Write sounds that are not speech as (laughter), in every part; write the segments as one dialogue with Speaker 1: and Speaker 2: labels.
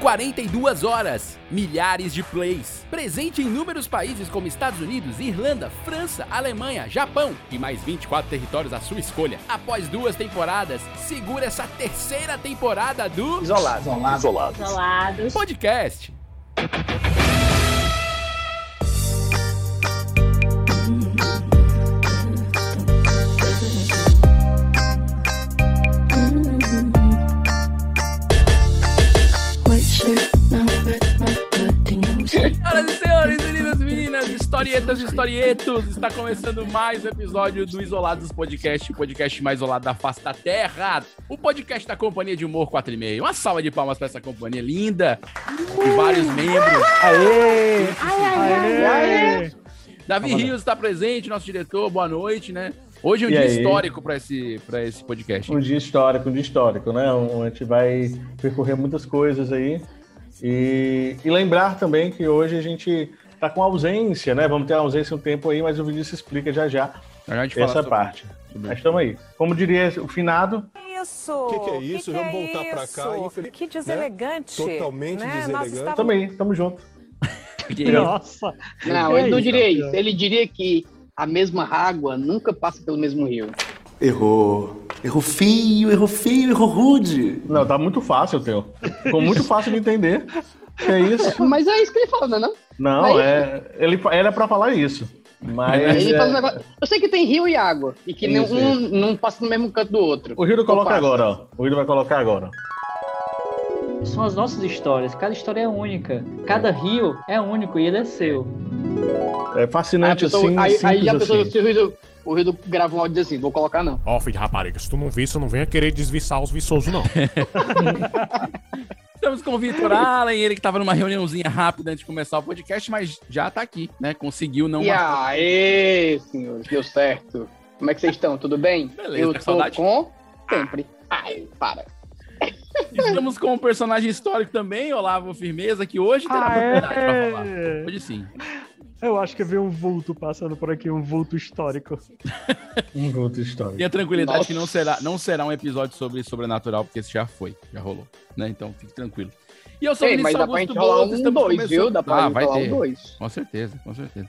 Speaker 1: 42 horas, milhares de plays. Presente em inúmeros países como Estados Unidos, Irlanda, França, Alemanha, Japão e mais 24 territórios à sua escolha. Após duas temporadas, segura essa terceira temporada do
Speaker 2: Isolado.
Speaker 3: Isolado.
Speaker 2: Isolado.
Speaker 3: Isolados.
Speaker 1: podcast.
Speaker 4: What's your number? Nobody knows.
Speaker 1: Senhoras e senhores, meninas e meninas, historietas e historietos, está começando mais um episódio do Isolados Podcast, o podcast mais isolado da face da terra. O podcast da Companhia de Humor 4 e meio. Uma salva de palmas para essa companhia linda, de vários membros.
Speaker 5: Aê!
Speaker 3: Ai, ai, ai, ai.
Speaker 1: Davi
Speaker 5: Calma,
Speaker 1: Rios está presente, nosso diretor, boa noite, né? Hoje é um
Speaker 5: E
Speaker 1: dia
Speaker 5: aí?
Speaker 1: histórico para esse, pra esse podcast.
Speaker 5: Um dia histórico, um dia histórico, né? Um- a gente vai percorrer muitas coisas aí. E, e lembrar também que hoje a gente tá com ausência, né? Vamos ter ausência um tempo aí, mas o vídeo se explica já já
Speaker 1: A gente fala
Speaker 5: essa
Speaker 1: sobre- (laughs)
Speaker 5: parte.
Speaker 1: sobre-
Speaker 5: Mas estamos aí. Como diria o finado,
Speaker 6: isso?
Speaker 7: Que que é isso? Vamos voltar pra cá, infeliz-
Speaker 6: Que deselegante.
Speaker 7: né? Totalmente
Speaker 6: né? Nós
Speaker 7: deselegante.
Speaker 8: Tá
Speaker 6: estávamos-
Speaker 5: tamo aí, tamo junto.
Speaker 9: Nossa!
Speaker 8: Não, ele não
Speaker 9: É
Speaker 8: diria
Speaker 9: isso.
Speaker 8: isso. Ele diria que a mesma água nunca passa pelo mesmo rio.
Speaker 10: Errou. Errou feio, errou feio, errou rude.
Speaker 5: Não, tá muito fácil o teu. Ficou muito fácil de entender. Que é isso?
Speaker 8: Mas é isso que ele fala, não é? não?
Speaker 5: Não, é. Ele fa- era pra falar isso. Mas.
Speaker 8: Ele
Speaker 5: é,
Speaker 8: fala um negócio- Eu sei que tem rio e água, e que
Speaker 5: Isso,
Speaker 8: nenhum- um não passa no mesmo canto do outro.
Speaker 5: O Hiro coloca
Speaker 8: Opa.
Speaker 5: agora, ó. O Hiro vai colocar agora.
Speaker 9: São as nossas histórias, cada história é única. Cada rio é único e ele é seu.
Speaker 5: É
Speaker 8: Aí Ah, a
Speaker 5: fascinante
Speaker 8: pessoa-
Speaker 5: assim.
Speaker 8: aí,
Speaker 5: simples
Speaker 8: aí a pessoa,
Speaker 5: assim.
Speaker 8: se o Rio, o Rio grava um áudio e diz assim, vou colocar não.
Speaker 7: Ó, filho de rapariga, se tu não viça, não venha querer desviçar os viçosos,
Speaker 11: (laughs)
Speaker 7: não.
Speaker 1: Estamos com o Vitor Allen, ele que tava numa reuniãozinha rápida antes de começar o podcast, mas já tá aqui, né? Conseguiu não
Speaker 8: E aê, senhores, deu certo. Como é que vocês estão? Tudo bem?
Speaker 1: Beleza,
Speaker 8: Eu
Speaker 1: tá com
Speaker 8: tô
Speaker 1: saudade?
Speaker 8: com sempre. Ai, para.
Speaker 1: Estamos com um personagem histórico também, Olavo Firmeza, que hoje terá
Speaker 11: Ah, é?
Speaker 1: propriedade pra falar. Hoje sim.
Speaker 9: Eu acho que eu vi um vulto passando por aqui, um vulto histórico.
Speaker 5: Um outro histórico.
Speaker 1: Tenha tranquilidade
Speaker 8: Nossa.
Speaker 1: que não será, não será um episódio sobre sobrenatural, porque esse já foi, já rolou. Né? Então fique tranquilo. E eu sou o
Speaker 8: Ei, mas
Speaker 1: Vinícius
Speaker 8: dá pra
Speaker 1: Augusto
Speaker 8: gente rolar
Speaker 1: Boas,
Speaker 8: um
Speaker 1: estamos
Speaker 8: dois, viu?
Speaker 1: começando-
Speaker 8: Dá pra
Speaker 1: Ah,
Speaker 8: gente
Speaker 1: vai
Speaker 8: rolar um
Speaker 1: ter.
Speaker 8: dois.
Speaker 1: Com certeza, com certeza.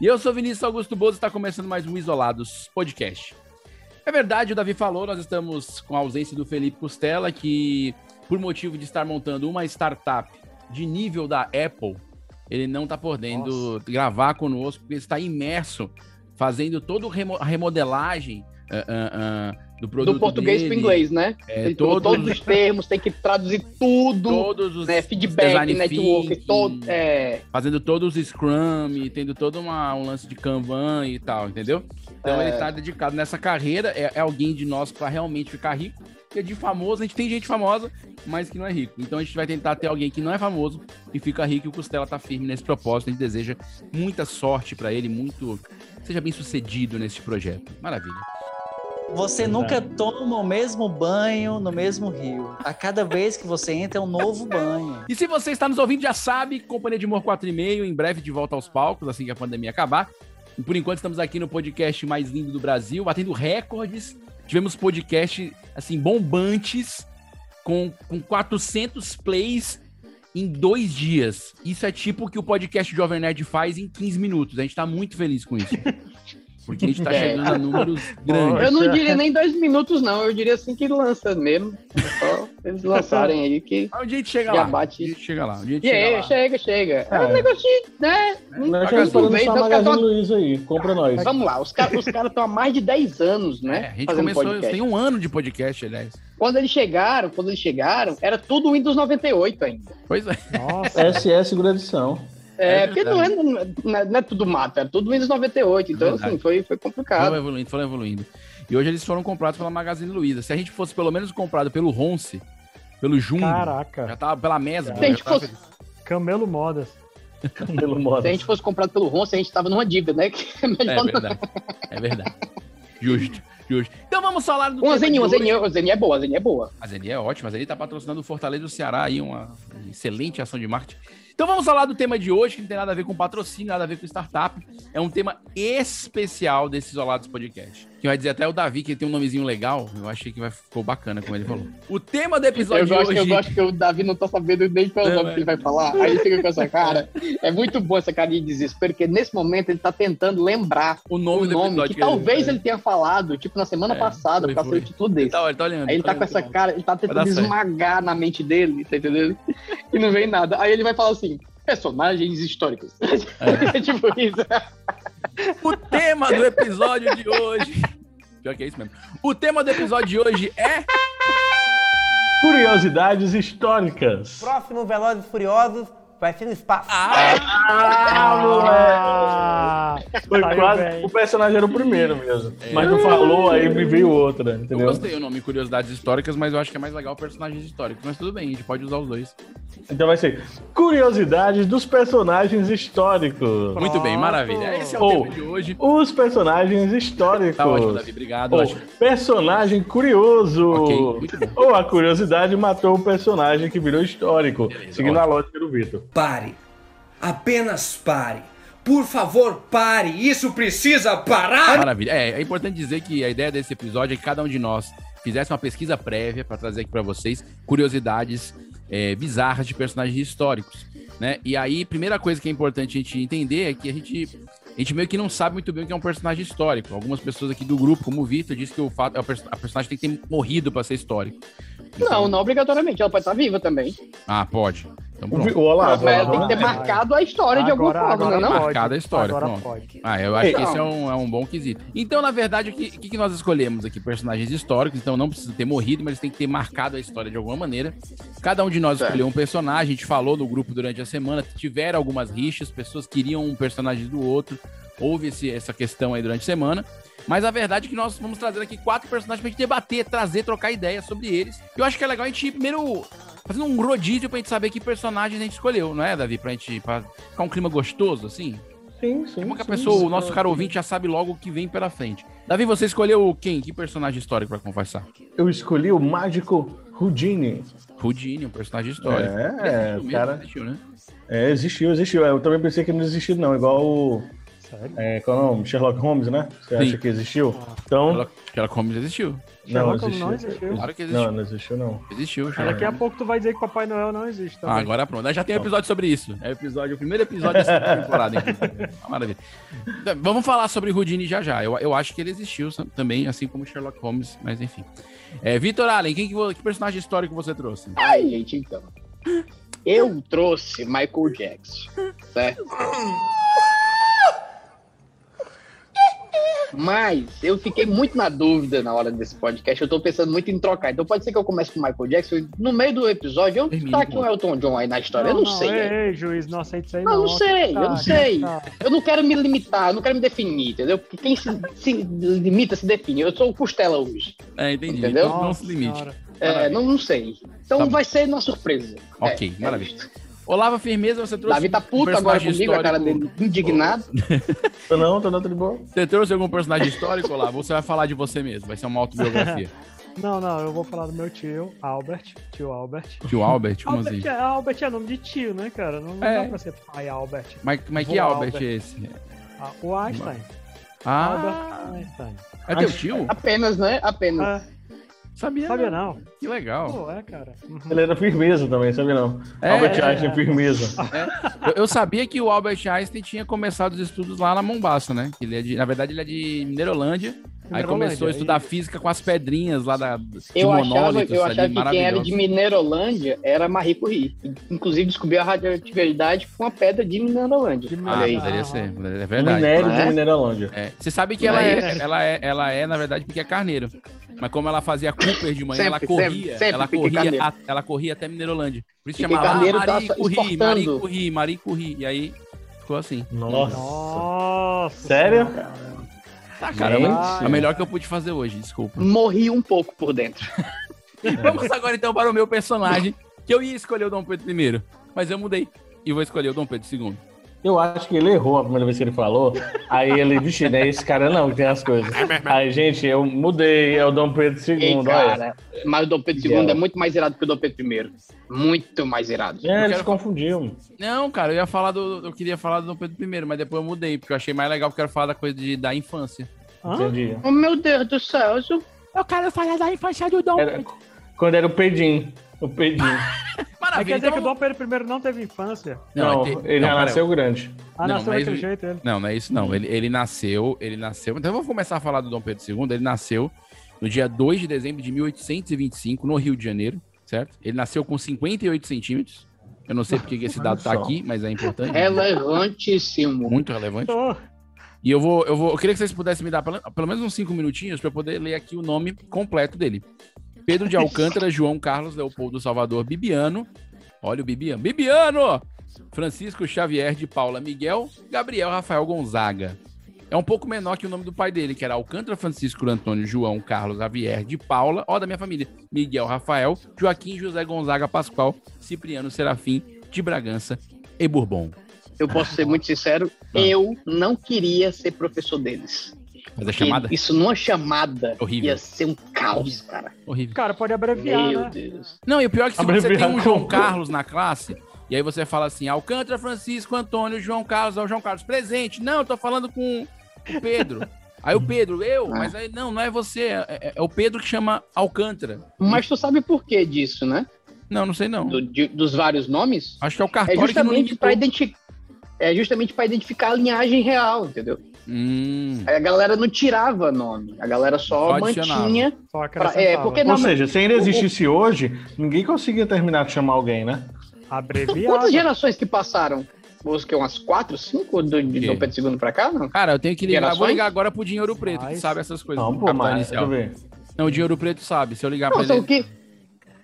Speaker 1: E eu sou Vinícius Augusto Bozo, está começando mais um Isolados Podcast. É verdade, o Davi falou, nós estamos com a ausência do Felipe Costela, que por motivo de estar montando uma startup de nível da Apple, ele não está podendo gravar conosco, porque ele está imerso fazendo toda a remodelagem ah, ah, ah, do produto
Speaker 8: Do português
Speaker 1: dele,
Speaker 8: pro inglês, né?
Speaker 1: é,
Speaker 8: Ele
Speaker 1: todos,
Speaker 8: todos... todos os termos, tem que traduzir tudo.
Speaker 1: todos os
Speaker 8: né, feedback,
Speaker 1: design
Speaker 8: network,
Speaker 1: thinking.
Speaker 8: todo, é,
Speaker 1: fazendo todos os scrum, e tendo todo uma- um lance de Kanban e tal, entendeu? Então ele tá dedicado nessa carreira, é, é alguém de nós pra realmente ficar rico, porque de famoso, a gente tem gente famosa, mas que não é rico. Então a gente vai tentar ter alguém que não é famoso e fica rico, e o Costela tá firme nesse propósito, a gente deseja muita sorte pra ele, muito... Seja bem sucedido nesse projeto. Maravilha.
Speaker 12: Você nunca toma o mesmo banho no mesmo rio. A cada vez que você entra é um novo banho.
Speaker 1: E se você está nos ouvindo, já sabe, Companhia de Humor 4,5, em breve de volta aos palcos, assim que a pandemia acabar. E por enquanto estamos aqui no podcast mais lindo do Brasil, batendo recordes. Tivemos podcast, assim, bombantes, com, com 400 plays em dois dias. Isso é tipo o que o podcast Jovem Nerd faz em 15 minutos. A gente está muito feliz com isso. Porque a gente está
Speaker 8: É.
Speaker 1: chegando a números grandes.
Speaker 8: Eu não diria nem dois minutos, não. Eu diria assim que lança mesmo. Só eles lançarem aí que.
Speaker 1: Mas um dia a gente chega
Speaker 8: Já
Speaker 1: lá.
Speaker 8: bate.
Speaker 1: Um dia a gente chega lá. Um dia a gente
Speaker 8: E aí,
Speaker 1: chega lá.
Speaker 8: chega, chega. É um
Speaker 5: É.
Speaker 8: negocinho, né?
Speaker 5: Nós
Speaker 1: Paga
Speaker 5: estamos
Speaker 1: tudo
Speaker 5: tá falando
Speaker 8: bem,
Speaker 5: só
Speaker 8: então
Speaker 5: Magazine
Speaker 8: fica só-
Speaker 5: Luiza aí, compra nós.
Speaker 8: Vamos lá, os caras estão há mais de 10 anos, né?
Speaker 1: É, a gente
Speaker 8: fazendo
Speaker 1: começou,
Speaker 8: podcast.
Speaker 1: tem um ano de podcast, aliás.
Speaker 8: Quando eles chegaram, quando eles chegaram, era tudo Windows 98 ainda.
Speaker 1: Pois é.
Speaker 9: Nossa!
Speaker 5: SS segunda edição.
Speaker 8: É,
Speaker 1: É
Speaker 8: porque não é, não é- não é tudo mata, era tudo Windows 98. Então,
Speaker 1: É verdade. Então,
Speaker 8: assim, foi, foi
Speaker 1: Foram
Speaker 8: complicado.
Speaker 1: evoluindo, foram evoluindo. E hoje eles foram comprados pela Magazine Luiza. Se a gente fosse pelo menos comprado pelo Ronce, pelo Jumbo, já
Speaker 9: Caraca!
Speaker 1: tava pela Mesbo.
Speaker 8: Se a gente
Speaker 1: já tava
Speaker 8: fosse-
Speaker 1: feliz.
Speaker 9: Camelo Modas.
Speaker 5: (laughs) Pelo modo.
Speaker 8: Se a gente fosse comprado pelo Ronce, a gente tava numa dívida, né? (laughs) Que é melhor
Speaker 1: É
Speaker 8: não.
Speaker 1: verdade. É verdade. Justo, justo. Então vamos falar do. tema
Speaker 8: Uma
Speaker 1: de
Speaker 8: Zeninha, uma
Speaker 1: hoje.
Speaker 8: Zeninha, uma Zeninha é boa, a Zeninha é boa.
Speaker 1: A Zeni é ótima, a Zeni tá patrocinando o Fortaleza do Ceará aí, uma excelente ação de marketing. Então vamos falar do tema de hoje, que não tem nada a ver com patrocínio, nada a ver com startup. É um tema especial desse Isolados Podcast. Que vai dizer até o Davi, que ele tem um nomezinho legal. Eu achei que vai, ficou bacana, como ele falou. O tema do episódio
Speaker 8: Eu gosto,
Speaker 1: de
Speaker 8: eu
Speaker 1: hoje...
Speaker 8: gosto que o Davi não tá sabendo nem qual
Speaker 1: É,
Speaker 8: é, nome
Speaker 1: velho.
Speaker 8: que ele vai falar. Aí ele fica com essa cara. É muito bom essa cara de desespero, porque nesse momento ele tá tentando lembrar
Speaker 1: O
Speaker 8: o
Speaker 1: nome do
Speaker 8: nome
Speaker 1: episódio.
Speaker 8: que talvez ele tenha falado, tipo, na semana
Speaker 1: É,
Speaker 8: passada,
Speaker 1: foi,
Speaker 8: por causa
Speaker 1: foi.
Speaker 8: do título desse.
Speaker 1: Ele tá, ele tá olhando.
Speaker 8: Aí ele tá com
Speaker 1: olhando.
Speaker 8: essa cara, ele tá
Speaker 1: dar
Speaker 8: tentando
Speaker 1: certo.
Speaker 8: esmagar na mente dele, tá entendendo? E não vem nada. Aí ele vai falar assim, personagens históricos. (laughs) É. tipo isso.
Speaker 1: O tema do episódio de hoje. (laughs) Pior que é isso mesmo. O tema do episódio de hoje é.
Speaker 5: Curiosidades históricas.
Speaker 2: Próximo Velozes e Furiosos vai ser no espaço.
Speaker 8: Ah,
Speaker 7: Ah,
Speaker 5: Foi
Speaker 7: Saiu
Speaker 5: quase.
Speaker 7: bem.
Speaker 5: O personagem era o primeiro mesmo. É. Mas não falou, aí me veio outra,
Speaker 1: Eu
Speaker 5: entendeu?
Speaker 1: gostei o nome Curiosidades Históricas, mas eu acho que é mais legal personagens históricos. Mas tudo bem, a gente pode usar os dois.
Speaker 5: Então vai ser curiosidades dos personagens históricos.
Speaker 1: Muito bem, maravilha. Esse é o
Speaker 5: Oh.
Speaker 1: tema de hoje.
Speaker 5: Os personagens históricos.
Speaker 1: Tá ótimo, Davi. Obrigado.
Speaker 5: Ou
Speaker 1: ótimo.
Speaker 5: personagem curioso.
Speaker 1: Ok, muito bom.
Speaker 5: Ou a curiosidade matou o personagem que virou histórico. seguindo a lógica do Vitor.
Speaker 2: Pare. Apenas pare. Por favor, pare. Isso precisa parar.
Speaker 1: Maravilha. É, é importante dizer que a ideia desse episódio é que cada um de nós fizesse uma pesquisa prévia para trazer aqui para vocês curiosidades é, bizarras de personagens históricos, né? E aí, primeira coisa que é importante a gente entender é que a gente a gente meio que não sabe muito bem o que é um personagem histórico. Algumas pessoas aqui do grupo, como o Vitor, disse que o fato a pers- a personagem tem que ter morrido para ser histórico.
Speaker 8: Não, não obrigatoriamente, ela pode estar viva também.
Speaker 1: Ah, pode. Então
Speaker 5: O Vi-
Speaker 1: pronto.
Speaker 5: O Olavo. né?
Speaker 8: Mas ela tem que
Speaker 5: Olavo.
Speaker 8: ter marcado a história de alguma forma,
Speaker 1: agora
Speaker 8: não é não?
Speaker 1: pode. Marcada a história,
Speaker 2: Agora
Speaker 1: pronto.
Speaker 2: pode.
Speaker 1: Ah, eu acho
Speaker 8: Ei,
Speaker 1: que
Speaker 8: não.
Speaker 1: esse é um, é um bom quesito. Então, na verdade, o que, o que que nós escolhemos aqui? Personagens históricos, então não precisa ter morrido, mas tem que ter marcado a história de alguma maneira. Cada um de nós escolheu um personagem, a gente falou no grupo durante a semana, tiveram algumas rixas, pessoas queriam um personagem do outro, houve esse- essa questão aí durante a semana. Mas a verdade é que nós vamos trazer aqui quatro personagens pra gente debater, trazer, trocar ideias sobre eles. Eu acho que é legal a gente ir primeiro fazendo um rodízio pra gente saber que personagens a gente escolheu, não é, Davi? Pra gente pra ficar um clima gostoso, assim.
Speaker 5: Sim, sim.
Speaker 1: Como que a
Speaker 5: sim.
Speaker 1: pessoa, o nosso cara ouvinte, já sabe logo o que vem pela frente. Davi, você escolheu quem? Que personagem histórico pra conversar?
Speaker 5: Eu escolhi o mágico Houdini.
Speaker 1: Rudine, um personagem histórico. Ele
Speaker 5: É,
Speaker 1: existiu mesmo,
Speaker 5: cara.
Speaker 1: existiu, né?
Speaker 5: É, existiu, existiu. Eu também pensei que não existiu, não. Igual o.
Speaker 7: Sério?
Speaker 5: É, qual é o nome? Sherlock Holmes, né? Você
Speaker 1: Sim.
Speaker 5: acha que existiu? Então.
Speaker 1: Ela, ela como existiu.
Speaker 5: Não,
Speaker 2: Sherlock Holmes
Speaker 5: existiu.
Speaker 2: não existiu.
Speaker 1: Claro que existiu.
Speaker 5: Não, não existiu, não.
Speaker 8: É.
Speaker 1: Existiu. Sherlock.
Speaker 2: Daqui a pouco tu vai dizer que Papai Noel não existe.
Speaker 11: tá
Speaker 1: Ah, agora pronto. Nós Já
Speaker 8: Tá.
Speaker 1: tem um episódio sobre isso. É o episódio, o primeiro episódio dessa (laughs) temporada. inclusive. Uma Maravilha. Então, Vamos falar sobre Rudine já já. Eu, eu acho que ele existiu sam- também, assim como Sherlock Holmes, mas enfim. É, Vitor Allen, quem que, vo- que personagem histórico você trouxe?
Speaker 8: Ai, gente, então. Eu trouxe Michael Jackson, certo? Mas eu fiquei muito na dúvida na hora desse podcast. Eu tô pensando muito em trocar. Então pode ser que eu comece com o Michael Jackson. e No meio do episódio, eu
Speaker 1: Termine
Speaker 8: tá aqui
Speaker 1: com-
Speaker 8: um Elton John aí na história. eu não, sei.
Speaker 2: Ei,
Speaker 8: né?
Speaker 2: ei, juiz, não aceita isso aí
Speaker 8: Não, eu não sei, eu não sei.
Speaker 2: tá.
Speaker 8: Eu não quero me limitar, eu não quero me definir, entendeu? Porque quem se, se limita se define. Eu sou o Costela hoje.
Speaker 1: É, entendi.
Speaker 8: Entendeu?
Speaker 1: Não, não se limite.
Speaker 8: É, não, não sei. Então
Speaker 1: Tá bom.
Speaker 8: vai ser uma surpresa.
Speaker 1: Ok,
Speaker 8: é,
Speaker 1: maravilha.
Speaker 8: é isso.
Speaker 1: Olava Firmeza, você trouxe. um
Speaker 8: Davi tá puto agora comigo, a cara dele indignado.
Speaker 5: Tô não, tô não, tudo bom.
Speaker 1: Você trouxe algum personagem histórico lá? Você vai falar de você mesmo, vai ser uma autobiografia.
Speaker 2: Não, não, eu vou falar do meu tio, Albert. Tio Albert.
Speaker 1: Tio Albert, como assim?
Speaker 2: Albert, é, Albert é nome de tio, né, cara? Não, não
Speaker 1: É.
Speaker 2: dá pra ser pai Albert.
Speaker 1: Mas, mas que
Speaker 2: Vou,
Speaker 1: Albert,
Speaker 2: Albert.
Speaker 1: é esse?
Speaker 2: Ah, o Einstein.
Speaker 1: Ah,
Speaker 2: Albert Einstein.
Speaker 1: é teu tio?
Speaker 8: Apenas, né? Apenas.
Speaker 2: Ah, sabia
Speaker 1: Sabia? Sabia não.
Speaker 2: não?
Speaker 1: Que legal.
Speaker 2: Pô, é, cara. Uhum.
Speaker 5: Ele era firmeza também, sabe não?
Speaker 1: É,
Speaker 5: Albert
Speaker 1: é,
Speaker 5: Einstein, firmeza.
Speaker 1: Eu, eu sabia que o Albert Einstein tinha começado os estudos lá na Mombaça, né? Que Ele é de, na verdade, ele é de Mineirolândia. aí
Speaker 2: Mineirolândia,
Speaker 1: começou a
Speaker 11: é
Speaker 2: aí-
Speaker 1: estudar física com as pedrinhas lá da, de
Speaker 8: Eu achava, eu
Speaker 1: ali, é
Speaker 8: achava que quem era
Speaker 1: maravilhosos.
Speaker 8: de Mineirolândia era Marie Curie. Inclusive descobriu a radioatividade com a pedra de Mineirolândia.
Speaker 2: De
Speaker 1: Ah,
Speaker 8: Olha aí.
Speaker 1: poderia ser, poderia- é verdade.
Speaker 5: Minério de
Speaker 8: É?
Speaker 5: Mineralândia.
Speaker 1: É, Você sabe que ela é, ela, é, ela é, na verdade, porque é carneiro. Mas como ela fazia Cooper de manhã,
Speaker 8: Sempre,
Speaker 1: ela corria,
Speaker 8: sempre, sempre
Speaker 1: ela,
Speaker 8: piquei
Speaker 1: corria
Speaker 8: carneiro.
Speaker 1: a- ela corria até Mineirolândia. Por isso
Speaker 8: Piquei
Speaker 1: chamava ah,
Speaker 8: carneiro,
Speaker 1: Marie
Speaker 8: tava
Speaker 1: Curie, Marie
Speaker 8: exportando.
Speaker 1: Curie, Marie Curie. E aí ficou assim.
Speaker 5: Nossa.
Speaker 2: Nossa.
Speaker 5: Sério?
Speaker 1: Tá, cara, é
Speaker 5: Gente.
Speaker 1: a melhor que eu pude fazer hoje, desculpa.
Speaker 8: Morri um pouco por dentro.
Speaker 3: É.
Speaker 1: Vamos agora então para o meu personagem, que eu ia escolher o Dom Pedro I, mas eu mudei e vou escolher o Dom Pedro II.
Speaker 5: Eu acho que ele errou a primeira vez que ele falou. Aí ele, vixe, né? Esse cara não, que tem as coisas.
Speaker 1: É,
Speaker 5: Aí, gente, eu mudei, é o Dom Pedro II,
Speaker 8: Ei,
Speaker 5: olha. É,
Speaker 8: cara, mas o Dom Pedro II é muito mais irado que o Dom Pedro I. Muito mais irado.
Speaker 5: É, eles
Speaker 1: quero-
Speaker 5: confundiam.
Speaker 1: Não, cara, eu ia falar do. Eu queria falar do Dom Pedro I, mas depois eu mudei, porque eu achei mais legal porque eu quero falar da coisa de, da infância.
Speaker 3: Hã?
Speaker 5: Entendi.
Speaker 8: Oh, meu Deus do céu.
Speaker 3: Eu quero falar da infância do Dom
Speaker 5: Era-
Speaker 3: Pedro.
Speaker 5: quando era o Pedim. O Pedim.
Speaker 2: É
Speaker 3: Aí
Speaker 1: Maravilha.
Speaker 3: quer
Speaker 2: um
Speaker 3: dizer que o
Speaker 1: então-
Speaker 3: Dom Pedro I não teve infância.
Speaker 5: Não,
Speaker 1: é que-
Speaker 5: ele
Speaker 1: não,
Speaker 5: já
Speaker 1: pera,
Speaker 5: nasceu grande.
Speaker 3: Ah,
Speaker 1: Não,
Speaker 3: nasceu
Speaker 1: mas
Speaker 3: daquele
Speaker 1: ele-
Speaker 3: jeito ele.
Speaker 1: Não, não é isso não. Ele, ele nasceu, ele nasceu. Então vamos começar a falar do Dom Pedro II. Ele nasceu no dia 2 de dezembro de 1825, no Rio de Janeiro, certo? Ele nasceu com 58 centímetros. Eu não sei porque que esse dado tá
Speaker 5: só.
Speaker 1: aqui, mas é importante.
Speaker 8: Relevantíssimo.
Speaker 1: Muito relevante.
Speaker 3: Ô,
Speaker 1: E eu vou, eu vou. Eu queria que vocês pudessem me dar pelo, pelo menos uns cinco minutinhos para poder ler aqui o nome completo dele. Pedro de Alcântara, João Carlos Leopoldo Salvador Bibiano. Olha o Bibiano. Bibiano! Francisco Xavier de Paula Miguel, Gabriel Rafael Gonzaga. É um pouco menor que o nome do pai dele, que era Alcântara Francisco Antônio João Carlos Xavier de Paula, ó da minha família, Miguel Rafael, Joaquim José Gonzaga Pascoal, Cipriano Serafim de Bragança e Bourbon.
Speaker 8: Eu posso ser muito sincero,
Speaker 1: Ah.
Speaker 8: eu não queria ser professor deles.
Speaker 1: Mas a chamada
Speaker 8: Porque Isso numa chamada
Speaker 1: Horrível.
Speaker 8: ia ser um caos, cara.
Speaker 1: horrível.
Speaker 3: Cara, pode abreviar,
Speaker 8: Meu
Speaker 3: né?
Speaker 8: Deus.
Speaker 1: Não, e o pior é que se você
Speaker 5: Abreviar
Speaker 1: tem um João
Speaker 5: como?
Speaker 1: Carlos na classe, e aí você fala assim, Alcântara, Francisco, Antônio, João Carlos, ó, o João Carlos, presente. Não, eu tô falando com o Pedro. Aí o Pedro, eu?
Speaker 8: Ah.
Speaker 1: Mas aí, não, não é você, é, é- é o Pedro que chama Alcântara.
Speaker 8: Mas tu sabe por que disso, né?
Speaker 1: Não, não sei não.
Speaker 8: Do- de- dos vários nomes?
Speaker 1: Acho que é o
Speaker 8: É
Speaker 1: cartório que não
Speaker 8: justamente
Speaker 1: limitou.
Speaker 8: para identificar. É justamente para identificar a linhagem real, entendeu?
Speaker 1: Hum,
Speaker 8: Aí A galera não tirava nome, a galera só,
Speaker 1: Só adicionava.
Speaker 8: mantinha.
Speaker 3: Só
Speaker 8: pra-
Speaker 3: acrescentava.
Speaker 8: é, porque não,
Speaker 5: Ou seja, se ainda existisse hoje, ninguém conseguia terminar de chamar alguém, né?
Speaker 3: Abreviar.
Speaker 11: É
Speaker 8: Quantas
Speaker 2: né?
Speaker 8: gerações que passaram? Os que umas quatro, cinco do, de
Speaker 1: quê?
Speaker 8: Dom Pedro II pra cá, não?
Speaker 1: cara, eu tenho que ligar.
Speaker 8: Gerações?
Speaker 1: Vou ligar agora pro Dinheiro Preto, que
Speaker 3: Mas-
Speaker 1: sabe essas coisas.
Speaker 5: Não,
Speaker 1: do
Speaker 5: pô,
Speaker 1: capital
Speaker 5: mas deixa
Speaker 1: inicial.
Speaker 5: eu ver.
Speaker 1: Não, o Dinheiro Preto sabe. Se eu ligar
Speaker 8: Não,
Speaker 1: pra
Speaker 8: são
Speaker 1: ele...
Speaker 8: que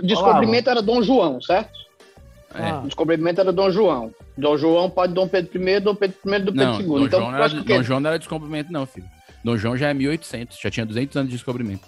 Speaker 8: o descobrimento era Dom João, certo?
Speaker 1: É.
Speaker 3: Ah,
Speaker 8: O descobrimento era Dom João. Dom João pode Dom Pedro I, Dom Pedro I, Dom Pedro
Speaker 1: Não,
Speaker 8: II.
Speaker 1: Dom,
Speaker 8: então,
Speaker 1: João não
Speaker 8: eu
Speaker 1: era,
Speaker 8: acho que
Speaker 1: Dom João não era descobrimento não, filho. Dom João já é 1800, já tinha 200 anos de descobrimento.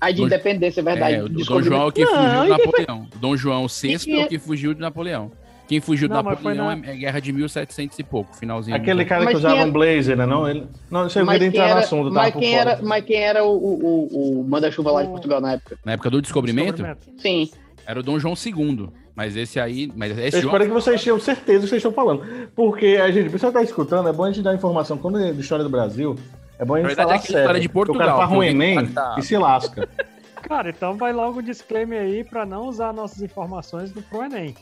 Speaker 8: aí de
Speaker 1: Dom-
Speaker 8: independência, é verdade.
Speaker 1: É, o Dom
Speaker 8: descobrimento-
Speaker 1: João é o que
Speaker 3: Não,
Speaker 1: fugiu de
Speaker 3: e depois-
Speaker 1: Napoleão. Dom João VI é o que fugiu de Napoleão. Quem fugiu de
Speaker 3: Não, mas foi
Speaker 1: Napoleão é é guerra de 1700 e pouco, finalzinho. então.
Speaker 5: Aquele cara
Speaker 8: Mas
Speaker 5: que usava
Speaker 8: quem é-
Speaker 5: um blazer, né? Não, ele... não isso eu queria
Speaker 8: Mas quem
Speaker 5: entrar no
Speaker 8: era,
Speaker 5: assunto,
Speaker 1: tá
Speaker 5: tava
Speaker 8: mas
Speaker 5: por
Speaker 8: quem
Speaker 5: fora.
Speaker 8: era, mas quem era o, o, o- o manda-chuva lá de
Speaker 3: O-
Speaker 8: Portugal na época?
Speaker 1: Na época do descobrimento,
Speaker 3: descobrimento.
Speaker 8: Sim.
Speaker 1: era o Dom João II. Mas esse aí. Mas esse
Speaker 5: Eu
Speaker 1: João-
Speaker 5: espero que vocês tenham certeza do que vocês estão falando. Porque a gente, o pessoal tá escutando, é bom a gente dar informação. Quando é de história do Brasil, é bom a
Speaker 1: Na
Speaker 5: gente
Speaker 1: verdade,
Speaker 5: falar
Speaker 1: é que
Speaker 5: sério.
Speaker 1: história de
Speaker 5: Porque
Speaker 1: Portugal,
Speaker 5: O cara
Speaker 1: que
Speaker 5: faz
Speaker 1: eu
Speaker 5: um
Speaker 1: vi que
Speaker 5: Enem
Speaker 1: tá-
Speaker 5: e se lasca.
Speaker 3: Cara, então vai logo um disclaimer aí pra não usar nossas informações do Pro Enem.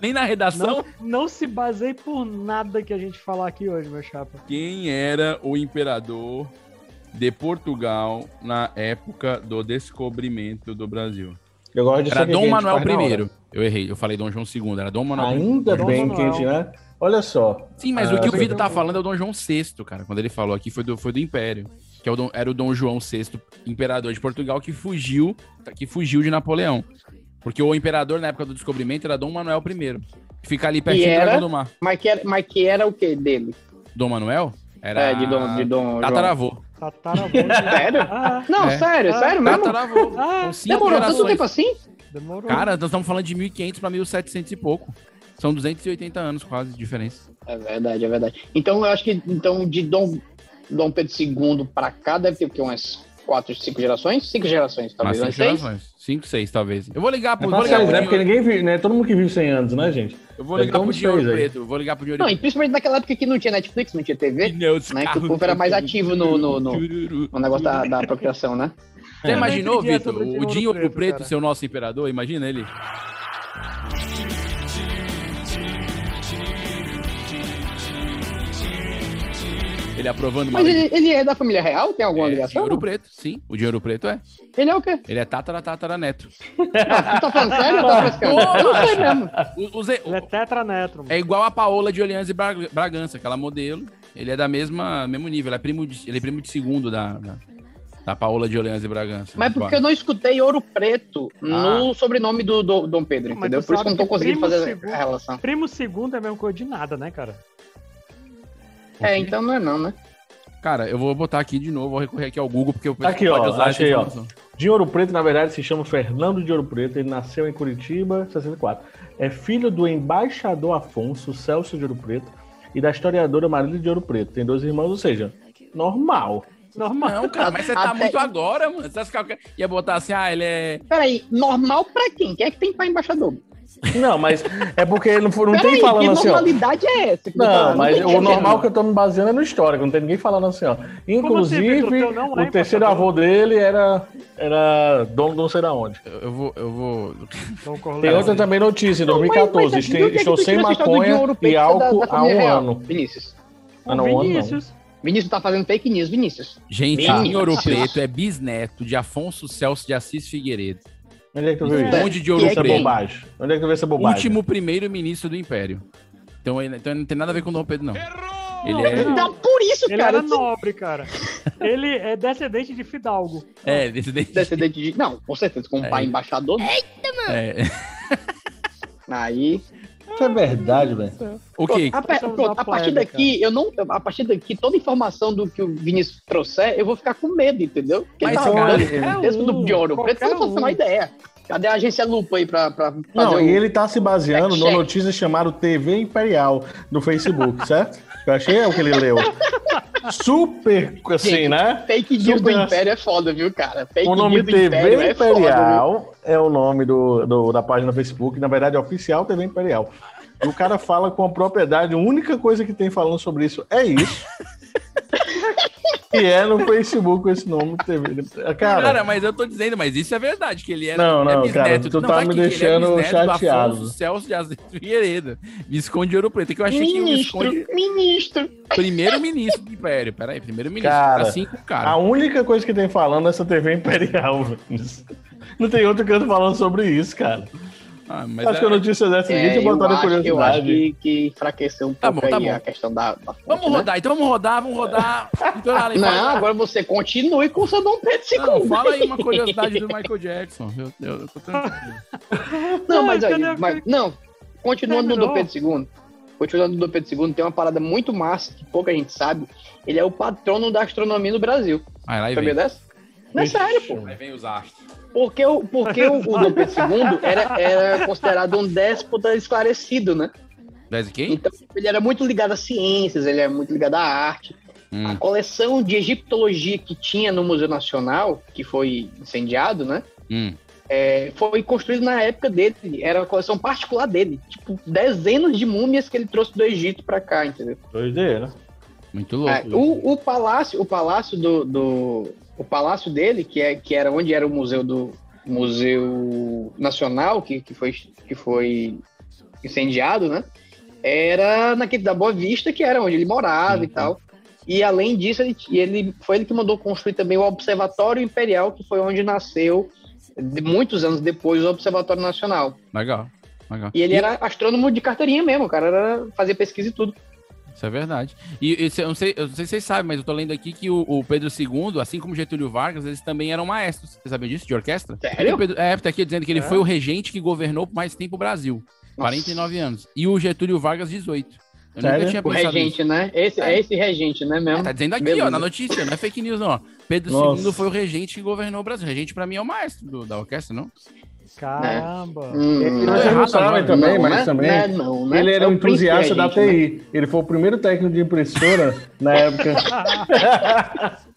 Speaker 1: Nem na redação.
Speaker 3: Não, não se baseie por nada que a gente falar aqui hoje, meu chapa.
Speaker 1: Quem era o imperador de Portugal na época do descobrimento do Brasil?
Speaker 5: Eu gosto de
Speaker 1: Era
Speaker 5: saber quem
Speaker 1: Dom
Speaker 5: a gente
Speaker 1: Manuel
Speaker 5: faz na hora.
Speaker 1: I. Eu errei, eu falei Dom João II, era Dom Manuel I.
Speaker 5: Ainda
Speaker 3: Dom
Speaker 5: bem que a
Speaker 3: Manuel.
Speaker 5: gente, né? Olha só.
Speaker 1: Sim, mas
Speaker 5: Ah,
Speaker 1: o que o
Speaker 5: sim.
Speaker 1: Vitor tá falando é o Dom João VI, cara. Quando ele falou aqui foi do, foi do Império. Que é o Dom- era o Dom João VI, imperador de Portugal, que fugiu, que fugiu de Napoleão. Porque o imperador, na época do descobrimento, era Dom Manuel I. Que fica ali pertinho
Speaker 8: E
Speaker 1: do
Speaker 8: era?
Speaker 1: Dragão do Mar.
Speaker 8: Mas que era, mas que era o que dele?
Speaker 1: Dom Manuel? Era
Speaker 8: É, de Dom, de Dom João.
Speaker 1: tataravô.
Speaker 3: Tataravô.
Speaker 8: Sério?
Speaker 3: Tá Ah,
Speaker 8: Não,
Speaker 1: É.
Speaker 8: sério,
Speaker 3: Ah,
Speaker 8: sério mesmo?
Speaker 1: Tataravô.
Speaker 3: Ah,
Speaker 1: São cinco
Speaker 8: Demorou tanto
Speaker 1: gerações.
Speaker 8: tempo assim?
Speaker 3: demorou.
Speaker 1: Cara, nós estamos falando de 1500 para 1700 e pouco. São 280 anos quase de diferença.
Speaker 8: É verdade, é verdade. Então eu acho que então, de Dom, Dom Pedro II pra cá deve ter o quê? Umas quatro, cinco gerações? Cinco gerações,
Speaker 1: Mas
Speaker 8: talvez.
Speaker 1: cinco
Speaker 8: umas seis?
Speaker 1: gerações. 5, 6, talvez. Eu vou ligar pro,
Speaker 5: É
Speaker 1: vou
Speaker 5: fácil,
Speaker 1: ligar pro
Speaker 5: né? Porque
Speaker 1: Dinheiro,
Speaker 5: ninguém vive, né? Todo mundo que vive 100 anos, né, gente?
Speaker 1: eu vou
Speaker 5: Deve
Speaker 1: ligar
Speaker 5: ter
Speaker 1: pro
Speaker 5: uns
Speaker 1: Dinheiro
Speaker 5: seis aí.
Speaker 1: Preto. eu Vou ligar pro Dinheiro
Speaker 8: Não, e principalmente naquela época que não tinha Netflix, não tinha TV, né? Que o povo era mais ativo no, no, no, no um negócio da, da procriação, né?
Speaker 1: Já imaginou,
Speaker 3: entendi
Speaker 1: Vitor?
Speaker 3: essa do Dinho
Speaker 1: O Dinho Ouro
Speaker 3: Preto,
Speaker 1: Preto,
Speaker 3: cara.
Speaker 1: seu nosso imperador, imagina ele. Ele aprovando uma
Speaker 8: Mas
Speaker 1: lei.
Speaker 8: ele, ele é da família real? Tem alguma
Speaker 1: É, Dinho
Speaker 8: ligação?
Speaker 1: Ouro Preto, sim. O Dinho Ouro Preto é.
Speaker 8: Ele é o quê?
Speaker 1: Ele é tatara, tatara neto.
Speaker 8: Tu tá falando sério ou tá frescando?
Speaker 1: Ô,
Speaker 8: Eu não
Speaker 1: macho.
Speaker 8: sei mesmo.
Speaker 1: O- o Zé-
Speaker 3: Ele é tetranetro.
Speaker 1: é igual a Paola de Orleans e Bra- Bragança, aquela modelo. Ele é da mesma mesmo nível. Ele é primo de, ele é primo de segundo da, da, da Paola de Orleans e Bragança. né,
Speaker 8: Mas porque eu não escutei Ouro Preto
Speaker 5: Ah.
Speaker 8: no sobrenome do, do Dom Pedro,
Speaker 3: Mas
Speaker 8: entendeu?
Speaker 3: tu
Speaker 8: Por isso que
Speaker 3: sabe
Speaker 8: eu não tô
Speaker 3: que é
Speaker 8: conseguindo
Speaker 3: primo
Speaker 8: fazer
Speaker 3: segundo-
Speaker 8: a relação.
Speaker 3: Primo segundo é a mesma coisa de nada, né, cara?
Speaker 8: É, então não é não, né?
Speaker 1: Cara, eu vou botar aqui de novo, vou recorrer aqui ao Google, porque o
Speaker 5: Aqui, ó, achei, ó.
Speaker 1: informação.
Speaker 5: De Ouro Preto, na verdade, se chama Fernando de Ouro Preto. Ele nasceu em Curitiba, 64. É filho do embaixador Afonso Celso de Ouro Preto e da historiadora Marília de Ouro Preto. Tem dois irmãos, ou seja, normal. (laughs)
Speaker 3: Normal.
Speaker 1: Não, cara, mas você tá
Speaker 8: Até-
Speaker 1: muito agora, mano. Você acha que alguém ia botar assim, ah, ele é.
Speaker 8: Peraí, normal pra quem? Quem é que tem pra embaixador?
Speaker 5: Não, mas é porque não, for- não tem
Speaker 8: Peraí, que
Speaker 5: falando assim, ó.
Speaker 8: normalidade é essa? que tu tá
Speaker 5: Não,
Speaker 8: falando?
Speaker 5: mas
Speaker 8: tem
Speaker 5: o
Speaker 8: que-
Speaker 5: normal que eu tô me baseando é no histórico, não tem ninguém falando assim, ó. Inclusive,
Speaker 3: Vitor? Teu não é
Speaker 5: o
Speaker 3: embaixador?
Speaker 5: terceiro avô dele era, era dono de não sei da onde.
Speaker 1: Eu eu vou. Eu vou.
Speaker 3: Dom
Speaker 5: Tem
Speaker 3: Então, Corleone.
Speaker 5: outra também notícia, em
Speaker 8: Não, mas- mas
Speaker 5: 2014.
Speaker 8: assim,
Speaker 5: este-
Speaker 8: do que é que
Speaker 5: estou
Speaker 8: tu
Speaker 5: sem
Speaker 8: tira essa história do Ouro
Speaker 5: maconha
Speaker 8: Preto
Speaker 5: e
Speaker 8: da-
Speaker 5: álcool
Speaker 8: da
Speaker 5: há
Speaker 8: família
Speaker 5: um
Speaker 8: real?
Speaker 5: ano.
Speaker 8: Vinícius.
Speaker 5: Ah, não, um ano não.
Speaker 3: Vinícius.
Speaker 8: Vinícius tá fazendo fake news, Vinícius.
Speaker 1: Gente,
Speaker 8: Tá.
Speaker 1: em Ouro Preto é bisneto de Afonso Celso de Assis Figueiredo.
Speaker 5: Onde é que tu viu isso?
Speaker 1: Onde de Ouro
Speaker 8: E aí,
Speaker 5: Essa
Speaker 1: Preto.
Speaker 5: bobagem. Onde é que tu viu essa bobagem?
Speaker 1: Último primeiro-ministro do Império. Então ele, então ele não tem nada a ver com o Dom Pedro, não. Ele é. (laughs)
Speaker 3: Não.
Speaker 8: Dá Então, por isso,
Speaker 3: Ele
Speaker 8: cara.
Speaker 3: era nobre, cara. Ele é descendente de Fidalgo.
Speaker 1: É, desse- desse-
Speaker 8: Descendente de. Não, com certeza, com o pai embaixador.
Speaker 1: é.
Speaker 8: Aí.
Speaker 5: Isso é verdade, velho.
Speaker 1: O quê?
Speaker 8: A, pa-
Speaker 3: Somos
Speaker 8: pronto,
Speaker 3: uma
Speaker 8: a partir
Speaker 3: plebe,
Speaker 8: daqui, eu não. A partir daqui, toda informação do que o Vinícius trouxer, eu vou ficar com medo, entendeu? Porque
Speaker 1: Mas, um.
Speaker 8: tá
Speaker 1: cara,
Speaker 8: dando
Speaker 5: ele-
Speaker 8: texto do de ouro preto, eu
Speaker 3: qualquer
Speaker 8: não faço a menor
Speaker 3: um.
Speaker 8: é ideia. Cadê a agência Lupa aí pra, pra fazer
Speaker 5: Não,
Speaker 8: o-
Speaker 5: e ele tá se baseando
Speaker 8: Fact
Speaker 5: numa
Speaker 8: check.
Speaker 5: notícia chamada TV Imperial no Facebook, certo? Eu achei é o que ele
Speaker 8: (laughs)
Speaker 5: leu. Super, assim,
Speaker 8: Gente,
Speaker 5: né?
Speaker 8: Fake news do
Speaker 5: Super-
Speaker 8: Império é foda, viu, cara? Fake
Speaker 5: O nome
Speaker 8: news do
Speaker 5: TV
Speaker 8: Império é foda, viu?
Speaker 5: Imperial é o nome do, do- da página do Facebook, na verdade é oficial TV Imperial. E o cara fala com a propriedade, a única coisa que tem falando sobre isso é isso.
Speaker 8: (laughs)
Speaker 5: e é no Facebook esse nome TV.
Speaker 1: Cara,
Speaker 5: Cara,
Speaker 1: mas eu tô dizendo, mas isso é verdade, que ele é.
Speaker 5: Não, não,
Speaker 1: é
Speaker 5: cara, tu tá me
Speaker 1: que ele
Speaker 5: deixando
Speaker 1: bisneto do
Speaker 5: chateado.
Speaker 1: Afonso Celso de Assis Figueiredo, Visconde de Ouro Preto, que um eu achei que o
Speaker 8: Ministro,
Speaker 1: Visconde...
Speaker 8: ministro.
Speaker 1: Primeiro-ministro do Império, peraí, primeiro-ministro,
Speaker 5: Cara,
Speaker 1: assim com o cara.
Speaker 5: a única coisa que tem falando é essa TV Imperial. velho. Não tem outro canto falando sobre isso, cara.
Speaker 1: Ah, mas
Speaker 5: acho
Speaker 1: é-
Speaker 5: que a notícia dessa
Speaker 8: É,
Speaker 5: é,
Speaker 8: eu,
Speaker 5: botaram a
Speaker 8: acho, eu acho
Speaker 5: curiosidade.
Speaker 8: que, que enfraqueceu um
Speaker 1: Tá
Speaker 8: pouco
Speaker 1: bom, tá
Speaker 8: aí
Speaker 1: bom.
Speaker 8: a questão da. da fonte,
Speaker 1: Vamos
Speaker 8: né?
Speaker 1: rodar, então vamos rodar, vamos rodar. Então, Ale,
Speaker 8: Não,
Speaker 1: fala,
Speaker 8: agora você continue com o seu Dom Pedro II.
Speaker 1: não, fala aí uma curiosidade do Michael Jackson. Eu, eu- eu tô tranquilo.
Speaker 8: Não, mas,
Speaker 3: Ai,
Speaker 8: aí,
Speaker 3: cadê-
Speaker 8: mas- não, continuando no Dom
Speaker 3: Terminou.
Speaker 8: Pedro II. Continuando no Dom Pedro II, tem uma parada muito massa que pouca gente sabe. Ele é o patrono da astronomia no Brasil.
Speaker 1: Aí lá e
Speaker 8: Sabia
Speaker 1: vem.
Speaker 8: dessa? Não é sério, pô.
Speaker 1: Aí vem os astros.
Speaker 8: Porque, o, porque o, o Dom Pedro II era, era considerado um déspota esclarecido, né?
Speaker 1: Dez e quem?
Speaker 8: Então, ele era muito ligado às ciências, ele era muito ligado à arte. A
Speaker 1: Hum,
Speaker 8: coleção de egiptologia que tinha no Museu Nacional, que foi incendiado, né?
Speaker 1: hum.
Speaker 8: é, foi construída na época dele. Era uma coleção particular dele. Tipo, dezenas de múmias que ele trouxe do Egito pra cá, entendeu?
Speaker 5: Doideira.
Speaker 1: Muito
Speaker 8: É,
Speaker 1: louco.
Speaker 8: o, o palácio, o palácio do, do- o palácio dele, que é que era onde era o museu do museu nacional que, que foi que foi incendiado, né? Era naquele da Boa Vista, que era onde ele morava e tal. E além disso, ele, t- ele foi ele que mandou construir também o Observatório Imperial, que foi onde nasceu de- muitos anos depois o Observatório Nacional.
Speaker 1: Legal, legal.
Speaker 8: E ele era astrônomo de carteirinha mesmo, o cara. Era fazer pesquisa e tudo.
Speaker 1: Isso é verdade. E, e se- eu, não sei, eu não sei se vocês sabem, mas eu tô lendo aqui que o, o Pedro II, assim como Getúlio Vargas, eles também eram maestros. Vocês sabem disso, de orquestra?
Speaker 8: Sério?
Speaker 1: O Pedro, é, tá aqui dizendo que ele
Speaker 3: É?
Speaker 1: foi o regente que governou por mais tempo o Brasil.
Speaker 8: Nossa.
Speaker 1: 49 anos. E o Getúlio Vargas, 18. Eu
Speaker 5: Sério?
Speaker 1: nunca tinha
Speaker 8: O
Speaker 1: pensado nisso.
Speaker 8: regente, né? Esse, é esse regente, né,
Speaker 1: É,
Speaker 8: mesmo?
Speaker 1: tá dizendo aqui, ó,
Speaker 8: Beleza.
Speaker 1: na notícia, não é fake news, não. ó. Pedro
Speaker 5: Nossa.
Speaker 1: II foi o regente que governou o Brasil. Regente, pra mim, é o maestro do- da orquestra, não?
Speaker 3: Caramba.
Speaker 8: Hum,
Speaker 5: Mas
Speaker 1: errado
Speaker 5: eles sabem
Speaker 1: agora.
Speaker 5: também,
Speaker 8: não,
Speaker 5: mas
Speaker 8: né?
Speaker 5: também.
Speaker 8: Né, não, né?
Speaker 5: Ele era
Speaker 8: É
Speaker 5: um
Speaker 8: o príncipe
Speaker 5: entusiasta da
Speaker 8: regente, né?
Speaker 5: TI. Ele foi o primeiro técnico de impressora
Speaker 8: (laughs)
Speaker 5: na época.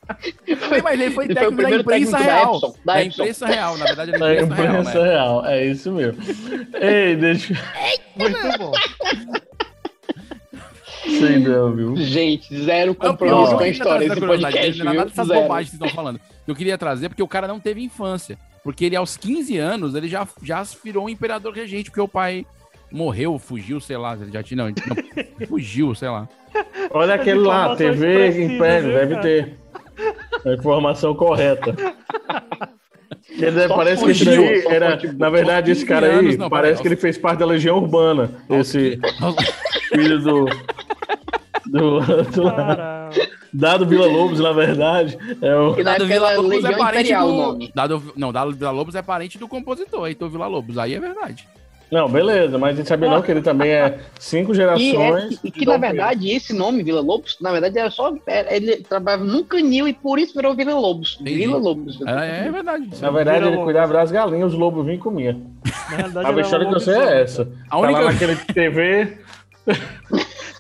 Speaker 1: Mas ele foi
Speaker 8: Ele foi o
Speaker 1: técnico da
Speaker 8: primeiro
Speaker 1: imprensa
Speaker 8: técnico da
Speaker 1: real.
Speaker 8: Epson, da
Speaker 1: Da,
Speaker 8: Epson.
Speaker 1: imprensa é real, na verdade,
Speaker 5: Na
Speaker 1: era da imprensa real,
Speaker 5: imprensa
Speaker 1: né?
Speaker 5: É real. É isso mesmo. Ei, deixa.
Speaker 3: Muito bom.
Speaker 5: Sei não, viu?
Speaker 8: Gente, zero
Speaker 1: Não,
Speaker 8: compromisso
Speaker 1: É pior,
Speaker 8: com
Speaker 1: eu
Speaker 8: a
Speaker 1: ainda tá tava
Speaker 8: história
Speaker 1: essa
Speaker 8: desse
Speaker 1: curiosidade,
Speaker 8: podcast,
Speaker 1: Não é
Speaker 8: viu?
Speaker 1: nada dessas
Speaker 8: Zero.
Speaker 1: bobagens que vocês estão falando. Eu queria trazer é porque o cara não teve infância. Porque ele, aos 15 anos, ele já, já virou um imperador regente, porque o pai morreu, fugiu, sei lá. Ele já tinha. Não, ele
Speaker 8: (laughs)
Speaker 1: não fugiu, sei lá.
Speaker 5: Olha aquele lá,
Speaker 3: Informações
Speaker 5: TV
Speaker 3: precisas,
Speaker 5: Império,
Speaker 3: né,
Speaker 5: deve
Speaker 3: cara?
Speaker 5: ter. A informação correta. Ele deve-
Speaker 8: Só
Speaker 5: parece que esse
Speaker 8: fugiu,
Speaker 5: daí
Speaker 8: só
Speaker 5: era.
Speaker 8: fugiu.
Speaker 5: Na verdade, esse cara
Speaker 1: anos,
Speaker 5: aí
Speaker 1: não,
Speaker 5: parece
Speaker 1: peraí,
Speaker 5: que ele fez parte da Legião Urbana. Esse filho do. Do,
Speaker 1: Ah.
Speaker 5: do-
Speaker 3: Caramba.
Speaker 5: Dado Vila Lobos, na verdade, é o.
Speaker 8: E na
Speaker 1: Dado
Speaker 8: época
Speaker 1: Vila Lobos é
Speaker 8: era Tá um Legião
Speaker 1: parente
Speaker 8: Imperial o
Speaker 1: do.
Speaker 8: nome.
Speaker 1: Dado, não, Dado Vila Lobos é parente do compositor, Heitor Vila Lobos. Aí é verdade.
Speaker 5: Não, beleza, mas a gente sabia não que ele também é cinco
Speaker 8: E,
Speaker 5: gerações.
Speaker 8: é- e
Speaker 5: de
Speaker 8: que, na
Speaker 5: Dom Pedro.
Speaker 8: verdade, esse nome, Vila Lobos, na verdade, era só. era- ele trabalhava num canil e por isso virou Vila Lobos.
Speaker 1: Entendi.
Speaker 8: Vila Lobos.
Speaker 1: É, é verdade.
Speaker 8: Tá
Speaker 5: Na verdade, ele
Speaker 3: Vira
Speaker 5: cuidava das galinhas, os lobos vinham e comiam.
Speaker 11: é
Speaker 3: Na realidade,
Speaker 5: A
Speaker 3: era
Speaker 5: história
Speaker 3: um
Speaker 5: que eu sei é
Speaker 3: lobisomem.
Speaker 5: essa.
Speaker 1: A
Speaker 5: Tá lá
Speaker 1: única,
Speaker 5: naquele TV.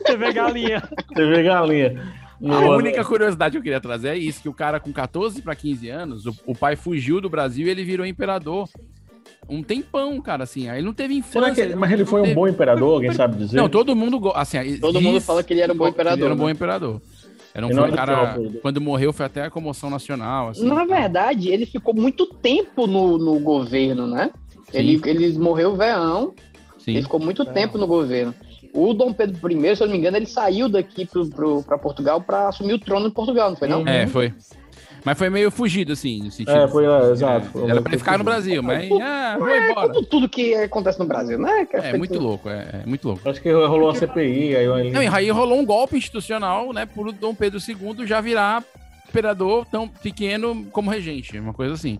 Speaker 3: TV Galinha.
Speaker 5: TV Galinha.
Speaker 1: A
Speaker 8: é
Speaker 5: Boa,
Speaker 1: única curiosidade que eu queria trazer é isso: que o cara com 14 para 15 anos, o, o pai fugiu do Brasil e ele virou imperador. Um tempão, cara, assim. Aí ele não teve infância.
Speaker 5: Será que ele,
Speaker 1: ele
Speaker 5: mas
Speaker 1: não-
Speaker 5: ele foi
Speaker 1: não
Speaker 5: um
Speaker 1: teve-
Speaker 5: bom imperador, alguém sabe dizer?
Speaker 1: Não, todo mundo. go- Assim, aí
Speaker 8: Todo mundo fala que ele era um bom
Speaker 1: que Ele era
Speaker 8: imperador,
Speaker 1: um bom
Speaker 8: né?
Speaker 1: imperador. Era um
Speaker 5: Ele não
Speaker 1: foi um
Speaker 5: era
Speaker 1: cara.
Speaker 5: trópode.
Speaker 1: Quando morreu, foi até a comoção nacional. Assim,
Speaker 8: Na é verdade, ele ficou muito tempo no, no governo, né? Ele, ele morreu veão, ele
Speaker 1: Sim.
Speaker 8: ficou
Speaker 3: É.
Speaker 8: muito tempo no governo. O Dom Pedro I, se eu não me engano, ele saiu daqui para Portugal para assumir o trono em Portugal, não foi não?
Speaker 3: Uhum.
Speaker 1: É, foi. Mas foi meio fugido, assim, no sentido.
Speaker 5: É, foi, é, exato. Foi-
Speaker 1: Era pra ele ficar no
Speaker 5: foi-
Speaker 1: Brasil, mas. Ah, foi
Speaker 8: É,
Speaker 1: embora.
Speaker 8: como tudo que acontece no Brasil, né? Que
Speaker 1: É muito louco, é, é muito louco.
Speaker 5: Acho que rolou a CPI, aí ele...
Speaker 1: Não, e aí rolou um golpe institucional, né, por Dom Pedro II já virar imperador tão pequeno como regente, uma coisa assim.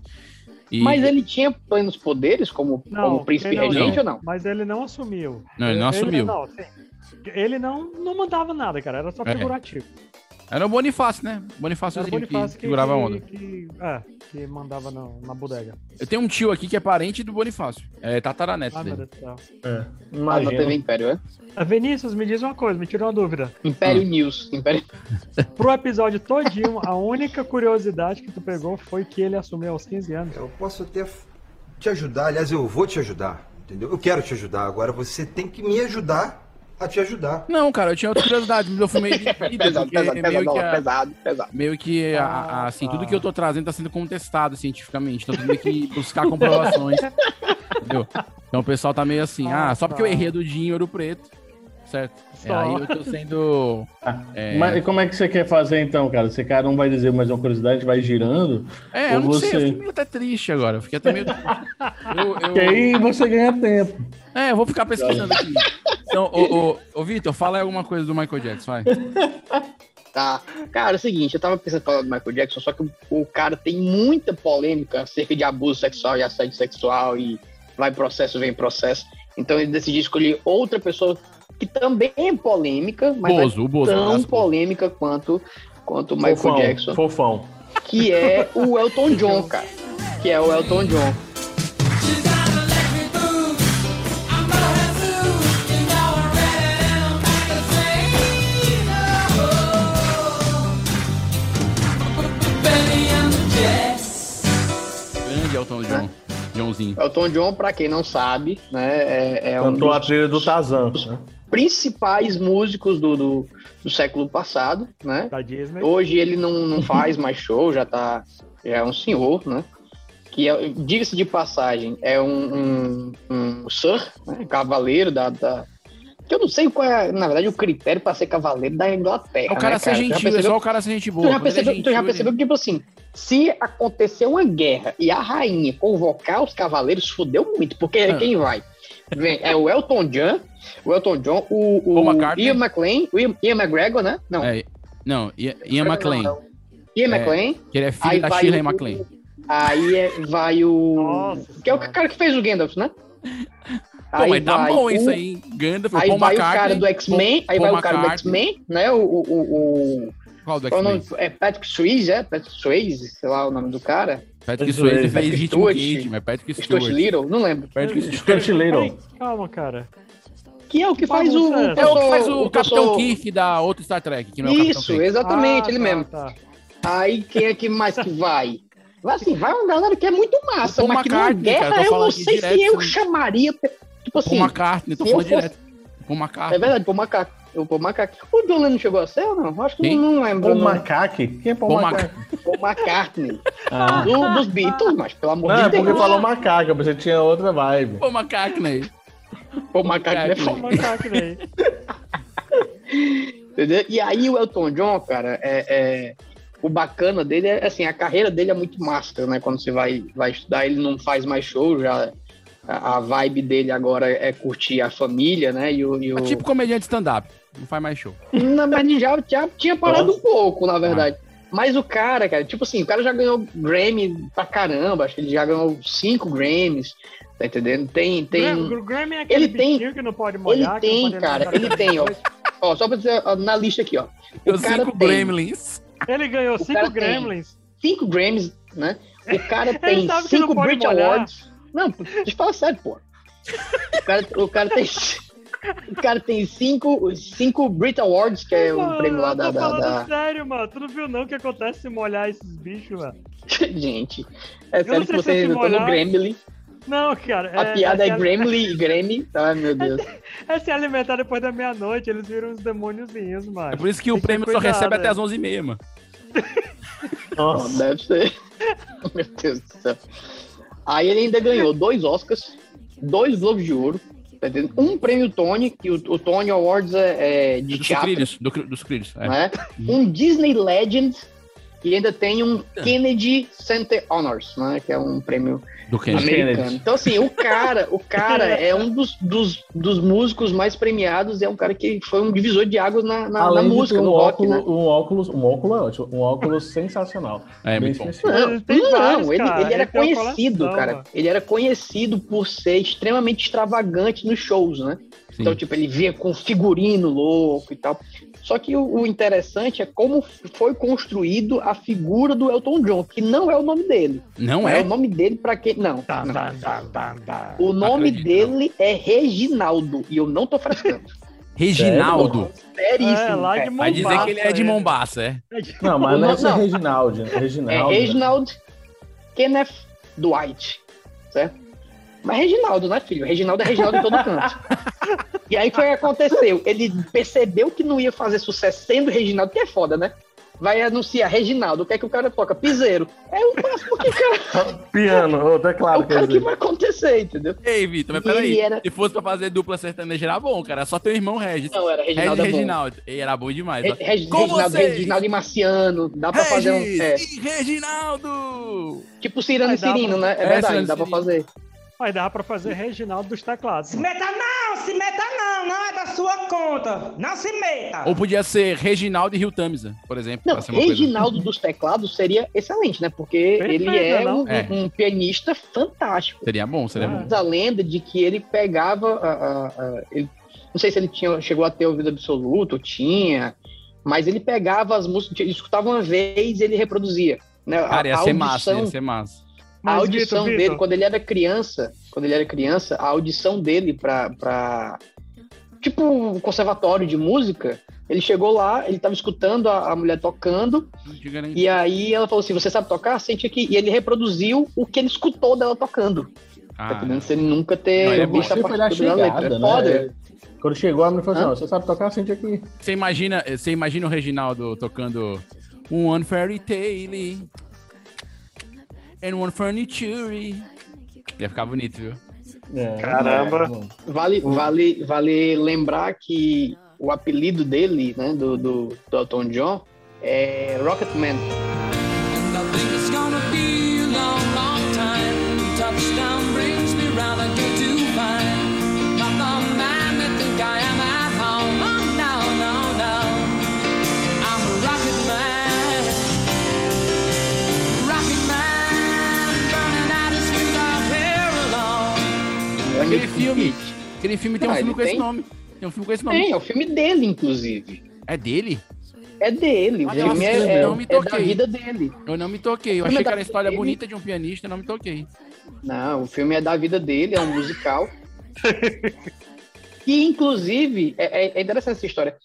Speaker 1: E-
Speaker 8: Mas ele tinha plenos poderes como,
Speaker 3: Não,
Speaker 8: como príncipe
Speaker 3: ele não-
Speaker 8: regente ou não?
Speaker 3: Mas ele não assumiu.
Speaker 1: Não, ele não assumiu.
Speaker 3: não, sim. Ele não, não mandava nada, cara. Era só
Speaker 1: É.
Speaker 3: figurativo.
Speaker 1: Era o Bonifácio, né? Bonifácio,
Speaker 3: Era o
Speaker 1: que,
Speaker 3: Bonifácio que,
Speaker 1: que segurava a onda.
Speaker 3: que- é, que mandava na, na bodega.
Speaker 1: Eu tenho um tio aqui que é parente do Bonifácio. É tataraneto
Speaker 3: Ah, meu
Speaker 1: dele.
Speaker 3: Deus do céu.
Speaker 5: É,
Speaker 8: Lá na TV
Speaker 5: imagina.
Speaker 8: Império, é?
Speaker 3: Ah, Vinícius, me diz uma coisa, me tirou uma dúvida.
Speaker 1: Hum.
Speaker 8: Império News. Império...
Speaker 3: Pro episódio todinho, a única curiosidade que tu pegou foi que ele assumiu aos 15 anos.
Speaker 10: Eu posso até f- te ajudar, aliás, eu vou te ajudar, entendeu? Eu quero te ajudar, agora você tem que me ajudar a te ajudar.
Speaker 1: Não, cara, eu tinha outra curiosidade, mas eu fui meio de
Speaker 8: (laughs)
Speaker 1: vida,
Speaker 8: Pesado,
Speaker 1: Então, porque
Speaker 8: pesado,
Speaker 1: meio
Speaker 8: pesado,
Speaker 1: que a-
Speaker 8: pesado, pesado.
Speaker 1: Meio que, a- a-
Speaker 3: Ah,
Speaker 1: assim,
Speaker 3: tá.
Speaker 1: tudo que eu tô trazendo tá sendo contestado cientificamente. Então, tendo que buscar
Speaker 3: (laughs)
Speaker 1: comprovações. entendeu? Então, o pessoal tá meio assim, ah,
Speaker 3: Ah,
Speaker 1: só porque eu
Speaker 3: tá.
Speaker 1: errei do Dinho Ouro Preto, certo? É,
Speaker 3: Só.
Speaker 1: aí eu tô sendo... É,
Speaker 5: Mas e como é que você quer fazer então, cara? Você cara não vai dizer mais uma curiosidade, vai girando.
Speaker 1: é, eu
Speaker 5: ou
Speaker 1: não sei, eu
Speaker 5: você-
Speaker 1: fiquei meio até triste agora. Eu fiquei até
Speaker 5: (laughs)
Speaker 1: meio... eu,
Speaker 5: E
Speaker 1: eu,
Speaker 5: aí você ganha tempo.
Speaker 1: é, eu vou ficar pesquisando aqui. Então, ô, ô, ô, Vitor, fala aí alguma coisa do Michael Jackson, vai.
Speaker 8: Tá. Cara, é o seguinte, eu tava pensando em falar do Michael Jackson, só que o, o cara tem muita polêmica acerca de abuso sexual e assédio sexual e vai processo, vem processo. Então ele decidiu escolher outra pessoa que também é polêmica, mas não é
Speaker 1: Bozo, o Bozo.
Speaker 8: tão
Speaker 1: aliás,
Speaker 8: polêmica quanto quanto o Michael
Speaker 5: fofão,
Speaker 8: Jackson,
Speaker 5: Fofão.
Speaker 8: que é
Speaker 1: (laughs)
Speaker 8: o Elton John, cara. Que é o Elton John.
Speaker 1: Grande Elton John. Johnzinho.
Speaker 8: Elton John, pra quem não sabe, né, é, é um
Speaker 5: Cantou a
Speaker 8: dos
Speaker 5: trilha do Tazan. né?
Speaker 8: principais músicos do, do, do século passado, né?
Speaker 3: Da Disney.
Speaker 8: Hoje ele não, não faz mais show, já tá. Já é um senhor, né? Que é, diga-se de passagem, é um, um, um sir, né, cavaleiro da, da- Que eu não sei qual é, na verdade, o critério pra ser cavaleiro da Inglaterra.
Speaker 1: É o cara
Speaker 8: né,
Speaker 1: ser
Speaker 8: Tu já
Speaker 1: gentil, é
Speaker 8: percebeu
Speaker 1: só o cara ser gente boa.
Speaker 8: Tu já,
Speaker 1: Quando ele é
Speaker 8: percebeu, tu já
Speaker 1: gentil, ele-
Speaker 8: percebeu que, tipo assim, se acontecer uma guerra e a rainha convocar os cavaleiros, fudeu muito, porque é
Speaker 1: Ah.
Speaker 8: quem vai? Vem, é o Elton John, o Elton John, o, o
Speaker 1: Paul McCartney.
Speaker 8: Ian McLean, o Ian, Ian McGregor, né? Não,
Speaker 1: É, não, Ian, Ian McLean,
Speaker 8: Não, não. Ian
Speaker 1: É,
Speaker 8: McLean,
Speaker 1: que ele é filho
Speaker 8: aí
Speaker 1: da
Speaker 8: vai
Speaker 1: Sheila
Speaker 8: o-
Speaker 1: McLean.
Speaker 8: aí é- vai o...
Speaker 3: Nossa
Speaker 8: que é o
Speaker 3: Senhora.
Speaker 8: cara que fez o Gandalf, né?
Speaker 1: Pô, mas tá
Speaker 8: vai
Speaker 1: bom isso
Speaker 8: o-
Speaker 1: aí, hein? Gandalf,
Speaker 8: Aí
Speaker 1: Paul
Speaker 8: vai o cara
Speaker 1: McCartney,
Speaker 8: do X-Men, aí vai
Speaker 1: Paul
Speaker 8: o cara do
Speaker 1: McCartney.
Speaker 8: X-Men, né? O, o, o, o-
Speaker 1: Qual do
Speaker 8: qual é o
Speaker 1: X-Men?
Speaker 8: nome? É Patrick Swayze, é? Patrick Swayze, sei lá o nome do cara.
Speaker 1: Patrick Swayze
Speaker 5: Patrick
Speaker 1: fez Ritmo
Speaker 8: Stewart.
Speaker 1: Gate, mas Patrick
Speaker 8: Stuart
Speaker 1: Stewart.
Speaker 8: Little, não lembro.
Speaker 1: Patrick Stewart.
Speaker 5: Stuart Little.
Speaker 3: Ei, calma, cara.
Speaker 8: Que é o que faz o.
Speaker 3: Bagunça.
Speaker 1: É o que
Speaker 8: pessoal-
Speaker 1: faz o Capitão
Speaker 8: pessoal-
Speaker 1: Kirk da outro Star Trek, que não é o Capitão
Speaker 8: Isso,
Speaker 1: Kirk.
Speaker 8: exatamente,
Speaker 3: Ah,
Speaker 8: ele
Speaker 3: tá,
Speaker 8: mesmo.
Speaker 3: tá.
Speaker 8: Aí quem é que mais que vai? Vai assim, vai uma galera que é muito massa,
Speaker 1: O Paul
Speaker 8: mas que numa
Speaker 1: McCartney, cara,
Speaker 8: guerra
Speaker 1: tô
Speaker 8: eu não
Speaker 1: falando aqui
Speaker 8: sei
Speaker 1: direto,
Speaker 8: se eu
Speaker 5: né?
Speaker 1: sim.
Speaker 8: chamaria. Tipo
Speaker 1: Paul
Speaker 8: assim,
Speaker 1: McCartney, tô
Speaker 8: se eu
Speaker 1: falando
Speaker 8: fosse-
Speaker 1: direto. Paul
Speaker 8: é
Speaker 1: McCartney.
Speaker 8: verdade, pô macaco. Eu pô macaco. O John Lennon chegou a ser ou não? Acho que
Speaker 1: Quem?
Speaker 8: não, não lembro.
Speaker 5: Paul
Speaker 8: não.
Speaker 5: Macaque? Quem é Paul
Speaker 1: Paul
Speaker 5: Macaque?
Speaker 8: Paul McCartney.
Speaker 5: (laughs) Ah.
Speaker 8: Do- dos Beatles, mas pelo amor
Speaker 5: Não, é
Speaker 8: de Deus.
Speaker 5: porque falou macaca, você tinha outra vibe.
Speaker 1: Paul McCartney.
Speaker 8: Paul McCartney é
Speaker 1: Paul
Speaker 8: foda.
Speaker 3: Calma, cara, que daí.
Speaker 8: Entendeu? E aí o Elton John, cara, é, é- o bacana dele é assim, a carreira dele é muito máscara, né? Quando você vai, vai estudar, ele não faz mais show, já a, a vibe dele agora é curtir a família, né? E o, e
Speaker 1: É
Speaker 8: o...
Speaker 1: tipo comediante stand-up, não faz mais show.
Speaker 8: Na verdade, já, já tinha parado
Speaker 5: Nossa.
Speaker 8: um pouco, na verdade. Mas o cara, cara, tipo assim, o cara já ganhou Grammy pra caramba, acho que ele já ganhou cinco Grammys, tá entendendo? Tem, (laughs) tem...
Speaker 3: O Grammy é aquele
Speaker 8: Ele tem-
Speaker 3: bichinho que não pode molhar.
Speaker 8: ele
Speaker 3: que não
Speaker 8: tem,
Speaker 3: pode tá entrar
Speaker 8: cara,
Speaker 3: na
Speaker 8: ele tem, ó.
Speaker 3: depois.
Speaker 8: Ó, só pra dizer, ó, na lista aqui, ó. O
Speaker 1: Eu
Speaker 8: cara
Speaker 1: cinco
Speaker 8: tem-
Speaker 1: Gremlins.
Speaker 3: Ele ganhou
Speaker 8: cara
Speaker 3: cinco
Speaker 8: tem.
Speaker 3: Gremlins.
Speaker 8: cinco Grammys, né? O
Speaker 3: (laughs)
Speaker 8: cara tem
Speaker 3: sabe que
Speaker 8: cinco
Speaker 3: não pode
Speaker 8: Brit
Speaker 3: molhar.
Speaker 8: Awards. Não, deixa eu falar sério, pô. O cara, o cara tem. (laughs) O O cara tem cinco, cinco Brit Awards, que é um
Speaker 3: Mano,
Speaker 8: prêmio lá
Speaker 3: eu
Speaker 8: da.
Speaker 3: tô
Speaker 8: da,
Speaker 3: falando
Speaker 8: da-
Speaker 3: sério, mano. Tu não viu não o que acontece se molhar esses bichos, mano?
Speaker 8: (laughs) Gente, é
Speaker 3: Eu
Speaker 8: sério
Speaker 3: não sei
Speaker 8: que
Speaker 3: se eu
Speaker 8: você
Speaker 3: fui
Speaker 8: inventou no
Speaker 3: molhar.
Speaker 8: Gremlin.
Speaker 3: Não, cara.
Speaker 8: A piada é
Speaker 3: se-
Speaker 8: Gremlin e Grammy. Ai, meu (laughs) Deus.
Speaker 3: É se alimentar depois da meia-noite, eles viram uns demôniozinhos, mano.
Speaker 1: É por isso que o
Speaker 3: Tem ter
Speaker 1: prêmio só
Speaker 3: cuidado,
Speaker 1: recebe até
Speaker 8: né?
Speaker 3: é.
Speaker 1: as 11h30, mano.
Speaker 8: Não, Deve ser. (laughs) Meu Deus do céu. Aí ele ainda ganhou dois Oscars, dois Globos de Ouro, tá entendendo? um prêmio Tony, que o, o Tony Awards é, é de
Speaker 1: Dos
Speaker 8: teatro,
Speaker 1: Sucrilhos, do, Cri- dos Sucrilhos. É.
Speaker 8: né? Um Disney Legend e ainda tem um
Speaker 1: É.
Speaker 8: Kennedy Center Honors, né? Que é um prêmio
Speaker 1: Do Kennedy.
Speaker 8: americano. Então, assim, o cara, o cara é um dos, dos, dos músicos mais premiados, é um cara que foi um divisor de águas na, na, na
Speaker 5: Além de
Speaker 8: música,
Speaker 5: ter
Speaker 8: no
Speaker 5: um
Speaker 8: rock, né?
Speaker 5: óculos, um óculos, um óculos é ótimo,
Speaker 8: (laughs)
Speaker 5: um óculos sensacional.
Speaker 1: É,
Speaker 5: Bem
Speaker 1: muito bom.
Speaker 5: específico.
Speaker 8: Não,
Speaker 3: Tem
Speaker 8: não,
Speaker 3: vários,
Speaker 8: ele,
Speaker 3: cara.
Speaker 8: ele era
Speaker 3: Ele tem uma
Speaker 8: conhecido,
Speaker 3: coleção,
Speaker 8: cara.
Speaker 3: mano.
Speaker 8: Ele era conhecido por ser extremamente extravagante nos shows, né?
Speaker 1: Sim.
Speaker 8: Então, tipo, ele vinha com figurino louco e tal. Só que o, o interessante é como foi construído a figura do Elton John, que não é o nome dele.
Speaker 1: Não
Speaker 8: é
Speaker 1: é?
Speaker 8: o nome dele pra quem. Não.
Speaker 3: Tá,
Speaker 8: não.
Speaker 3: tá, tá, tá, tá.
Speaker 8: O nome
Speaker 1: acredito,
Speaker 8: dele é Reginaldo. E eu não
Speaker 3: (laughs)
Speaker 8: tô frescando.
Speaker 1: Reginaldo.
Speaker 3: É,
Speaker 8: Seríssimo.
Speaker 3: lá
Speaker 8: cara.
Speaker 3: de
Speaker 1: Vai dizer
Speaker 3: Mombaça,
Speaker 1: que ele é de
Speaker 3: ele.
Speaker 1: Mombaça, é.
Speaker 5: Não, mas não é ser
Speaker 8: Não.
Speaker 5: Reginald.
Speaker 8: É
Speaker 1: né?
Speaker 5: Reginald.
Speaker 8: Reginald Kenneth Dwight, certo? Mas Reginaldo, né, filho? Reginaldo é Reginaldo em todo
Speaker 1: (laughs)
Speaker 8: canto. E aí foi o que aconteceu. Ele percebeu que não ia fazer sucesso sendo Reginaldo, que é foda, né? Vai anunciar Reginaldo, o que é que o cara toca? Piseiro. É o máximo que, cara,
Speaker 5: Piano, ô, tá
Speaker 8: é
Speaker 5: teclado,
Speaker 8: o
Speaker 5: quer
Speaker 8: cara que
Speaker 5: dizer.
Speaker 8: vai acontecer, entendeu?
Speaker 1: Ei, Vitor, mas
Speaker 8: E ele
Speaker 1: peraí.
Speaker 8: era-
Speaker 1: Se fosse pra fazer dupla sertaneja, era bom, cara. Só teu irmão Regis.
Speaker 8: Não, era Reginaldo
Speaker 1: Regis
Speaker 8: é
Speaker 1: e
Speaker 8: bom.
Speaker 1: Reginaldo. Ei, era bom demais. ó.
Speaker 8: Re- Reg-
Speaker 1: Com
Speaker 8: É, Reginaldo,
Speaker 1: vocês.
Speaker 8: Reginaldo e Marciano, dá pra fazer um.
Speaker 1: Regis
Speaker 8: é,
Speaker 1: e Reginaldo!
Speaker 8: tipo Cirano
Speaker 3: Aí
Speaker 8: e
Speaker 3: dá pra-
Speaker 8: Cirino, né? É,
Speaker 1: É, Cirano
Speaker 8: verdade,
Speaker 1: e
Speaker 8: dá pra
Speaker 1: Cirino.
Speaker 8: fazer.
Speaker 3: Mas dá pra fazer Reginaldo dos teclados.
Speaker 1: Ou podia ser Reginaldo e Rio Tamisa, por exemplo.
Speaker 8: Não,
Speaker 1: pra ser uma coisa- assim.
Speaker 8: Reginaldo dos teclados seria excelente, né? Porque
Speaker 3: Perfeito,
Speaker 8: ele é
Speaker 3: não?
Speaker 8: um,
Speaker 1: É.
Speaker 8: um pianista fantástico.
Speaker 1: Seria bom, seria
Speaker 3: Ah.
Speaker 1: bom.
Speaker 8: Diz A lenda de que ele pegava. a- a- a- ele- não sei se ele tinha, chegou a ter ouvido absoluto, ou tinha, mas ele pegava as músicas, ele escutava uma vez e ele reproduzia. Né? A-
Speaker 1: Cara, ia
Speaker 8: a
Speaker 1: ser massa, ia
Speaker 8: audição-
Speaker 1: ser massa.
Speaker 8: a
Speaker 3: Mas,
Speaker 8: audição
Speaker 3: Vitor,
Speaker 8: dele,
Speaker 3: Vitor.
Speaker 8: quando ele era criança, quando ele era criança, a audição dele pra, pra tipo um conservatório de música, ele chegou lá, ele tava escutando a, a mulher tocando,
Speaker 1: Não diga nem-
Speaker 8: e aí ela falou assim: Você sabe tocar? Sente aqui. E ele reproduziu o que ele escutou dela tocando.
Speaker 1: Ah,
Speaker 8: tá entendendo? Sem nunca ter
Speaker 1: Não, ele é bom.
Speaker 8: visto a
Speaker 5: Sempre foi na
Speaker 8: partitura da letra.
Speaker 5: chegada,
Speaker 8: É foda.
Speaker 5: né? Quando chegou, a menina falou assim,
Speaker 8: Hã?
Speaker 5: ó, você sabe tocar, sente aqui.
Speaker 1: Você imagina, você imagina o Reginaldo tocando um One Fairy Tale and One Furniture. Ia ficar bonito, viu?
Speaker 5: É,
Speaker 3: Caramba.
Speaker 5: é,
Speaker 8: Vale, vale, vale lembrar que o apelido dele, né, do, do, do Elton John, é Rocketman. oh, É
Speaker 1: Aquele
Speaker 8: muito
Speaker 1: filme.
Speaker 8: difícil.
Speaker 1: Aquele filme tem um
Speaker 8: Ah,
Speaker 1: filme
Speaker 8: ele
Speaker 1: com esse
Speaker 8: tem?
Speaker 1: nome. Tem um filme com esse nome.
Speaker 8: Tem, é o filme dele, inclusive.
Speaker 1: É dele?
Speaker 8: É dele. O
Speaker 1: Ah,
Speaker 8: filme
Speaker 1: nossa,
Speaker 8: é, é,
Speaker 1: eu me
Speaker 8: é da
Speaker 1: toquei.
Speaker 8: vida dele.
Speaker 1: Eu não me toquei. Eu
Speaker 8: Filme
Speaker 1: achei que
Speaker 8: da
Speaker 1: era a história
Speaker 8: dele.
Speaker 1: bonita de um pianista, eu não me toquei.
Speaker 8: Não, o filme é da vida dele, é um musical. e, inclusive, é, é- é interessante essa história.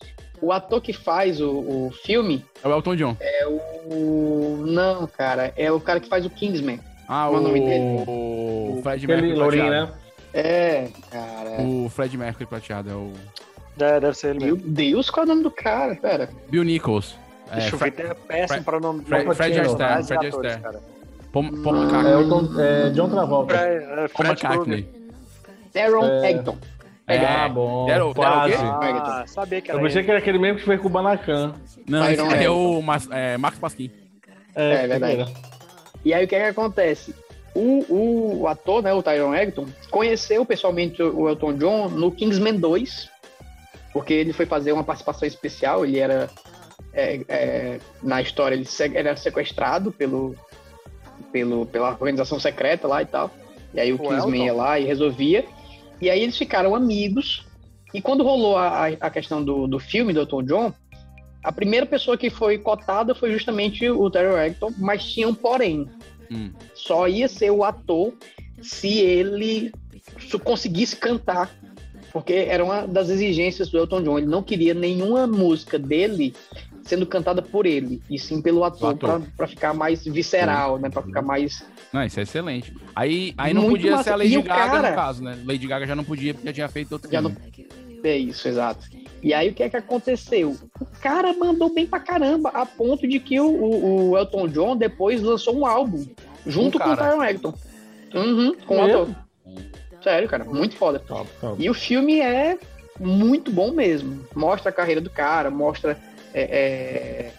Speaker 8: O ator que faz o, o filme
Speaker 1: É o Elton John.
Speaker 8: é o. Não, cara, é o cara que faz o Kingsman.
Speaker 1: Ah,
Speaker 8: Qual
Speaker 1: o,
Speaker 8: o nome dele?
Speaker 1: o Fred
Speaker 5: Aquele
Speaker 1: Mercury
Speaker 5: lourinho,
Speaker 1: prateado.
Speaker 5: né?
Speaker 8: É, cara.
Speaker 1: O Fred Mercury prateado é o
Speaker 3: É, deve ser ele
Speaker 8: Meu
Speaker 3: mesmo.
Speaker 8: Deus, qual é o nome do cara? Pera.
Speaker 1: Bill Nichols. É,
Speaker 3: Deixa eu
Speaker 1: Fre-
Speaker 3: ver, é péssimo
Speaker 1: Fred-
Speaker 3: pra nome
Speaker 1: Fred-
Speaker 3: nome
Speaker 1: Fred
Speaker 3: de
Speaker 1: Astaire,
Speaker 3: personagens e
Speaker 1: Fred
Speaker 3: atores,
Speaker 1: Astaire.
Speaker 3: cara.
Speaker 1: Pom- Paul
Speaker 8: Não,
Speaker 5: É
Speaker 1: McCartney.
Speaker 5: o Tom- é, John Travolta.
Speaker 3: Fred- é,
Speaker 1: Paul
Speaker 3: Fred Krueger.
Speaker 1: McCartney.
Speaker 8: Aaron
Speaker 5: É.
Speaker 8: Eggton.
Speaker 1: É,
Speaker 5: bom.
Speaker 1: Deram- deram o
Speaker 5: Quase.
Speaker 1: quê?
Speaker 8: então.
Speaker 3: Ah, sabia que era
Speaker 5: Eu pensei
Speaker 3: ele.
Speaker 5: que era aquele mesmo que foi com o Banacan.
Speaker 1: Não, esse
Speaker 8: Iron
Speaker 1: é
Speaker 8: Man.
Speaker 1: o Mas- é, Marcos Pasquim.
Speaker 8: É, verdade. E aí o que, é que acontece? O, o, o ator, né, o Tyron Egerton, conheceu pessoalmente o o Elton John no Kingsman 2, porque ele foi fazer uma participação especial, ele era. é, é, na história, ele se- era sequestrado pelo, pelo, pela organização secreta lá e tal. E aí o,
Speaker 3: O
Speaker 8: Kingsman
Speaker 3: Elton.
Speaker 8: ia lá e resolvia. E aí eles ficaram amigos. E quando rolou a, a- a questão do, do filme do Elton John, a primeira pessoa que foi cotada foi justamente o Terry Egerton, mas tinha um porém.
Speaker 1: Hum.
Speaker 8: Só ia ser o ator se ele su- conseguisse cantar Porque era uma das exigências do Elton John. Ele não queria nenhuma música dele sendo cantada por ele, e sim pelo ator,
Speaker 1: ator.
Speaker 8: pra para ficar mais visceral, né? Pra ficar mais.
Speaker 1: Não, isso é excelente. Aí, aí não
Speaker 8: Muito
Speaker 1: podia
Speaker 8: massa.
Speaker 1: ser a Lady
Speaker 8: E o
Speaker 1: Gaga,
Speaker 8: cara-
Speaker 1: no caso, né? Lady Gaga já não podia, porque já tinha feito outro
Speaker 8: Já
Speaker 1: filme.
Speaker 8: É isso, exato. E aí o que é que aconteceu? O cara mandou bem pra caramba, a ponto de que o, o- o Elton John depois lançou um álbum junto
Speaker 1: Um
Speaker 8: com o
Speaker 1: cara.
Speaker 8: Taron Egerton. Uhum, com o
Speaker 9: Mesmo?
Speaker 8: ator. Sério, cara, muito foda.
Speaker 5: Top, top.
Speaker 8: E o filme é muito bom mesmo. Mostra a carreira do cara, mostra é, é,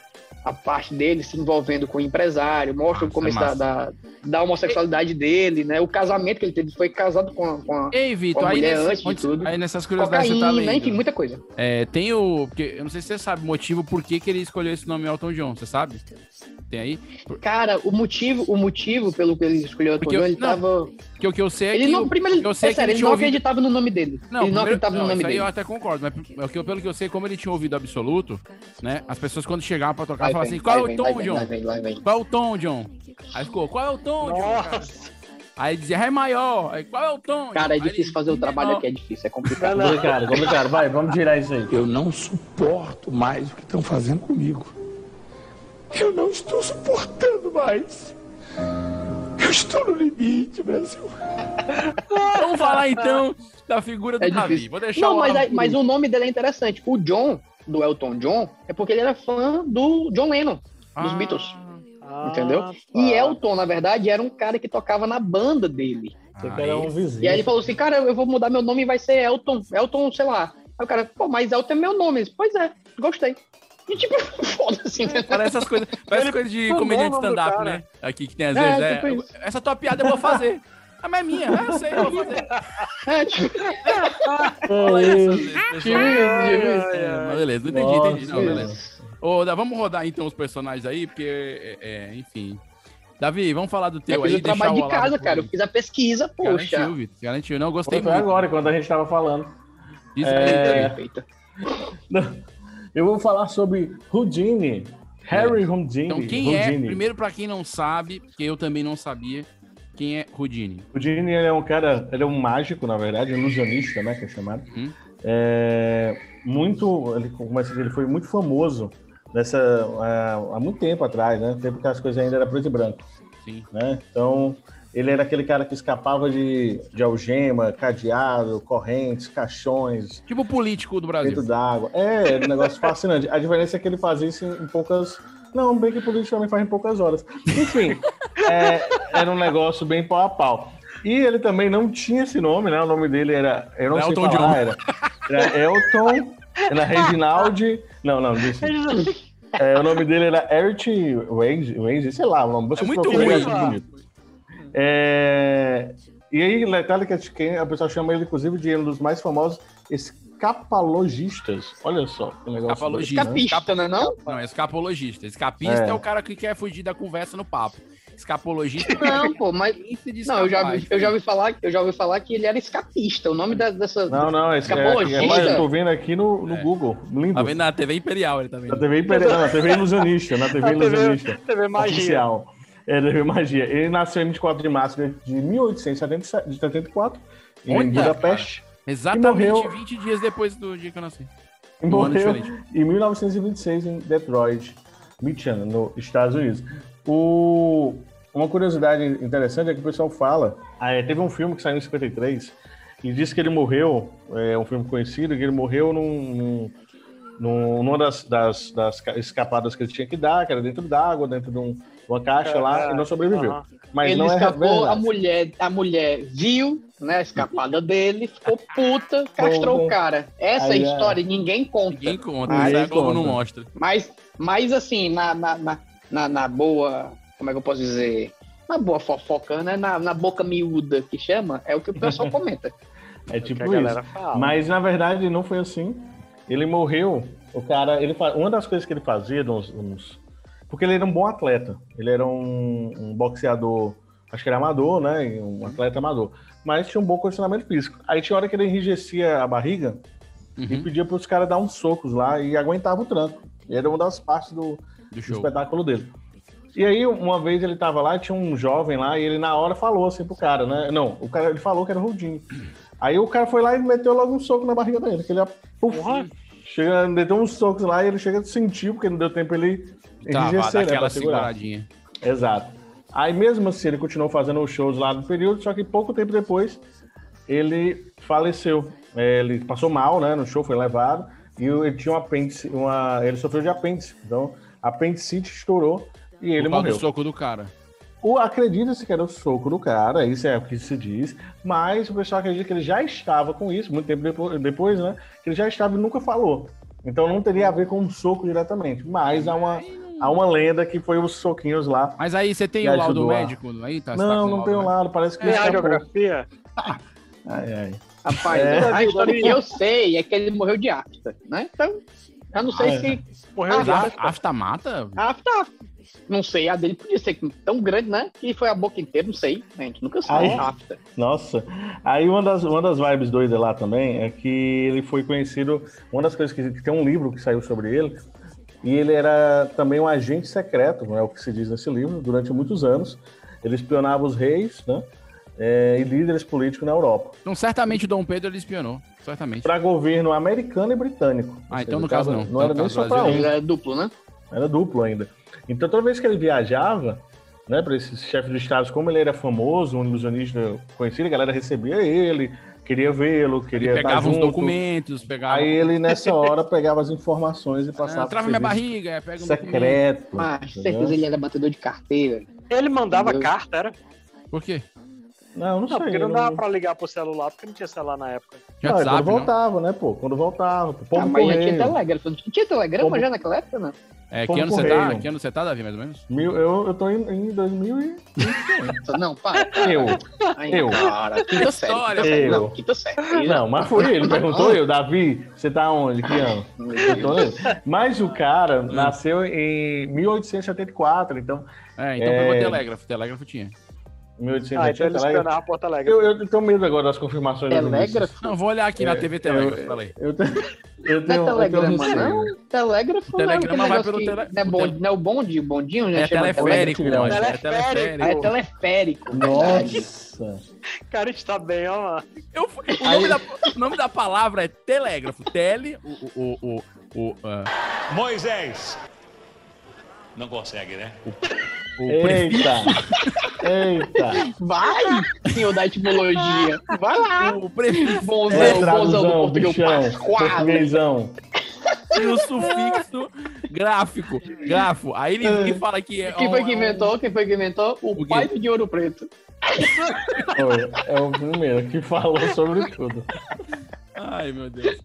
Speaker 8: a parte dele se envolvendo com o empresário, mostra
Speaker 1: Ah,
Speaker 8: o começo
Speaker 1: isso é
Speaker 8: da, da- da homossexualidade dele, né? O casamento que ele teve foi casado com a. Com a
Speaker 1: Ei, Vitor,
Speaker 8: Com a
Speaker 1: aí,
Speaker 8: mulher
Speaker 1: nesse-
Speaker 8: antes de
Speaker 1: onde-
Speaker 8: tudo.
Speaker 1: aí nessas curiosidades que você tá
Speaker 8: cocaína, enfim,
Speaker 1: lendo.
Speaker 8: muita coisa.
Speaker 1: É, tem o. Porque, eu não sei se você sabe o motivo por que, que ele escolheu esse nome Elton John, você sabe? Tem aí?
Speaker 8: Cara, o motivo, o motivo pelo que ele escolheu o Elton
Speaker 1: Porque eu-
Speaker 8: John, ele
Speaker 1: não,
Speaker 8: tava.
Speaker 1: Porque o que eu sei é
Speaker 8: Ele
Speaker 1: que.
Speaker 8: não,
Speaker 1: o-
Speaker 8: primeiro, ele,
Speaker 1: eu sei
Speaker 8: é
Speaker 1: que
Speaker 8: sério,
Speaker 1: ele
Speaker 8: ele
Speaker 1: tinha
Speaker 8: não
Speaker 1: ouvido-
Speaker 8: acreditava no nome dele. ele não
Speaker 1: primeiro-
Speaker 8: acreditava
Speaker 1: não,
Speaker 8: no nome
Speaker 1: isso aí
Speaker 8: dele.
Speaker 1: eu até concordo, mas pelo que eu- pelo que eu sei, como ele tinha ouvido absoluto, né? As pessoas quando chegavam pra tocar
Speaker 8: Lá
Speaker 1: falavam
Speaker 8: vem,
Speaker 1: assim: qual é
Speaker 8: lá
Speaker 1: o
Speaker 8: vem,
Speaker 1: tom,
Speaker 8: lá vem,
Speaker 1: John?
Speaker 8: lá vem, lá vem.
Speaker 1: Qual é o tom, John? Aí ficou, qual é o tom, John? cara? Aí dizia, é maior. Aí, qual é o tom?
Speaker 8: Cara, é
Speaker 1: John? Aí
Speaker 8: difícil
Speaker 1: ele-
Speaker 8: fazer o trabalho
Speaker 1: Não.
Speaker 8: aqui, é difícil, é complicado.
Speaker 5: Complicado, complicado. Vai, vamos girar isso aí.
Speaker 6: Eu não suporto mais o que estão fazendo comigo. Eu não estou suportando mais. Eu estou no limite, Brasil.
Speaker 1: Vamos falar então da figura do
Speaker 8: É
Speaker 1: Davi.
Speaker 8: difícil.
Speaker 1: Vou deixar
Speaker 8: Não,
Speaker 1: o
Speaker 8: mas,
Speaker 1: Alan-
Speaker 8: aí- mas o nome dele é interessante. O John, do Elton John, é porque ele era fã do John Lennon, dos
Speaker 1: Ah,
Speaker 8: Beatles.
Speaker 3: Ah,
Speaker 8: Entendeu?
Speaker 3: tá.
Speaker 8: E Elton, na verdade, era um cara que tocava na banda dele.
Speaker 5: Tem que era um
Speaker 8: E
Speaker 5: vizinho.
Speaker 8: aí ele falou assim, cara, eu vou mudar meu nome e vai ser Elton. Elton, sei lá. Aí o cara, pô, mas Elton é meu nome. Ele disse, pois é, gostei. E tipo, (laughs) foda-se, né? (laughs)
Speaker 1: Parece
Speaker 3: (laughs)
Speaker 1: essas coisas, parece coisa de
Speaker 3: Ele
Speaker 1: comediante
Speaker 3: mandou o nome do
Speaker 1: stand-up,
Speaker 3: cara.
Speaker 1: né? Aqui que tem às
Speaker 8: É,
Speaker 1: vezes, né?
Speaker 8: tipo isso.
Speaker 1: Essa tua piada eu vou fazer. Ah, mas é minha. Ah, eu sei, eu vou
Speaker 8: (laughs)
Speaker 1: fazer.
Speaker 8: É, tipo,
Speaker 1: Fala isso, às vezes,
Speaker 8: Ah,
Speaker 1: pessoal.
Speaker 8: Jesus.
Speaker 1: É, mas beleza, não entendi,
Speaker 5: Nossa,
Speaker 1: entendi. Não, beleza. Ô, Dá, vamos rodar então os personagens aí, porque, é, é, enfim. Davi, vamos falar do
Speaker 8: É Eu
Speaker 1: teu
Speaker 8: fiz
Speaker 1: aí.
Speaker 8: o trabalho de
Speaker 1: Olavo
Speaker 8: casa,
Speaker 1: por
Speaker 8: cara. Eu
Speaker 1: aí.
Speaker 8: fiz a pesquisa, poxa.
Speaker 1: Garantiu, Vitor. Garantiu. Não, eu
Speaker 5: Foi
Speaker 1: gostei muito.
Speaker 5: agora, quando a gente tava falando. (laughs)
Speaker 1: Diz
Speaker 5: É.
Speaker 1: aí.
Speaker 8: Perfeito.
Speaker 5: Eu vou falar sobre Houdini. Harry Houdini.
Speaker 1: Então, quem é,
Speaker 5: Houdini.
Speaker 1: primeiro pra quem não sabe, porque eu também não sabia, quem é Houdini?
Speaker 5: Houdini ele é um cara, ele é um mágico, na verdade, ilusionista, né, que é chamado.
Speaker 1: Uhum.
Speaker 5: É, muito, ele, começa- ele foi muito famoso nessa, é, há- há muito tempo atrás, né, tempo que as coisas ainda eram preto e branco.
Speaker 1: Sim.
Speaker 5: né? Então, ele era aquele cara que escapava de, de algema, cadeado, correntes, caixões,
Speaker 1: Tipo o político do Brasil.
Speaker 5: dentro d'água. É, era um negócio fascinante. A diferença é que ele fazia isso em poucas. Não, bem que politicamente faz em poucas horas. Enfim, é, era um negócio bem pau a pau. E ele também não tinha esse nome, né? O nome dele era. Eu não
Speaker 1: Elton
Speaker 5: sei falar,
Speaker 1: John.
Speaker 5: Era, era Elton, era Reginaldi. Não, não, disse. É, o nome dele era Eric Wade, Wade, sei lá, o nome. Você
Speaker 1: É muito
Speaker 5: procura,
Speaker 1: ruim.
Speaker 5: eu acho bonito. É, E aí, é Letal que a pessoa chama ele, inclusive, de um dos mais famosos escapologistas. Olha só, que negócio.
Speaker 1: Escapologista.
Speaker 5: doido, né?
Speaker 8: Capista, né? Não?
Speaker 1: Não, é escapologista. Escapista é.
Speaker 5: É.
Speaker 1: o cara que quer fugir da conversa no papo.
Speaker 5: (laughs)
Speaker 1: Escapologista é
Speaker 8: Não, pô, mas.
Speaker 1: isso de
Speaker 8: Não, eu já,
Speaker 1: escapar,
Speaker 8: ouvi- eu, já ouvi falar, eu já ouvi falar que ele era escapista. O nome da- dessa.
Speaker 5: Não, não, esse é,
Speaker 8: Escapologista?
Speaker 5: é, mas eu tô vendo aqui no, no
Speaker 1: É.
Speaker 5: Google. Lindo.
Speaker 1: Tá vendo na TV Imperial ele tá
Speaker 5: Na
Speaker 1: vendo.
Speaker 5: TV, Imperial- não, na TV Ilusionista. Na TV
Speaker 3: A TV
Speaker 5: Ilusionista.
Speaker 3: TV Magia.
Speaker 5: Oficial. É, TV Magia. Ele nasceu em 24 de março de 1874,
Speaker 1: Olha,
Speaker 5: em Budapeste.
Speaker 1: Exatamente
Speaker 5: E morreu.
Speaker 1: 20 dias depois do dia que eu nasci.
Speaker 5: E
Speaker 1: Um ano
Speaker 5: morreu
Speaker 1: diferente.
Speaker 5: em 1926 em Detroit, Michigan, nos Estados Unidos. O- Uma curiosidade interessante é que o pessoal fala. ah, é, teve um filme que saiu em 53 e diz que ele morreu, é um filme conhecido, que ele morreu num- num- num- numa das, das- das ca- escapadas que ele tinha que dar, que era dentro d'água, dentro de um- uma caixa lá, e não sobreviveu.
Speaker 3: Aham.
Speaker 5: Mas
Speaker 8: É, ele
Speaker 5: não é
Speaker 8: escapou, a
Speaker 5: verdade.
Speaker 8: mulher, a mulher viu, né, a escapada dele, ficou puta, castrou
Speaker 5: Bom,
Speaker 8: o cara. Essa
Speaker 5: aí é.
Speaker 8: história ninguém conta.
Speaker 1: Ninguém conta,
Speaker 5: Ah,
Speaker 1: isso aí a
Speaker 5: ninguém
Speaker 1: Globo não
Speaker 5: conta.
Speaker 1: mostra.
Speaker 8: Mas, mas assim, na, na, na, na- na boa. Como é que eu posso dizer? Na boa fofoca, né? Na, na boca miúda que chama, é o que o
Speaker 5: (laughs)
Speaker 8: pessoal comenta.
Speaker 5: É
Speaker 3: Que a
Speaker 5: tipo isso.
Speaker 3: galera fala.
Speaker 5: Mas na verdade não foi assim. Ele morreu. O cara, ele fa- uma das coisas que ele fazia, uns, uns- porque ele era um bom atleta. Ele era um, um boxeador, acho que era amador, né? e Um atleta amador. Mas tinha um bom condicionamento físico. Aí tinha hora que ele enrijecia a barriga e
Speaker 1: Uhum,
Speaker 5: pedia para os caras dar uns socos lá e aguentava o tranco. E era uma das partes do,
Speaker 1: do
Speaker 5: do
Speaker 1: show.
Speaker 5: um espetáculo dele. E aí, uma vez ele tava lá, tinha um jovem lá, e ele na hora falou assim pro cara, né? Não, o cara ele falou que era o Rodinho. Aí o cara foi lá e meteu logo um soco na barriga dele. Que ele puf, chega, meteu uns socos lá e ele chega a sentir, porque não deu tempo ele
Speaker 1: Tá, vá, dá
Speaker 5: enrijecer, né?
Speaker 1: aquela
Speaker 5: Pra segurar.
Speaker 1: seguradinha.
Speaker 5: Exato. Aí mesmo assim ele continuou fazendo os shows lá no período, só que pouco tempo depois ele faleceu. É, ele passou mal, né? No show foi levado e ele tinha um apêndice, uma, ele sofreu de apêndice. Então, a apendicite estourou e ele
Speaker 1: Por causa
Speaker 5: morreu.
Speaker 1: do soco do cara.
Speaker 5: O acredita-se que era o soco do cara, isso é o que se diz, mas o pessoal acredita que ele já estava com isso, muito tempo depo- depois, né? Que ele já estava e nunca falou. Então não teria a ver com um soco diretamente, mas há uma, há uma lenda que foi os soquinhos lá.
Speaker 1: Mas aí você tem
Speaker 5: que
Speaker 1: o laudo
Speaker 5: ajudou a-
Speaker 1: médico aí? Tá, você tá
Speaker 5: Não,
Speaker 1: com o
Speaker 5: não tem o
Speaker 1: laudo
Speaker 5: laudo, parece que
Speaker 3: Ah,
Speaker 8: É,
Speaker 5: escapou.
Speaker 8: a geografia?
Speaker 5: Ai, ai.
Speaker 8: Rapaz,
Speaker 5: É.
Speaker 8: a história que eu sei é que ele morreu de afta, né? Então, eu não sei
Speaker 5: é.
Speaker 1: Ah,
Speaker 8: se
Speaker 1: Morreu de afta.
Speaker 8: Afta
Speaker 1: mata?
Speaker 8: Afta. Ah, tá. Não sei, a dele podia ser tão grande, né? Que foi a boca inteira, não sei. A gente nunca sabe. Ah, tá.
Speaker 5: Aí-
Speaker 8: Afta.
Speaker 5: Nossa. Aí uma das, uma das vibes doidas lá também é que ele foi conhecido. Uma das coisas que, que tem um livro que saiu sobre ele. E ele era também um agente secreto, é o que se diz nesse livro, durante muitos anos. Ele espionava os reis, né? é, e líderes políticos na Europa.
Speaker 1: Então certamente o Dom Pedro ele espionou. Certamente.
Speaker 5: Para governo americano e britânico.
Speaker 1: Ah, então
Speaker 5: Ou seja,
Speaker 1: no caso
Speaker 5: tava-
Speaker 1: não.
Speaker 5: Não era
Speaker 1: Então,
Speaker 5: nem
Speaker 1: no
Speaker 5: só
Speaker 1: caso
Speaker 5: para um.
Speaker 1: brasileiro. Ele
Speaker 8: É duplo, né?
Speaker 5: Era duplo ainda. Então, toda vez que ele viajava, né, para esses chefes de estados, como ele era famoso, um ilusionista conhecido, a galera recebia ele, queria vê-lo, queria
Speaker 1: Ele pegava
Speaker 5: estar
Speaker 1: os
Speaker 5: junto.
Speaker 1: documentos, pegava.
Speaker 5: Aí ele, nessa hora, pegava as informações e passava.
Speaker 1: Ah, trava
Speaker 5: pro
Speaker 1: minha
Speaker 5: serviço
Speaker 1: barriga, é, pega um
Speaker 5: Secreto.
Speaker 11: Ah,
Speaker 8: Mas,
Speaker 5: entendeu?
Speaker 8: Ah, certeza ele era batedor de carteira.
Speaker 11: Ele mandava
Speaker 8: Entendeu?
Speaker 11: carta, era?
Speaker 1: Por quê?
Speaker 5: Não, não, sei.
Speaker 11: porque não
Speaker 5: eu
Speaker 11: dava pra ligar pro celular, porque não tinha celular na época.
Speaker 5: Não, é quando voltava, né, pô? Quando voltava. Pô, pombo
Speaker 8: ah, mas já tinha
Speaker 11: tá
Speaker 5: correio.
Speaker 8: telegrama. Tinha telegrama já naquela época, não?
Speaker 1: É, que
Speaker 5: Pombo
Speaker 1: ano você tá?
Speaker 5: correio.
Speaker 1: Que ano você tá, Davi, mais ou menos?
Speaker 5: Mil- eu, eu tô em, em 2000 e...
Speaker 8: Não, para.
Speaker 5: Eu.
Speaker 8: Ai,
Speaker 5: eu.
Speaker 8: cara, quinta série, quinta série. Não,
Speaker 5: Eu.
Speaker 8: quinta série.
Speaker 5: Não, mas
Speaker 1: (laughs)
Speaker 5: foi ele. Perguntou eu, Davi, você tá onde? Que ano? Perguntou eu. Mas o cara nasceu em 1874, então...
Speaker 1: É, então pegou telégrafo. Telégrafo tinha.
Speaker 5: 1874.
Speaker 1: Ah, então ele espionava
Speaker 11: Porto Alegre.
Speaker 5: Eu, eu tenho medo agora das confirmações.
Speaker 8: É
Speaker 5: das notícias.
Speaker 1: Não, vou olhar aqui na
Speaker 5: É,
Speaker 1: TV
Speaker 5: eu-
Speaker 1: Telégrafo. Fala aí.
Speaker 5: Eu tenho... Eu
Speaker 8: Não
Speaker 5: tenho
Speaker 8: é telegrama,
Speaker 5: eu tenho receio.
Speaker 8: não? Telégrafo não. é
Speaker 5: Telegrama
Speaker 8: aquele
Speaker 5: vai
Speaker 8: negócio
Speaker 5: pelo
Speaker 8: que
Speaker 5: tele-
Speaker 8: Não é, bonde, não é o bonde, bondinho, né?
Speaker 5: É
Speaker 8: Chama
Speaker 5: teleférico,
Speaker 8: telegrama.
Speaker 5: mano, é
Speaker 8: teleférico.
Speaker 5: teleférico.
Speaker 8: Ah, É teleférico. verdade.
Speaker 5: Nossa.
Speaker 11: Cara, está bem, ó, mano.
Speaker 1: Eu, fui- o, nome da, o nome da palavra é telégrafo. Tele. O. o, o, o, o, ah,
Speaker 13: Moisés. Não consegue, né?
Speaker 1: o prefixo.
Speaker 5: Eita. Eita.
Speaker 8: Vai, senhor da etimologia. Vai lá.
Speaker 1: O prefixo.
Speaker 8: Bonzão,
Speaker 5: É
Speaker 8: bonzão do
Speaker 5: traduzão,
Speaker 8: português.
Speaker 5: bichão,
Speaker 8: Quadro.
Speaker 5: portuguesão.
Speaker 1: E o sufixo gráfico. Grafo. Aí ele, ele fala que é.
Speaker 8: Quem foi que inventou? Quem foi que inventou? O pai de ouro preto.
Speaker 5: Foi, É o primeiro que falou sobre tudo.
Speaker 1: Ai, meu Deus.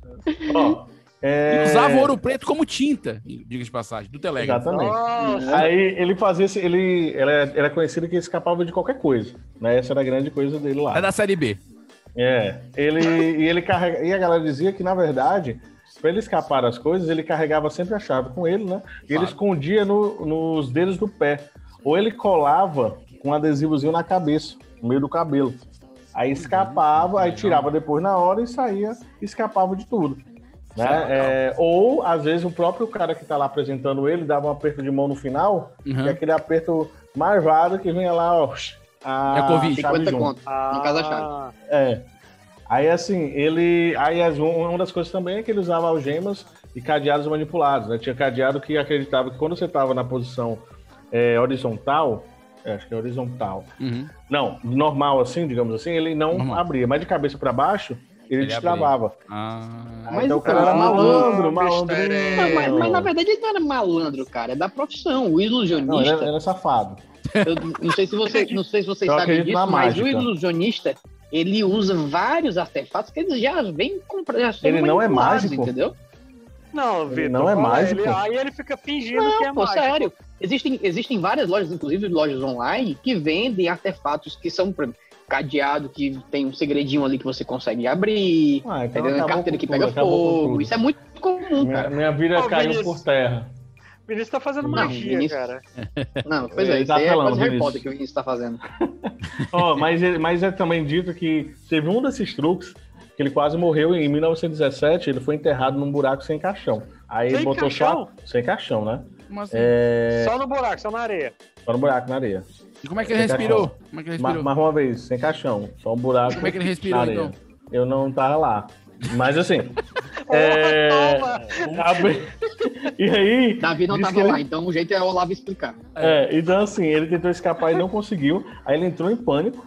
Speaker 5: Ó, é...
Speaker 1: E Usava ouro preto como tinta, diga de passagem, do Telegram.
Speaker 5: Exatamente. Aí ele fazia esse, ele era, era conhecido que escapava de qualquer coisa, né? Essa era a grande coisa dele lá.
Speaker 1: É da série B.
Speaker 5: É, ele e ele carrega, e a galera dizia que na verdade, para ele escapar das coisas, ele carregava sempre a chave com ele, né? E ele escondia no- nos dedos do pé, ou ele colava com um adesivozinho na cabeça, no meio do cabelo.
Speaker 8: Uhum.
Speaker 5: Aí escapava, aí tirava depois na hora e saía, escapava de tudo. né? É, ou, às vezes, o próprio cara que tá lá apresentando ele dava um aperto de mão no final,
Speaker 1: Uhum,
Speaker 5: que é aquele aperto marvado que vinha lá, ó. A
Speaker 8: É Covid.
Speaker 5: chave
Speaker 8: 50
Speaker 5: junto.
Speaker 8: conto, no caso da chave.
Speaker 5: É. Aí, assim, ele. Aí, as- um- uma das coisas também é que ele usava algemas e cadeados manipulados, né? Tinha cadeado que acreditava que quando você tava na posição é, horizontal, é, acho que é horizontal,
Speaker 1: uhum.
Speaker 5: não, normal assim, digamos assim, ele não abria, mas de cabeça pra baixo,
Speaker 1: Ele
Speaker 5: ele,
Speaker 1: abria.
Speaker 5: destravava.
Speaker 1: Ah.
Speaker 5: Mas então o cara era malandro, malandrinho.
Speaker 8: Não, mas, mas,
Speaker 5: É.
Speaker 8: na verdade ele não era malandro, cara. É da profissão. O
Speaker 5: Não,
Speaker 8: ilusionista.
Speaker 5: era, era safado.
Speaker 8: Eu não sei se você, não sei se vocês
Speaker 5: Eu
Speaker 8: sabem
Speaker 5: acredito
Speaker 8: disso,
Speaker 5: na
Speaker 8: mas o
Speaker 5: mágica.
Speaker 8: ilusionista ele usa vários artefatos que ele já vem comprar. Já são
Speaker 5: Ele não é
Speaker 8: manipulados,
Speaker 5: mágico?
Speaker 8: entendeu?
Speaker 11: Não,
Speaker 5: Ele não é mágico.
Speaker 11: aí ele fica fingindo
Speaker 8: Não,
Speaker 11: que é
Speaker 8: pô,
Speaker 11: mágico.
Speaker 8: sério. Existem, existem várias lojas, inclusive lojas online, que vendem artefatos que são por exemplo, cadeado, que tem um segredinho ali que você consegue abrir,
Speaker 5: Ah, então
Speaker 8: entendeu?
Speaker 5: acabou
Speaker 8: carteira um que
Speaker 5: com
Speaker 8: pega
Speaker 5: tudo, acabou com
Speaker 8: fogo.
Speaker 5: tudo.
Speaker 8: Isso é muito comum,
Speaker 5: Minha,
Speaker 8: cara.
Speaker 5: minha vida
Speaker 8: Ô,
Speaker 5: caiu
Speaker 8: Vinícius.
Speaker 5: por terra.
Speaker 11: O Vinícius tá fazendo
Speaker 8: Não,
Speaker 11: magia,
Speaker 8: Vinícius-
Speaker 11: cara.
Speaker 8: Não, pois é,
Speaker 5: Ele
Speaker 8: isso
Speaker 5: tá
Speaker 8: aí é
Speaker 5: apelando,
Speaker 8: quase Harry
Speaker 5: Vinícius.
Speaker 8: Potter que o Vinícius tá fazendo.
Speaker 5: Ó, mas, ele- mas é também dito que teve um desses truques que ele quase morreu em 1917. Ele foi enterrado num buraco sem caixão. Aí
Speaker 11: Sem
Speaker 5: ele botou
Speaker 11: caixão?
Speaker 5: só. Sem caixão, né?
Speaker 1: Como assim?
Speaker 5: É,
Speaker 11: Só no buraco, só na areia.
Speaker 5: só no buraco, na areia.
Speaker 1: E como é que ele
Speaker 5: Sem
Speaker 1: respirou?
Speaker 5: caixão.
Speaker 1: Como é que ele
Speaker 5: Ma-
Speaker 1: respirou?
Speaker 5: Mais uma vez, sem caixão, só um buraco.
Speaker 1: Como é que ele respirou,
Speaker 5: na areia.
Speaker 1: então?
Speaker 5: eu não tava lá. Mas
Speaker 11: (laughs)
Speaker 5: assim. é, (laughs) abri- E aí.
Speaker 8: Davi não
Speaker 5: diz
Speaker 8: tava
Speaker 5: que ele-
Speaker 8: lá, então o jeito é o Olavo explicar.
Speaker 5: É, então assim, ele tentou escapar e não conseguiu. Aí ele entrou em pânico.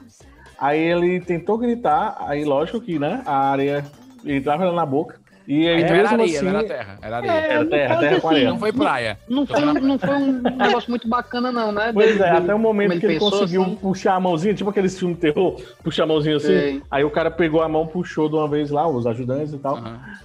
Speaker 5: Aí ele tentou gritar. Aí, lógico que, né? A areia entrava na boca. E aí,
Speaker 1: Era
Speaker 5: mesmo
Speaker 1: areia,
Speaker 5: assim,
Speaker 1: não era terra. Era areia.
Speaker 5: É, Era não terra, faz terra com assim, areia.
Speaker 1: Não foi praia.
Speaker 8: Não foi, um- não foi um negócio muito bacana, não, né?
Speaker 5: Pois
Speaker 8: Do-
Speaker 5: é,
Speaker 8: do-
Speaker 5: até o momento
Speaker 8: como
Speaker 5: que ele
Speaker 8: pensou,
Speaker 5: conseguiu
Speaker 8: assim.
Speaker 5: puxar a mãozinha, tipo aqueles filmes de terror, puxar a mãozinha assim.
Speaker 8: Sei.
Speaker 5: Aí o cara pegou a mão, puxou de uma vez lá, os ajudantes e tal.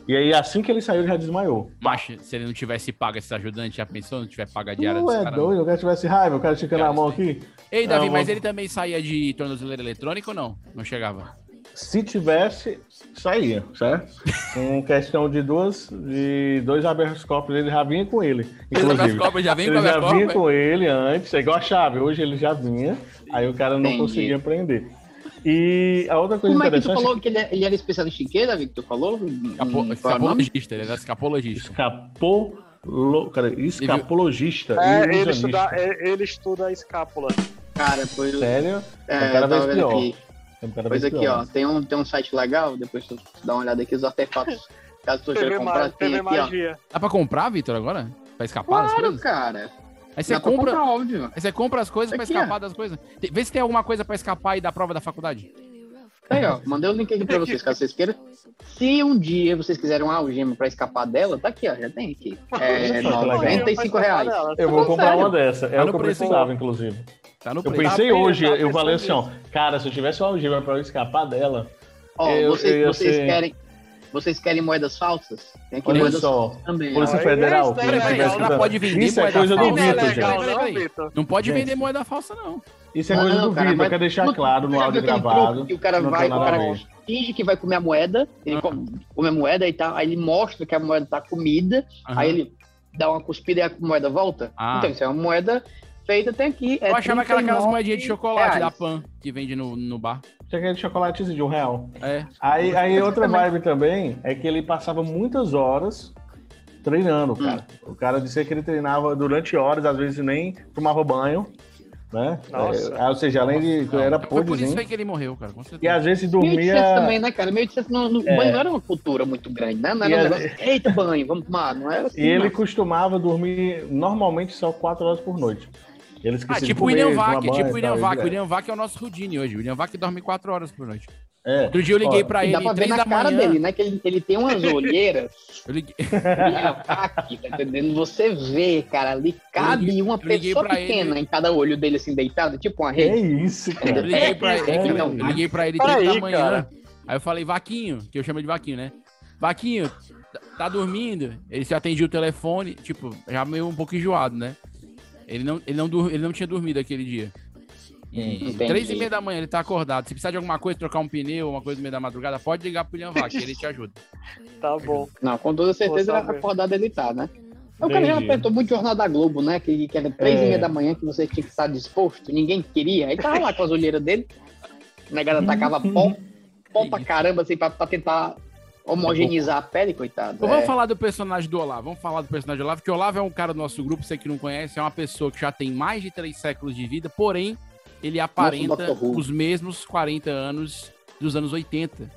Speaker 5: E aí, assim que ele saiu, ele já desmaiou.
Speaker 1: Mas se ele não tivesse pago esse ajudante, já pensou? Não tiver pago a diária
Speaker 5: Não
Speaker 1: desse
Speaker 5: é
Speaker 1: cara?
Speaker 5: doido, o cara tivesse raiva, o cara esticando a mão aqui.
Speaker 1: Ei, Davi,
Speaker 5: Ah,
Speaker 1: mas
Speaker 5: mano.
Speaker 1: ele também saía de tornozeleira eletrônica ou não? Não chegava.
Speaker 5: Se tivesse, saía, certo?
Speaker 1: (laughs)
Speaker 5: Com questão de duas, de dois habeas corpus, ele já vinha com ele. inclusive.
Speaker 1: habeas corpus já vem com
Speaker 5: ele
Speaker 1: habeas
Speaker 5: já
Speaker 1: corpus,
Speaker 5: vinha
Speaker 1: é?
Speaker 5: com ele antes, é igual a chave, hoje ele já vinha, aí o cara não
Speaker 8: Entendi.
Speaker 5: conseguia prender. E a outra coisa
Speaker 8: Como é que tu
Speaker 5: interessante.
Speaker 8: falou que ele, ele era especialista em quê, Davi, que tu falou?
Speaker 1: Escapo-
Speaker 8: Hum, qual é o nome?
Speaker 1: Escapologista, ele era escapologista.
Speaker 5: Escapolo... Cara, escapologista.
Speaker 11: É, ele,
Speaker 5: ilusionista.
Speaker 11: estuda, é, ele estuda a escápula.
Speaker 8: Cara, foi o.
Speaker 5: Sério?
Speaker 8: É,
Speaker 5: o cara
Speaker 8: eu tava
Speaker 5: vai
Speaker 8: vendo
Speaker 5: pior.
Speaker 8: aqui.
Speaker 5: O cara
Speaker 8: Pois
Speaker 5: vai
Speaker 8: aqui,
Speaker 5: pior.
Speaker 8: ó, tem um, tem um site legal, depois tu dá uma olhada aqui, os artefatos. Caso tu
Speaker 11: TV
Speaker 8: queira comprar,
Speaker 11: ma-
Speaker 8: tem
Speaker 11: TV
Speaker 8: aqui, ó.
Speaker 11: Magia.
Speaker 1: Dá pra comprar, Vitor, agora? Pra escapar das
Speaker 8: Claro,
Speaker 1: coisas?
Speaker 8: cara.
Speaker 1: Aí você
Speaker 8: Dá pra
Speaker 1: compra.
Speaker 8: comprar, óbvio.
Speaker 1: Aí você compra as coisas pra
Speaker 8: Aqui,
Speaker 1: escapar
Speaker 8: ó.
Speaker 1: das coisas. Te- Vê se tem alguma coisa pra escapar aí da prova da faculdade.
Speaker 8: Aí, ó, mandei o link aqui pra vocês, caso vocês queiram. Se um dia vocês quiserem uma algema pra escapar dela, tá aqui, ó, já tem aqui.
Speaker 11: (laughs)
Speaker 8: É
Speaker 5: Nossa, que legal.
Speaker 8: 95 reais.
Speaker 5: Eu vou
Speaker 8: Tô falando
Speaker 5: comprar
Speaker 8: sério.
Speaker 5: uma dessa. É
Speaker 1: Tá
Speaker 5: o
Speaker 1: no
Speaker 5: que eu
Speaker 1: preço, hein?
Speaker 5: precisava, inclusive.
Speaker 1: Tá no
Speaker 5: Eu
Speaker 1: preço.
Speaker 5: pensei
Speaker 11: Tá
Speaker 5: hoje,
Speaker 11: pensando,
Speaker 5: eu
Speaker 11: tá
Speaker 5: falei assim,
Speaker 11: pensando
Speaker 5: ó, cara, se eu tivesse uma algema pra eu escapar dela,
Speaker 8: Ó,
Speaker 5: eu,
Speaker 8: vocês,
Speaker 5: eu ia
Speaker 8: vocês
Speaker 5: ser-
Speaker 8: querem, vocês querem moedas falsas? Tem aqui
Speaker 5: Olha
Speaker 8: moedas
Speaker 5: só,
Speaker 8: falsas também. ó.
Speaker 5: Polícia Federal.
Speaker 1: isso é
Speaker 5: quem
Speaker 1: legal,
Speaker 5: estiver
Speaker 1: não
Speaker 5: escutando,
Speaker 1: pode vender
Speaker 5: isso é
Speaker 1: moeda
Speaker 5: coisa do
Speaker 1: falsa,
Speaker 5: Vitor,
Speaker 1: né?
Speaker 5: gente.
Speaker 1: Não,
Speaker 11: Não,
Speaker 1: peraí.
Speaker 11: Vitor.
Speaker 1: Não pode
Speaker 5: Gente.
Speaker 1: vender
Speaker 8: Uhum.
Speaker 1: moeda falsa, não.
Speaker 5: Isso é coisa
Speaker 8: Não,
Speaker 5: do
Speaker 8: cara,
Speaker 5: Vitor,
Speaker 8: mas-
Speaker 5: eu quero deixar
Speaker 8: mas-
Speaker 5: claro no
Speaker 8: Já viu
Speaker 5: áudio
Speaker 8: aquele
Speaker 5: gravado.
Speaker 8: truque que o cara
Speaker 5: não
Speaker 8: vai,
Speaker 5: tem
Speaker 8: o
Speaker 5: nada
Speaker 8: cara
Speaker 5: a ver.
Speaker 8: finge que vai comer a moeda, ele come, come a moeda e tal, aí ele mostra que a moeda tá comida,
Speaker 1: Aham.
Speaker 8: aí ele dá uma cuspida e a moeda volta.
Speaker 1: Ah.
Speaker 8: Então, isso é uma moeda feita até aqui. É
Speaker 1: Eu achava aquela- aquelas
Speaker 8: 39
Speaker 1: moedinhas de chocolate
Speaker 8: reais.
Speaker 1: da Pan que vende no, no bar.
Speaker 5: Tinha aquele chocolatezinho de um real.
Speaker 1: É.
Speaker 5: Aí, aí outra vibe também é que ele passava muitas horas treinando, cara. O cara disse que ele treinava durante horas, às vezes nem tomava banho, né?
Speaker 11: Nossa.
Speaker 5: É, ou seja, além de
Speaker 1: Não,
Speaker 5: era
Speaker 1: Foi por isso
Speaker 5: podrezinho.
Speaker 1: aí que ele morreu, cara. Com certeza.
Speaker 5: E às vezes
Speaker 8: 1800
Speaker 5: dormia
Speaker 8: também, né, cara? 1800 não, não,
Speaker 5: É.
Speaker 8: banho não era uma cultura muito grande, né? Não era
Speaker 5: E
Speaker 8: um
Speaker 5: a-
Speaker 8: negócio, eita banho, vamos tomar, não era assim.
Speaker 5: E ele
Speaker 8: não.
Speaker 5: costumava dormir normalmente só 4 horas por noite. Ele esquecia
Speaker 1: Ah,
Speaker 5: de
Speaker 1: tipo o
Speaker 5: comer,
Speaker 1: William
Speaker 5: tomar
Speaker 1: Vac,
Speaker 5: banho
Speaker 1: tipo
Speaker 5: e
Speaker 1: o William
Speaker 5: tal,
Speaker 1: Vac. O
Speaker 5: é.
Speaker 1: William Vac é o nosso Rudine hoje. O William Vac é dorme 4 horas por noite.
Speaker 5: É.
Speaker 1: Outro dia eu liguei
Speaker 5: Ó,
Speaker 1: pra
Speaker 8: E dá
Speaker 1: ele,
Speaker 8: pra ver
Speaker 1: 3
Speaker 8: na
Speaker 1: da
Speaker 8: cara
Speaker 1: manhã.
Speaker 8: dele, né? Que ele, ele tem umas olheiras. (laughs)
Speaker 1: Eu liguei,
Speaker 8: Aqui, tá entendendo? Você vê, cara, ali cabe
Speaker 1: liguei-
Speaker 8: uma
Speaker 1: eu liguei
Speaker 8: pessoa
Speaker 1: pra
Speaker 8: pequena
Speaker 1: ele.
Speaker 8: em cada olho dele, assim, deitado, tipo uma
Speaker 5: Que
Speaker 8: rede.
Speaker 5: É isso,
Speaker 1: eu
Speaker 5: cara.
Speaker 1: liguei pra ele,
Speaker 8: É,
Speaker 1: eu liguei pra ele 3
Speaker 11: Peraí,
Speaker 1: da manhã.
Speaker 11: cara.
Speaker 1: Aí eu falei, Vaquinho, que eu chamo de Vaquinho, né? Vaquinho, tá- tá dormindo? Ele se atendia o telefone, tipo, já meio um pouco enjoado, né? Ele não, ele não, dur- ele não tinha dormido aquele dia. E
Speaker 8: Entendi.
Speaker 1: três e meia da manhã ele tá acordado. Se precisar de alguma coisa, trocar um pneu, uma coisa no meio da madrugada, pode ligar pro William Vac, ele te ajuda.
Speaker 11: Tá bom.
Speaker 8: Não, com toda certeza
Speaker 11: Vou saber.
Speaker 8: acordado ele tá, né? O cara já
Speaker 5: Entendi.
Speaker 8: apertou muito Jornal da Globo, né? Que, que era três
Speaker 5: É.
Speaker 8: e meia da manhã que você tinha que estar disposto, ninguém queria. Aí tava lá com as olheiras dele, a negada tacava pó, pó pra caramba, assim, pra, pra tentar homogeneizar a pele, coitado.
Speaker 1: Então Vamos
Speaker 8: É.
Speaker 1: falar do personagem do Olavo. Vamos falar do personagem do Olavo, que o Olavo é um cara do nosso grupo, você que não conhece, é uma pessoa que já tem mais de três séculos de vida, porém, ele aparenta
Speaker 8: Dr. Who.
Speaker 1: os mesmos 40 anos dos anos 80.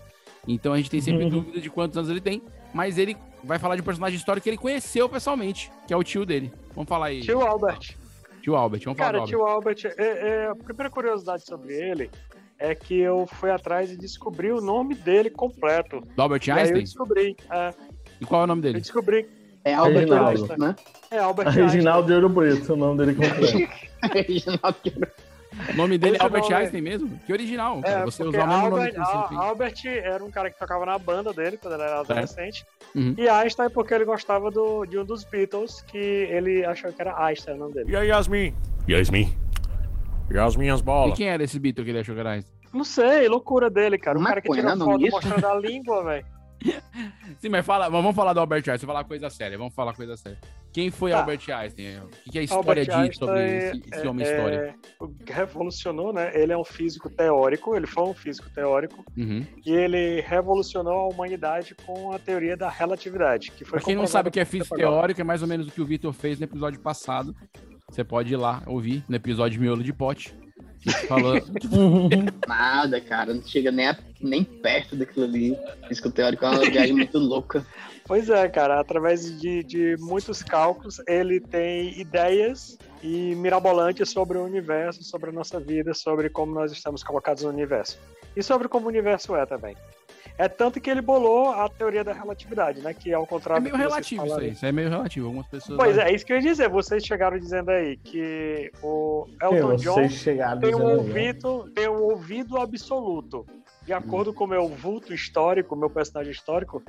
Speaker 1: Então a gente tem
Speaker 11: Uhum.
Speaker 1: sempre dúvida de quantos anos ele tem, mas ele vai falar de um personagem histórico que ele conheceu pessoalmente, que é o tio dele. Vamos falar aí.
Speaker 11: Tio Albert.
Speaker 1: Tio Albert, vamos falar
Speaker 11: Cara,
Speaker 1: do Albert.
Speaker 11: tio Albert, é- é, a primeira curiosidade sobre ele é que eu fui atrás e descobri o nome dele completo.
Speaker 1: Do Albert
Speaker 11: E aí eu
Speaker 1: Einstein?
Speaker 11: descobri. É,
Speaker 1: E qual é o nome
Speaker 11: eu
Speaker 1: dele?
Speaker 11: descobri.
Speaker 8: É Albert
Speaker 5: Reginaldo.
Speaker 8: Einstein, né? (laughs)
Speaker 11: É Albert Einstein.
Speaker 5: Reginaldo de Ouro Preto, o nome dele
Speaker 11: é
Speaker 5: completo.
Speaker 8: Reginaldo que
Speaker 1: O nome dele é
Speaker 11: Esse
Speaker 1: Albert
Speaker 11: nome é-
Speaker 1: Einstein mesmo? Que original, cara.
Speaker 11: É,
Speaker 1: Você
Speaker 11: porque
Speaker 1: usar o mesmo nome
Speaker 11: Albert,
Speaker 1: que ele sempre
Speaker 11: Al-
Speaker 1: fez.
Speaker 11: Albert era um cara que tocava na banda dele quando ele era adolescente.
Speaker 1: Uhum.
Speaker 11: E Einstein porque ele gostava do- de um dos Beatles que ele achou que era Einstein o nome dele.
Speaker 7: E aí, Yasmin? Yasmin? E as minhas
Speaker 1: E
Speaker 7: bolas?
Speaker 1: quem era esse Beatle que ele achou que era Einstein?
Speaker 11: Não sei, loucura dele, cara. Um cara que
Speaker 1: é
Speaker 8: Maconha,
Speaker 11: tira
Speaker 8: não,
Speaker 11: foto
Speaker 8: isso?
Speaker 11: mostrando a língua, velho.
Speaker 1: Sim, mas fala, mas vamos falar do Albert Einstein, vamos falar coisa séria, vamos falar coisa séria. Quem foi
Speaker 11: Tá.
Speaker 1: Albert Einstein? O que, que a
Speaker 11: Albert
Speaker 1: história diz sobre
Speaker 11: Einstein
Speaker 1: esse, esse
Speaker 11: é-
Speaker 1: homem
Speaker 11: é-
Speaker 1: história?
Speaker 11: revolucionou, né? Ele é um físico teórico, ele foi um físico teórico
Speaker 1: Uhum.
Speaker 11: e ele revolucionou a humanidade com a teoria da relatividade, que foi
Speaker 1: Pra quem não sabe o que é
Speaker 11: comprovada
Speaker 1: físico
Speaker 11: por Pythagoras.
Speaker 1: teórico, é mais ou menos o que o Vitor fez no episódio passado. Você pode ir lá ouvir
Speaker 11: (laughs)
Speaker 1: no episódio Miolo de Pote. que Falou,
Speaker 8: Nada, cara, não chega nem a nem perto daquilo ali. Isso que o teórico é uma viagem muito louca.
Speaker 11: Pois é, cara, através de, de muitos cálculos, ele tem ideias e mirabolantes sobre o universo, sobre a nossa vida, sobre como nós estamos colocados no universo. E sobre como o universo é também. É tanto que ele bolou a teoria da relatividade, né? Que ao
Speaker 1: É
Speaker 11: contrário do
Speaker 1: meio
Speaker 11: que vocês
Speaker 1: relativo isso
Speaker 11: falaram
Speaker 1: aí. Isso é meio relativo. Algumas pessoas.
Speaker 11: Pois é, isso que eu ia dizer. Vocês chegaram dizendo aí que o Elton
Speaker 5: Vocês
Speaker 11: John
Speaker 5: chegaram
Speaker 11: tem um,
Speaker 5: dizendo aí,
Speaker 11: ouvido, tem um ouvido absoluto. De acordo com o meu vulto histórico, meu personagem histórico,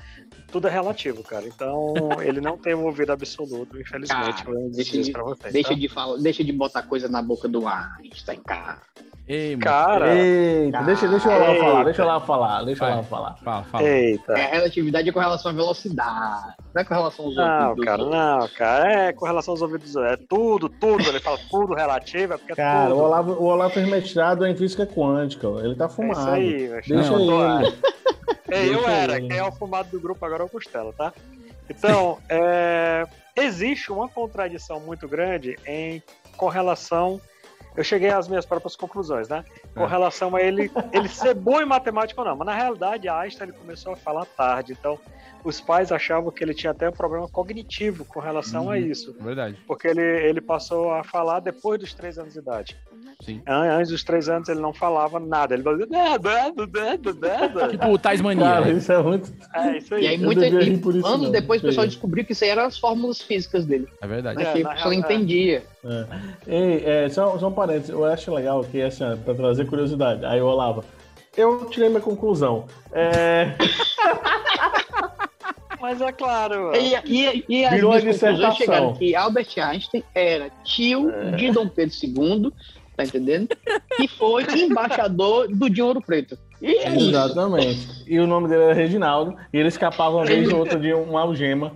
Speaker 11: tudo é relativo,
Speaker 8: (laughs)
Speaker 11: cara. Então, ele não tem um ouvido absoluto, infelizmente.
Speaker 8: Cara, deixa,
Speaker 11: eu disse isso
Speaker 8: de,
Speaker 11: pra vocês,
Speaker 8: deixa
Speaker 11: tá?
Speaker 8: de falar, deixa de botar coisa na boca do Einstein, cara.
Speaker 1: Ei,
Speaker 11: Cara.
Speaker 5: Eita, deixa, deixa eu lá
Speaker 8: Eita.
Speaker 5: falar, deixa eu lá falar, deixa eu lá
Speaker 8: Vai.
Speaker 5: falar.
Speaker 1: Fala,
Speaker 11: Eita.
Speaker 8: É, a relatividade é com relação à velocidade. Não é com relação aos
Speaker 11: Não,
Speaker 8: outros.
Speaker 11: Ah, cara, não, cara. É com relação aos ouvidos, é tudo, tudo. Ele fala tudo relativo, é porque é
Speaker 5: Cara, o
Speaker 11: tudo.
Speaker 5: Olavo, o Olavo Hermestrado é em física quântica, ele tá
Speaker 11: É isso
Speaker 5: fumado.
Speaker 11: aí, mas
Speaker 5: deixa
Speaker 11: não, tô-
Speaker 5: ele.
Speaker 11: É, eu era. Quem é o fumado do grupo agora é o Costela, tá? Então, é, existe uma contradição muito grande em com relação. Eu cheguei às minhas próprias conclusões, né? Com
Speaker 3: É.
Speaker 11: relação a ele, ele ser bom em matemática ou não. Mas na realidade, Einstein ele começou a falar tarde. Então, os pais achavam que ele tinha até um problema cognitivo com relação a isso.
Speaker 1: É Verdade.
Speaker 11: Porque ele, ele passou a falar depois dos três anos de idade.
Speaker 1: Sim.
Speaker 11: An- Antes dos três anos ele não falava nada. Ele fazia. "Nada, nada, nada".
Speaker 1: Tipo o Tasmania.
Speaker 5: Cara, isso é muito.
Speaker 11: É, isso aí.
Speaker 8: E aí,
Speaker 11: Eu
Speaker 8: muito,
Speaker 11: devia rir
Speaker 8: e
Speaker 11: por isso
Speaker 8: anos
Speaker 11: não,
Speaker 8: depois, o
Speaker 11: feio.
Speaker 8: pessoal descobriu que isso aí eram as fórmulas físicas dele.
Speaker 1: É verdade.
Speaker 8: Mas que o pessoal entendia.
Speaker 5: É. Ei, é, só, só um parênteses, eu acho legal que, assim, ó, pra trazer curiosidade, aí o Olavo, eu tirei minha conclusão. É,
Speaker 11: Mas é claro.
Speaker 8: E, e, e as
Speaker 5: Virou
Speaker 8: duas
Speaker 5: a
Speaker 8: conclusões
Speaker 5: dissertação.
Speaker 8: chegaram que Albert Einstein era tio
Speaker 11: É.
Speaker 8: de Dom Pedro II, tá entendendo? E
Speaker 11: (laughs)
Speaker 8: foi embaixador do Dinho Ouro Preto. E é isso.
Speaker 5: exatamente. E o nome dele era Reginaldo, e ele escapava uma vez ou outra de uma algema.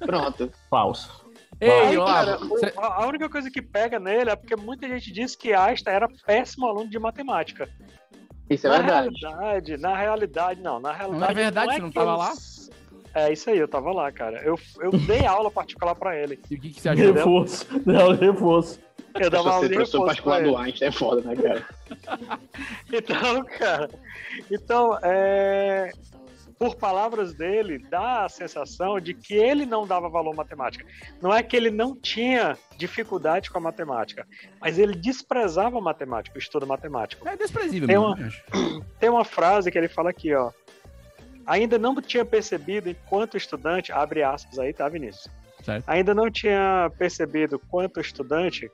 Speaker 8: Pronto.
Speaker 5: Falso.
Speaker 11: Aí,
Speaker 5: Falso.
Speaker 11: cara, o- a a única coisa que pega nele é porque muita gente diz que Einstein era péssimo aluno de matemática.
Speaker 8: Isso é
Speaker 11: na
Speaker 8: verdade.
Speaker 11: realidade, na realidade, não. Na realidade,
Speaker 1: Na verdade,
Speaker 11: não é
Speaker 1: você não
Speaker 11: que
Speaker 1: tava
Speaker 11: eu-
Speaker 1: lá?
Speaker 11: É isso aí, eu tava lá, cara. Eu, eu dei aula particular pra ele.
Speaker 1: E o que, que você achou?
Speaker 5: Reforço. (laughs) Não, reforço.
Speaker 11: Eu
Speaker 8: é
Speaker 11: dava aula de reforço pra ele.
Speaker 8: Einstein é foda, né, cara?
Speaker 11: Então, (laughs) cara. Então, é, por palavras dele, dá a sensação de que ele não dava valor à matemática. Não é que ele não tinha dificuldade com a matemática, mas ele desprezava a matemática, o estudo matemático.
Speaker 1: É desprezível
Speaker 11: Tem
Speaker 1: mesmo,
Speaker 11: uma,
Speaker 1: eu acho.
Speaker 11: tem uma frase que ele fala aqui, ó. Ainda não tinha percebido enquanto estudante, abre aspas aí, tá, Vinícius?
Speaker 1: Certo.
Speaker 11: Ainda não tinha percebido, quanto estudante,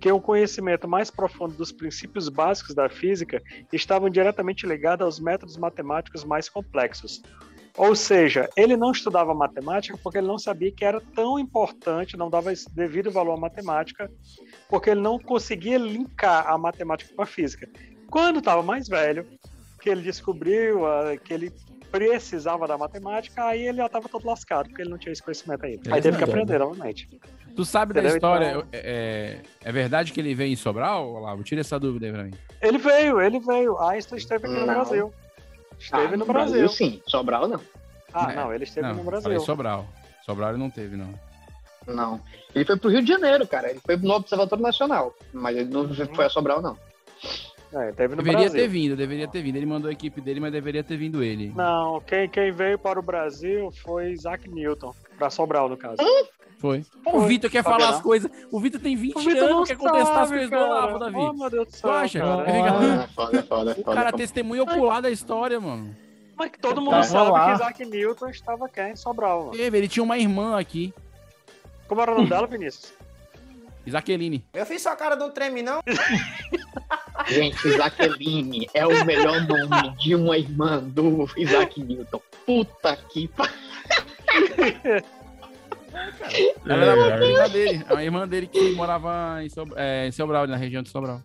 Speaker 11: que um conhecimento mais profundo dos princípios básicos da física estavam diretamente ligados aos métodos matemáticos mais complexos. Ou seja, ele não estudava matemática porque ele não sabia que era tão importante, não dava esse devido valor à matemática, porque ele não conseguia linkar a matemática com a física. Quando estava mais velho, que ele descobriu ah, que ele precisava da matemática, aí ele já estava todo lascado, porque ele não tinha esse conhecimento ainda. Aí teve que
Speaker 1: Exato.
Speaker 11: aprender novamente.
Speaker 1: Tu sabe da
Speaker 11: Entendeu?
Speaker 1: história.
Speaker 11: Então-
Speaker 1: É, é verdade que ele veio em Sobral, Olavo? Tira essa dúvida aí pra mim.
Speaker 11: Ele veio, ele veio. Einstein esteve aqui no
Speaker 8: Não.
Speaker 11: Brasil. Esteve
Speaker 8: Ah,
Speaker 11: no Brasil.
Speaker 8: Sim, Sobral não.
Speaker 11: Ah,
Speaker 1: É.
Speaker 11: não, ele esteve
Speaker 1: Não,
Speaker 11: no Brasil.
Speaker 1: Falei Sobral. Sobral ele não teve, não.
Speaker 8: Não. Ele foi pro Rio de Janeiro, cara. Ele foi no Observatório Nacional. Mas ele não
Speaker 1: Uhum.
Speaker 8: foi a Sobral, não.
Speaker 11: É, teve no
Speaker 1: Deveria
Speaker 11: Brasil.
Speaker 1: ter vindo, deveria ter vindo. Ele mandou a equipe dele, mas deveria ter vindo ele.
Speaker 11: Não, quem, quem veio para o Brasil foi Isaac Newton, para Sobral, no caso.
Speaker 1: Foi. O Vitor quer
Speaker 11: Sabe
Speaker 1: falar
Speaker 11: não.
Speaker 1: as coisas. O Vitor tem 20
Speaker 11: O Vitor não
Speaker 1: anos, quer contestar as
Speaker 11: sabe,
Speaker 1: coisas
Speaker 11: cara.
Speaker 1: do Olavo, Davi.
Speaker 11: Oh, meu Deus do céu,
Speaker 1: Tu acha?
Speaker 11: cara.
Speaker 1: Ele fica-
Speaker 8: É foda, é foda, é
Speaker 1: O
Speaker 8: foda.
Speaker 1: cara é testemunha ocular da história, mano.
Speaker 11: Mas que todo mundo
Speaker 1: Tava
Speaker 11: sabe
Speaker 1: lá.
Speaker 11: que Isaac Newton estava aqui em Sobral. mano.
Speaker 1: Teve, ele tinha uma irmã aqui,
Speaker 11: Como era o nome dela, Vinícius?
Speaker 1: Isaqueline.
Speaker 14: Eu fiz sua cara, não treme, não?
Speaker 8: Gente, Isaqueline é o melhor nome de uma irmã do Isaac Newton. Puta que pariu.
Speaker 1: Ela era é a irmã dele, a irmã dele que morava em, Sob- é, em Sobral, na região de Sobral.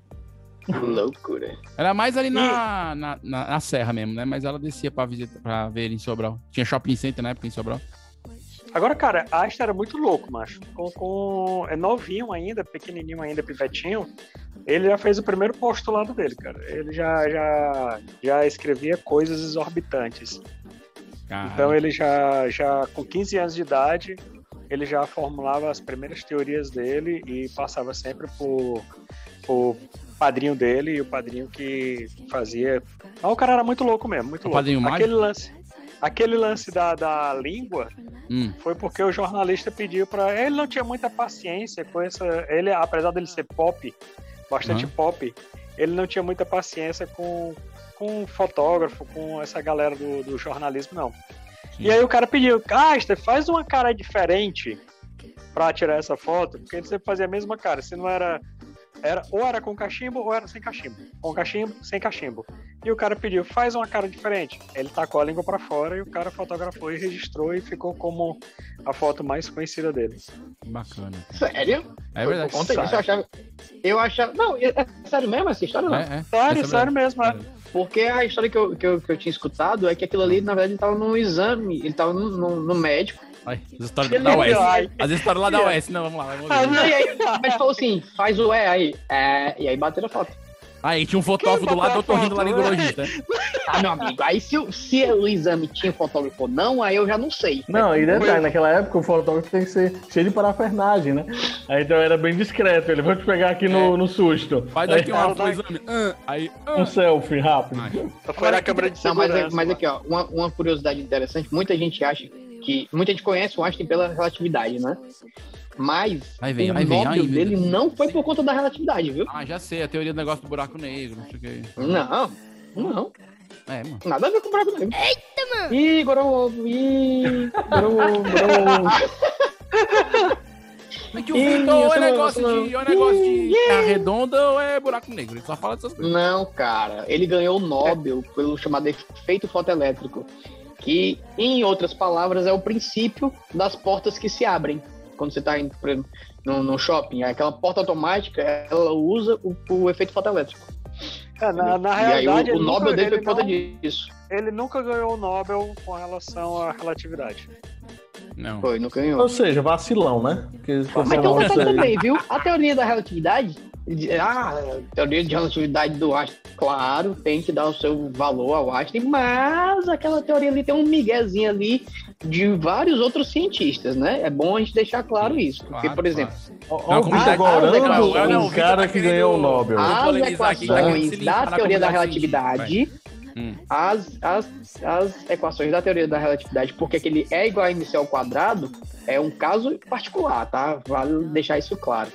Speaker 8: Loucura.
Speaker 1: Era mais ali
Speaker 8: Hum.
Speaker 1: na, na, na- na serra mesmo, né? Mas ela descia pra, visitar, pra ver ele em Sobral. Tinha shopping center na época em Sobral.
Speaker 11: Agora, cara, Einstein era muito louco, macho. Com, com- É novinho ainda, pequenininho ainda, pivetinho. Ele já fez o primeiro postulado dele, cara. Ele já, já, já escrevia coisas exorbitantes.
Speaker 1: Ah, é.
Speaker 11: Então ele já, já, com 15 anos de idade, ele já formulava as primeiras teorias dele e passava sempre por o padrinho dele e o padrinho que fazia. Ah, o cara era muito louco mesmo, muito
Speaker 1: O
Speaker 11: louco.
Speaker 1: padrinho mágico?
Speaker 11: aquele lance, aquele lance da, da língua
Speaker 1: Hum.
Speaker 11: foi porque o jornalista pediu pra. ele não tinha muita paciência com essa, ele apesar dele ser pop, bastante
Speaker 1: Aham.
Speaker 11: pop, ele não tinha muita paciência com com um fotógrafo, com essa galera do, do jornalismo não. E aí o cara pediu, Caster, faz uma cara diferente pra tirar essa foto, porque ele sempre fazia a mesma cara, se não era era, ou era com cachimbo ou era sem cachimbo. Com cachimbo, sem cachimbo. E o cara pediu, faz uma cara diferente. Ele tacou a língua pra fora e o cara fotografou e registrou e ficou como a foto mais conhecida dele.
Speaker 1: Bacana.
Speaker 8: Sério?
Speaker 1: É verdade.
Speaker 8: Ontem eu achava. Eu achava. Não, é é sério mesmo essa história? Não.
Speaker 1: É, é.
Speaker 11: Sério,
Speaker 1: Essa
Speaker 11: sério mesmo, é.
Speaker 8: Porque a história que eu, que, eu, que eu tinha escutado é que aquilo ali, na verdade, ele tava num exame, ele tava no, no, no médico.
Speaker 1: Ai, as histórias
Speaker 8: Ele
Speaker 1: da
Speaker 8: é
Speaker 1: UES.
Speaker 8: ai.
Speaker 1: As histórias lá da UES. Não, vamos lá. Vamos
Speaker 8: é. Ah, não,
Speaker 1: ver.
Speaker 8: e aí, mas falou assim, faz o E aí. É, e aí bateram a foto.
Speaker 1: Aí tinha um fotógrafo do
Speaker 8: Quem tá
Speaker 1: lado do né?
Speaker 8: botou a
Speaker 1: otorrino laringologista.
Speaker 8: Ah, meu amigo, aí se, o- se o exame tinha fotógrafo ou não, aí eu já não sei.
Speaker 5: Não, e detalhe,
Speaker 8: Foi-
Speaker 5: naquela época o fotógrafo tem que ser cheio de parafernagem, né? Aí então era bem discreto, ele vai te pegar aqui no, no susto.
Speaker 1: Faz
Speaker 5: Aí,
Speaker 1: daqui
Speaker 8: É
Speaker 1: uma foto do exame. Ah, aí.
Speaker 5: Um
Speaker 1: ah.
Speaker 5: selfie rápido.
Speaker 11: Foi na câmera de
Speaker 8: Não, mas, é-
Speaker 11: segurança.
Speaker 8: mas aqui, ó, uma, uma curiosidade interessante, muita gente acha que. Muita gente conhece o Einstein pela relatividade, né? Mas
Speaker 1: Aí vem,
Speaker 8: o
Speaker 1: aí vem,
Speaker 8: Nobel
Speaker 1: aí vem.
Speaker 8: dele não foi por conta da relatividade, viu?
Speaker 1: Ah, já sei, a teoria do negócio do buraco negro, não sei o que.
Speaker 8: Não, não.
Speaker 1: É, mano.
Speaker 8: Nada a ver com o Braco Negro. Eita, mano! Ih, Gorovo, ih, Gorovo,
Speaker 1: É que o
Speaker 8: Ih,
Speaker 1: Vitor ou é
Speaker 8: essa não,
Speaker 1: negócio
Speaker 8: essa não.
Speaker 1: de, ou é negócio de
Speaker 8: Ih,
Speaker 1: terra redonda ou é buraco negro. Ele só fala dessas coisas.
Speaker 8: Não, cara. Ele ganhou o Nobel pelo chamado efeito fotoelétrico, que, em outras palavras, é o princípio das portas que se abrem. Quando você está indo por exemplo, no, no shopping, É aquela porta automática, ela usa o, o efeito fotoelétrico.
Speaker 11: É, na, na
Speaker 8: e aí
Speaker 11: realidade,
Speaker 8: o, o
Speaker 11: ele nunca-
Speaker 8: Nobel dele foi
Speaker 11: ele
Speaker 8: por conta
Speaker 11: não-
Speaker 8: disso.
Speaker 11: Ele nunca ganhou o Nobel com relação à relatividade.
Speaker 1: Não.
Speaker 8: Foi, não ganhou.
Speaker 5: Ou seja, vacilão, né? Porque
Speaker 8: Mas tem um detalhe também, viu? A teoria da relatividade. de- Ah, a teoria de relatividade do Einstein, claro, tem que dar o seu valor ao Einstein, mas aquela teoria ali tem um miguezinho ali de vários outros cientistas, né? É bom a gente deixar claro isso. Porque,
Speaker 1: Claro,
Speaker 8: por exemplo,
Speaker 5: Olha o
Speaker 8: as-
Speaker 5: Vitor
Speaker 8: as
Speaker 5: agorando
Speaker 8: equações-
Speaker 5: o cara que ganhou o Nobel.
Speaker 8: as
Speaker 1: polemizar aqui, tá querendo se
Speaker 8: equações
Speaker 1: limpar
Speaker 8: da
Speaker 1: na
Speaker 8: teoria da
Speaker 1: comunidade
Speaker 8: relatividade,
Speaker 1: Hum.
Speaker 8: as, as, as equações da teoria da relatividade, porque que ele é igual a MC ao quadrado, é um caso particular, tá? Vale deixar isso claro.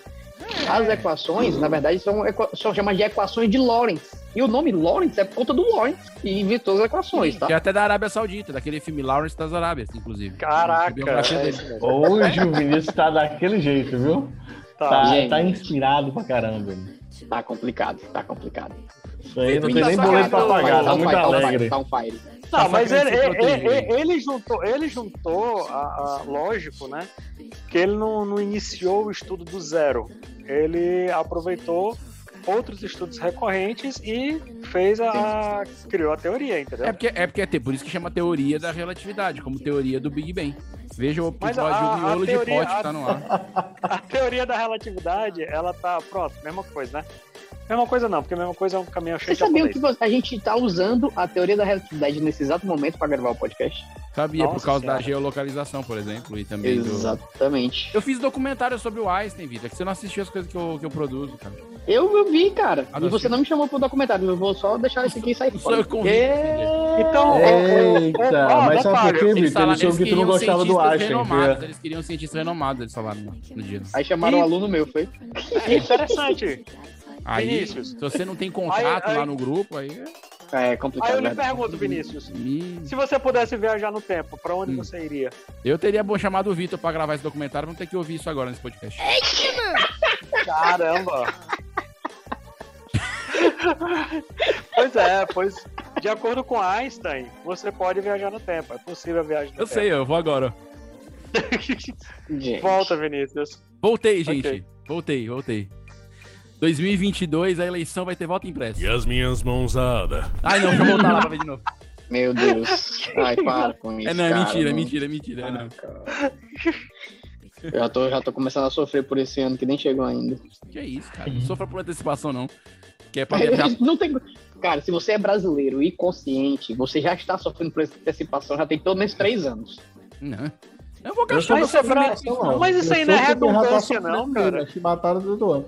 Speaker 8: As equações, na verdade, são, equa- são chamadas de equações de Lorentz. E o nome Lorentz é por conta do Lorentz, que inventou as equações, tá?
Speaker 1: Que é até da Arábia Saudita, daquele filme Lawrence das Arábias, inclusive.
Speaker 11: Caraca,
Speaker 1: Biografia
Speaker 11: é
Speaker 1: dele.
Speaker 11: isso
Speaker 5: Hoje o Vinícius tá daquele jeito, viu?
Speaker 11: Tá,
Speaker 5: Tá,
Speaker 8: gente.
Speaker 5: tá inspirado pra caramba.
Speaker 8: Tá complicado, tá complicado.
Speaker 5: Isso aí não tem nem boleto pra pagar, tá muito alegre.
Speaker 8: Tá um fire.
Speaker 11: Não,
Speaker 5: Só
Speaker 11: mas
Speaker 5: pra
Speaker 11: ele,
Speaker 5: se
Speaker 11: ele,
Speaker 5: proteger.
Speaker 11: ele- ele juntou, ele juntou a, a- lógico, né? Que ele não, não iniciou o estudo do zero. Ele aproveitou outros estudos recorrentes e fez a. criou a teoria, entendeu?
Speaker 1: É porque é, porque é ter, por isso que chama teoria da relatividade, como teoria do Big Bang. Veja o
Speaker 11: Mas
Speaker 1: episódio
Speaker 11: a-
Speaker 1: o
Speaker 11: a
Speaker 1: miolo de
Speaker 11: teoria-
Speaker 1: pote
Speaker 11: a-
Speaker 1: que tá no
Speaker 11: (laughs)
Speaker 1: ar.
Speaker 11: A teoria da relatividade, ela tá. Pronto, mesma coisa, né? Mesma coisa não, porque mesma coisa é um caminho cheio
Speaker 8: Vocês
Speaker 11: de
Speaker 8: sabiam
Speaker 11: japonês.
Speaker 8: que vo- a gente tá usando a teoria da relatividade nesse exato momento pra gravar o podcast?
Speaker 1: Sabia, por
Speaker 8: Nossa
Speaker 1: causa da
Speaker 8: Senhora.
Speaker 1: geolocalização, por exemplo, e também do-
Speaker 8: Exatamente.
Speaker 1: Eu fiz documentário sobre o Einstein, Vitor, que você não assistiu as coisas que eu, que eu produzo, cara.
Speaker 8: Eu, eu vi, cara.
Speaker 1: Ah,
Speaker 8: e
Speaker 1: não,
Speaker 8: você
Speaker 1: sim.
Speaker 8: não me chamou pro documentário. Eu vou só deixar isso aqui e sair fora.
Speaker 1: eu convido,
Speaker 11: Então,
Speaker 5: Eita, mas sabe por quê,
Speaker 1: Eles
Speaker 5: Vitor? Ele
Speaker 1: falaram- eles
Speaker 5: soube que tu não
Speaker 1: queriam
Speaker 5: gostava do
Speaker 1: cientistas
Speaker 5: Einstein.
Speaker 1: renomados,
Speaker 5: que- é.
Speaker 1: Eles queriam cientistas renomados, eles falaram no, no dia.
Speaker 8: Aí chamaram
Speaker 1: E-
Speaker 8: um aluno meu,
Speaker 14: (laughs)
Speaker 8: foi?
Speaker 11: É interessante.
Speaker 1: Aí,
Speaker 11: Vinícius.
Speaker 1: se você não tem contato
Speaker 11: Aí-
Speaker 1: lá
Speaker 11: aí-
Speaker 1: no grupo, aí...
Speaker 8: É
Speaker 11: Aí eu lhe
Speaker 1: né?
Speaker 11: pergunto, Vinícius,
Speaker 1: Ih.
Speaker 11: se você pudesse viajar no tempo, pra
Speaker 8: Hum.
Speaker 11: onde você iria?
Speaker 1: Eu teria bom chamado o Vitor pra gravar esse documentário, vamos ter que ouvir isso agora nesse podcast.
Speaker 8: (laughs)
Speaker 11: Caramba! pois é, pois de acordo com Einstein, você pode viajar no tempo. É possível a viagem no
Speaker 1: Eu
Speaker 11: tempo.
Speaker 1: sei, eu vou agora.
Speaker 8: Gente.
Speaker 11: (laughs) Volta, Vinícius.
Speaker 1: Voltei, gente. Voltei, voltei. 2022, a eleição vai ter voto impresso.
Speaker 7: E as minhas mãozadas.
Speaker 1: Ai, não, deixa eu
Speaker 5: (laughs)
Speaker 1: voltar lá pra ver de novo.
Speaker 8: Meu Deus. Ai, para com isso.
Speaker 1: É, não, é
Speaker 8: cara,
Speaker 1: mentira, é
Speaker 8: não.
Speaker 1: mentira, é mentira. é não.
Speaker 8: Eu já tô, já tô começando a sofrer por esse ano que nem chegou ainda.
Speaker 1: Que é isso, cara. Não sofra por antecipação, não. Que é pra deixar...
Speaker 8: Não tem... Cara, se você é brasileiro e consciente, você já está sofrendo por antecipação, já tem pelo menos três anos.
Speaker 1: Não. Eu vou
Speaker 5: sou
Speaker 1: gastar meu
Speaker 5: da
Speaker 1: sofrimento.
Speaker 5: separação,
Speaker 1: não.
Speaker 5: Eu sou sobre a raça sofrida, né, Que mataram todo ano.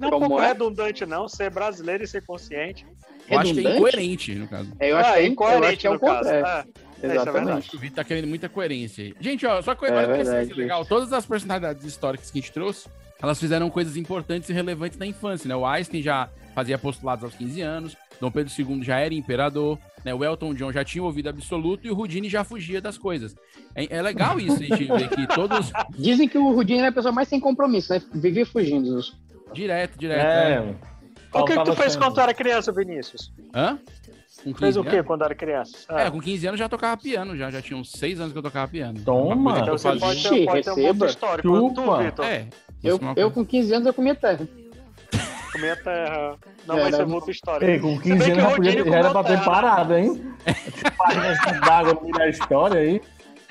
Speaker 11: Não é um
Speaker 8: Como
Speaker 11: pouco
Speaker 8: é?
Speaker 11: redundante, não, ser brasileiro e ser consciente.
Speaker 1: Eu acho que é
Speaker 11: Redundante?
Speaker 1: incoerente, no caso.
Speaker 8: É, eu acho
Speaker 11: Ah,
Speaker 8: que é
Speaker 11: incoerente,
Speaker 8: incoerente,
Speaker 11: no
Speaker 8: ao
Speaker 11: caso.
Speaker 8: contrário.
Speaker 11: Ah, é, isso é verdade.
Speaker 8: Exatamente.
Speaker 1: O Vitor tá querendo muita coerência aí. Gente, ó, só que
Speaker 8: É
Speaker 1: olha que
Speaker 8: verdade,
Speaker 1: coisa legal. Todas as personalidades históricas que a gente trouxe, elas fizeram coisas importantes e relevantes na infância, né? O Einstein já fazia postulados aos 15 anos, Dom Pedro II já era imperador, né? O Elton John já tinha ouvido absoluto e o Houdini já fugia das coisas. É, é legal isso, a
Speaker 8: (laughs)
Speaker 1: gente ver que todos...
Speaker 8: Dizem que o Rudinho é a pessoa mais sem compromisso, né? Vivia fugindo. dos-
Speaker 1: Direto, direto.
Speaker 8: É.
Speaker 1: né?
Speaker 11: O que, que tu
Speaker 1: Faltava
Speaker 11: fez
Speaker 1: sangue.
Speaker 11: quando tu era criança, Vinícius?
Speaker 1: Hã? Com
Speaker 11: Fez o
Speaker 1: 15
Speaker 11: que
Speaker 1: anos?
Speaker 11: quando era criança? Ah.
Speaker 1: É, com 15 anos já tocava piano, já, já tinha uns 6 anos que eu tocava piano.
Speaker 5: Toma!
Speaker 1: Uma
Speaker 11: Então
Speaker 1: coisa que
Speaker 11: você
Speaker 1: eu
Speaker 11: pode
Speaker 1: fazia-
Speaker 11: ter,
Speaker 8: Ixi,
Speaker 11: pode ter um ponto
Speaker 8: receba.
Speaker 11: histórico. Tu,
Speaker 1: Chupa.
Speaker 11: Vitor,
Speaker 1: É.
Speaker 8: Eu,
Speaker 1: Isso é uma coisa.
Speaker 8: eu com 15 anos eu comia terra.
Speaker 11: comia terra. Não,
Speaker 8: É,
Speaker 11: mas isso é
Speaker 8: não.
Speaker 11: muito histórico.
Speaker 5: Ei, com
Speaker 11: Se bem
Speaker 5: 15
Speaker 11: que
Speaker 5: anos
Speaker 11: o
Speaker 5: já, podia,
Speaker 11: Rodinho
Speaker 5: já era pra
Speaker 11: comeu
Speaker 5: ter
Speaker 11: terra.
Speaker 5: parado, hein? Páginas d'água no meio da (laughs) história aí.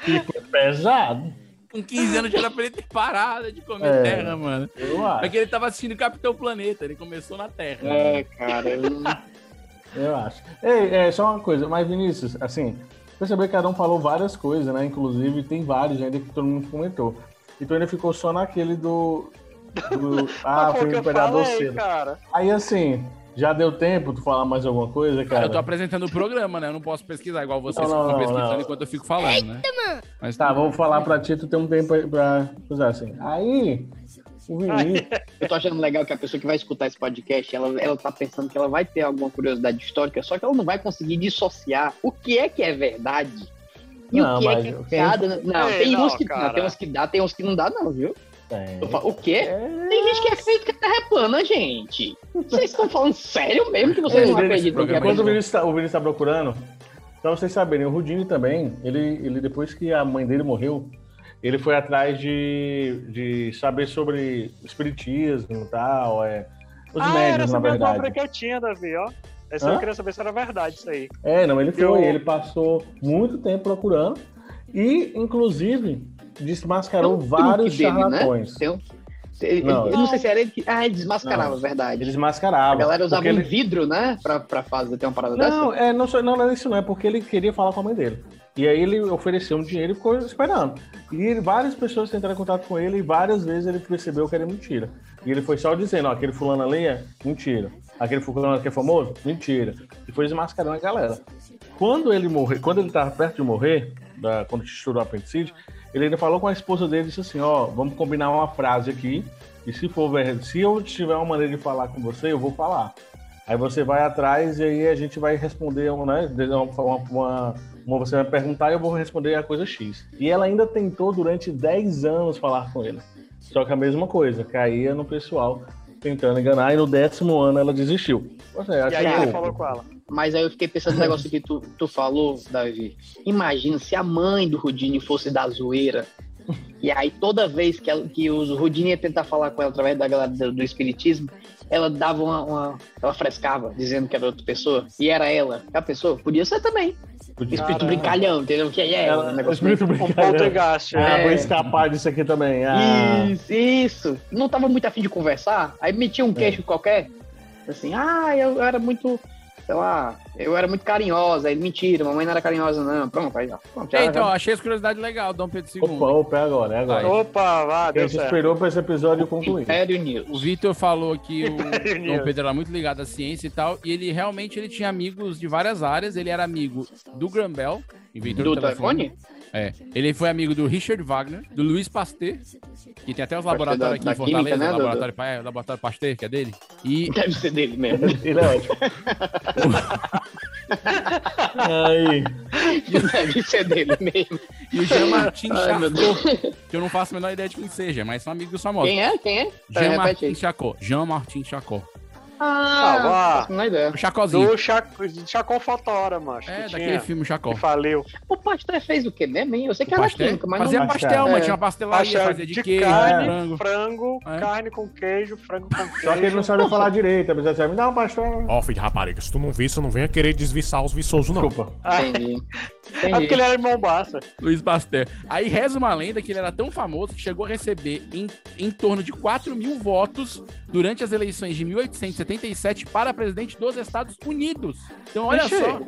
Speaker 5: Tipo, pesado.
Speaker 1: Com 15 anos já era pra ele ter parado de comer
Speaker 5: É.
Speaker 1: terra, mano.
Speaker 5: Eu acho.
Speaker 1: É que ele tava assistindo Capitão Planeta, ele começou na Terra.
Speaker 8: É, cara. eu-
Speaker 5: Eu acho. Ei, é só uma coisa, mas Vinícius, assim, percebeu que cada um falou várias coisas, né? Inclusive tem vários ainda que todo mundo comentou. Então ele ficou só naquele do. do- ah,
Speaker 11: (laughs) Mas foi
Speaker 5: foi
Speaker 11: o
Speaker 5: um
Speaker 11: que eu
Speaker 5: imperador
Speaker 11: falei,
Speaker 5: cedo.
Speaker 11: cara.
Speaker 5: Aí assim, já deu tempo de falar mais alguma coisa, cara?
Speaker 1: Eu tô apresentando o programa, né? Eu não posso pesquisar igual vocês
Speaker 5: Não, não,
Speaker 1: ficam
Speaker 5: não,
Speaker 1: pesquisando
Speaker 5: não.
Speaker 1: enquanto eu fico falando, né? Mas
Speaker 5: Tá, vou falar pra ti, tu tem um tempo aí pra usar assim. Aí, o Vinícius.
Speaker 8: Eu tô achando legal que a pessoa que vai escutar esse podcast, ela, ela tá pensando que ela vai ter alguma curiosidade histórica, só que ela não vai conseguir dissociar o que é que é verdade e
Speaker 5: Não,
Speaker 8: o que é
Speaker 5: mas
Speaker 8: que é
Speaker 5: eu-
Speaker 8: piada. né? Não,
Speaker 11: Ei,
Speaker 8: tem
Speaker 11: não,
Speaker 8: uns que
Speaker 11: cara.
Speaker 8: não, tem uns que dá, tem uns que não dá, não, viu?
Speaker 5: Tem.
Speaker 8: Eu falo, o quê? Tem gente que é feito que é terra plana, gente. Vocês estão falando sério mesmo que vocês
Speaker 5: Ei,
Speaker 8: não
Speaker 5: Vinícius,
Speaker 8: acreditam que é
Speaker 5: Quando o
Speaker 8: verdade?
Speaker 5: Vinícius tá, o Vinícius tá procurando, pra vocês saberem, o Rudini também, ele, ele depois que a mãe dele morreu, ele foi atrás de, de saber sobre espiritismo e tal, é, os
Speaker 11: Ah, era
Speaker 5: médios,
Speaker 11: essa
Speaker 5: na
Speaker 11: minha dúvida
Speaker 5: verdade.
Speaker 11: que eu tinha, Davi, ó. Essa
Speaker 5: Hã?
Speaker 11: eu queria saber se era verdade isso aí.
Speaker 5: É, não, ele foi,
Speaker 11: Eu-
Speaker 5: ele passou muito tempo procurando e, inclusive, desmascarou
Speaker 8: Tem um
Speaker 5: vários
Speaker 8: truque dele, né?
Speaker 5: charlatões.
Speaker 8: Tem um- Ele-
Speaker 5: Não.
Speaker 8: ele- eu não sei se era ele que. Ah, ele desmascarava,
Speaker 5: Não.
Speaker 8: verdade.
Speaker 5: Ele desmascarava.
Speaker 8: A galera usava
Speaker 5: porque
Speaker 8: um
Speaker 5: ele-
Speaker 8: vidro, né? Pra, pra fazer ter uma parada
Speaker 5: Não,
Speaker 8: dessa.
Speaker 5: é, não, sou- não, não é isso não, é porque ele queria falar com a mãe dele. E aí ele ofereceu um dinheiro e ficou esperando. E ele- várias pessoas tentaram contato com ele e várias vezes ele percebeu que era mentira. E ele foi só dizendo, ó, aquele fulano ali é mentira. Aquele fulano que é famoso, mentira. E foi desmascarando a galera. Quando ele morrer, quando ele tava perto de morrer, da- quando estourou o apendicite, ele ainda falou com a esposa dele e disse assim, ó, vamos combinar uma frase aqui. E se for verdade, se eu tiver uma maneira de falar com você, eu vou falar. Aí você vai atrás e aí a gente vai responder, né? Uma, uma, uma- uma- você vai perguntar e eu vou responder a coisa X. E ela ainda tentou durante 10 anos falar com ele. Só que a mesma coisa, caía no pessoal tentando enganar e no décimo ano ela desistiu. Você
Speaker 11: E
Speaker 5: acha
Speaker 11: aí
Speaker 5: que-
Speaker 11: ele falou
Speaker 5: (laughs)
Speaker 11: com ela.
Speaker 8: Mas aí eu fiquei pensando no negócio que tu, tu falou, Davi. Imagina se a mãe do Rudine fosse da zoeira. E aí toda vez que, ela, que os Rudine ia tentar falar com ela através da galera do, do espiritismo, ela dava uma, uma- Ela frescava, dizendo que era outra pessoa. E era ela. A pessoa podia ser também.
Speaker 5: Podia.
Speaker 8: Espírito
Speaker 5: Caramba.
Speaker 8: brincalhão, entendeu? Que é, é um
Speaker 5: Ela- (laughs)
Speaker 8: negócio
Speaker 5: espírito
Speaker 8: meio-
Speaker 5: brincalhão.
Speaker 11: Um poltergeist,
Speaker 5: Ah,
Speaker 8: é.
Speaker 5: vou escapar disso aqui também. Ah.
Speaker 8: Isso, isso. Não tava muito afim de conversar, aí metia um queixo qualquer. Assim, ah, eu era muito, sei lá, eu era muito carinhosa. Aí, mentira, mamãe não era carinhosa, não. Pronto, aí, tá ó. Pronto, já-
Speaker 1: Ei, então,
Speaker 8: já-
Speaker 1: achei essa curiosidade legal, Dom Pedro II.
Speaker 5: Opa, opa, é agora, é agora.
Speaker 11: Opa, vá,
Speaker 5: a
Speaker 11: deu
Speaker 5: gente
Speaker 11: certo.
Speaker 5: esperou pra esse episódio concluir.
Speaker 8: Império News.
Speaker 1: O Vitor falou que o
Speaker 8: (laughs)
Speaker 11: (laughs) Império News.
Speaker 1: Dom Pedro era muito ligado à ciência e tal, e ele realmente ele tinha amigos de várias áreas. Ele era amigo do Graham Bell, inventor
Speaker 8: Do
Speaker 1: do, telefone. É. Ele foi amigo do Richard Wagner, do Luiz Pasteur, que tem até os
Speaker 8: Pasteur
Speaker 1: laboratórios
Speaker 8: da-
Speaker 1: aqui
Speaker 8: da
Speaker 1: em Fortaleza,
Speaker 8: química, né, Dudu?
Speaker 1: laboratório, é, o laboratório Pasteur, que é dele. E
Speaker 8: Deve ser dele mesmo. né? (laughs)
Speaker 5: Ele é ótimo. Aí.
Speaker 8: Deve ser dele mesmo.
Speaker 1: E o
Speaker 8: (laughs)
Speaker 1: Jean Martin
Speaker 8: Ai, meu
Speaker 1: Chacot, que eu não faço a menor ideia de quem seja, mas são amigos famosos.
Speaker 8: Quem é? Quem é? Tá,
Speaker 1: Jean
Speaker 8: repete aí.
Speaker 1: Martin Chacot. Jean Martin Chacot.
Speaker 8: Ah,
Speaker 11: Ah, vá.
Speaker 8: não é ideia.
Speaker 1: O Chacozinho.
Speaker 11: Do Chaco, Chacon Fotora, macho.
Speaker 1: É,
Speaker 11: que
Speaker 1: daquele
Speaker 11: tinha,
Speaker 1: filme Chacó.
Speaker 11: que faliu.
Speaker 8: O pastor fez o quê mesmo, hein? Eu sei que era
Speaker 1: Pastel?
Speaker 8: química, mas
Speaker 1: fazia
Speaker 8: não...
Speaker 1: pastel, mas
Speaker 8: É.
Speaker 1: tinha uma pastelaria,
Speaker 11: Pastel
Speaker 1: fazia de,
Speaker 11: de
Speaker 1: queijo,
Speaker 11: carne.
Speaker 1: frango.
Speaker 11: Frango,
Speaker 1: É.
Speaker 11: carne com queijo, frango com queijo.
Speaker 5: Só que ele não sabe falar direito, apesar de saber, não, pastor.
Speaker 7: Ó, filho de rapariga, se tu não visse, não venha querer desviçar os viçosos, não.
Speaker 5: Desculpa.
Speaker 8: Entendi.
Speaker 11: É porque ele era irmão Bassa.
Speaker 1: Luiz Pasteur. Aí reza uma lenda que ele era tão famoso que chegou a receber em, em torno de 4 mil votos durante as eleições de 1877 para presidente dos Estados Unidos. Então, olha
Speaker 8: Ixi,
Speaker 1: só,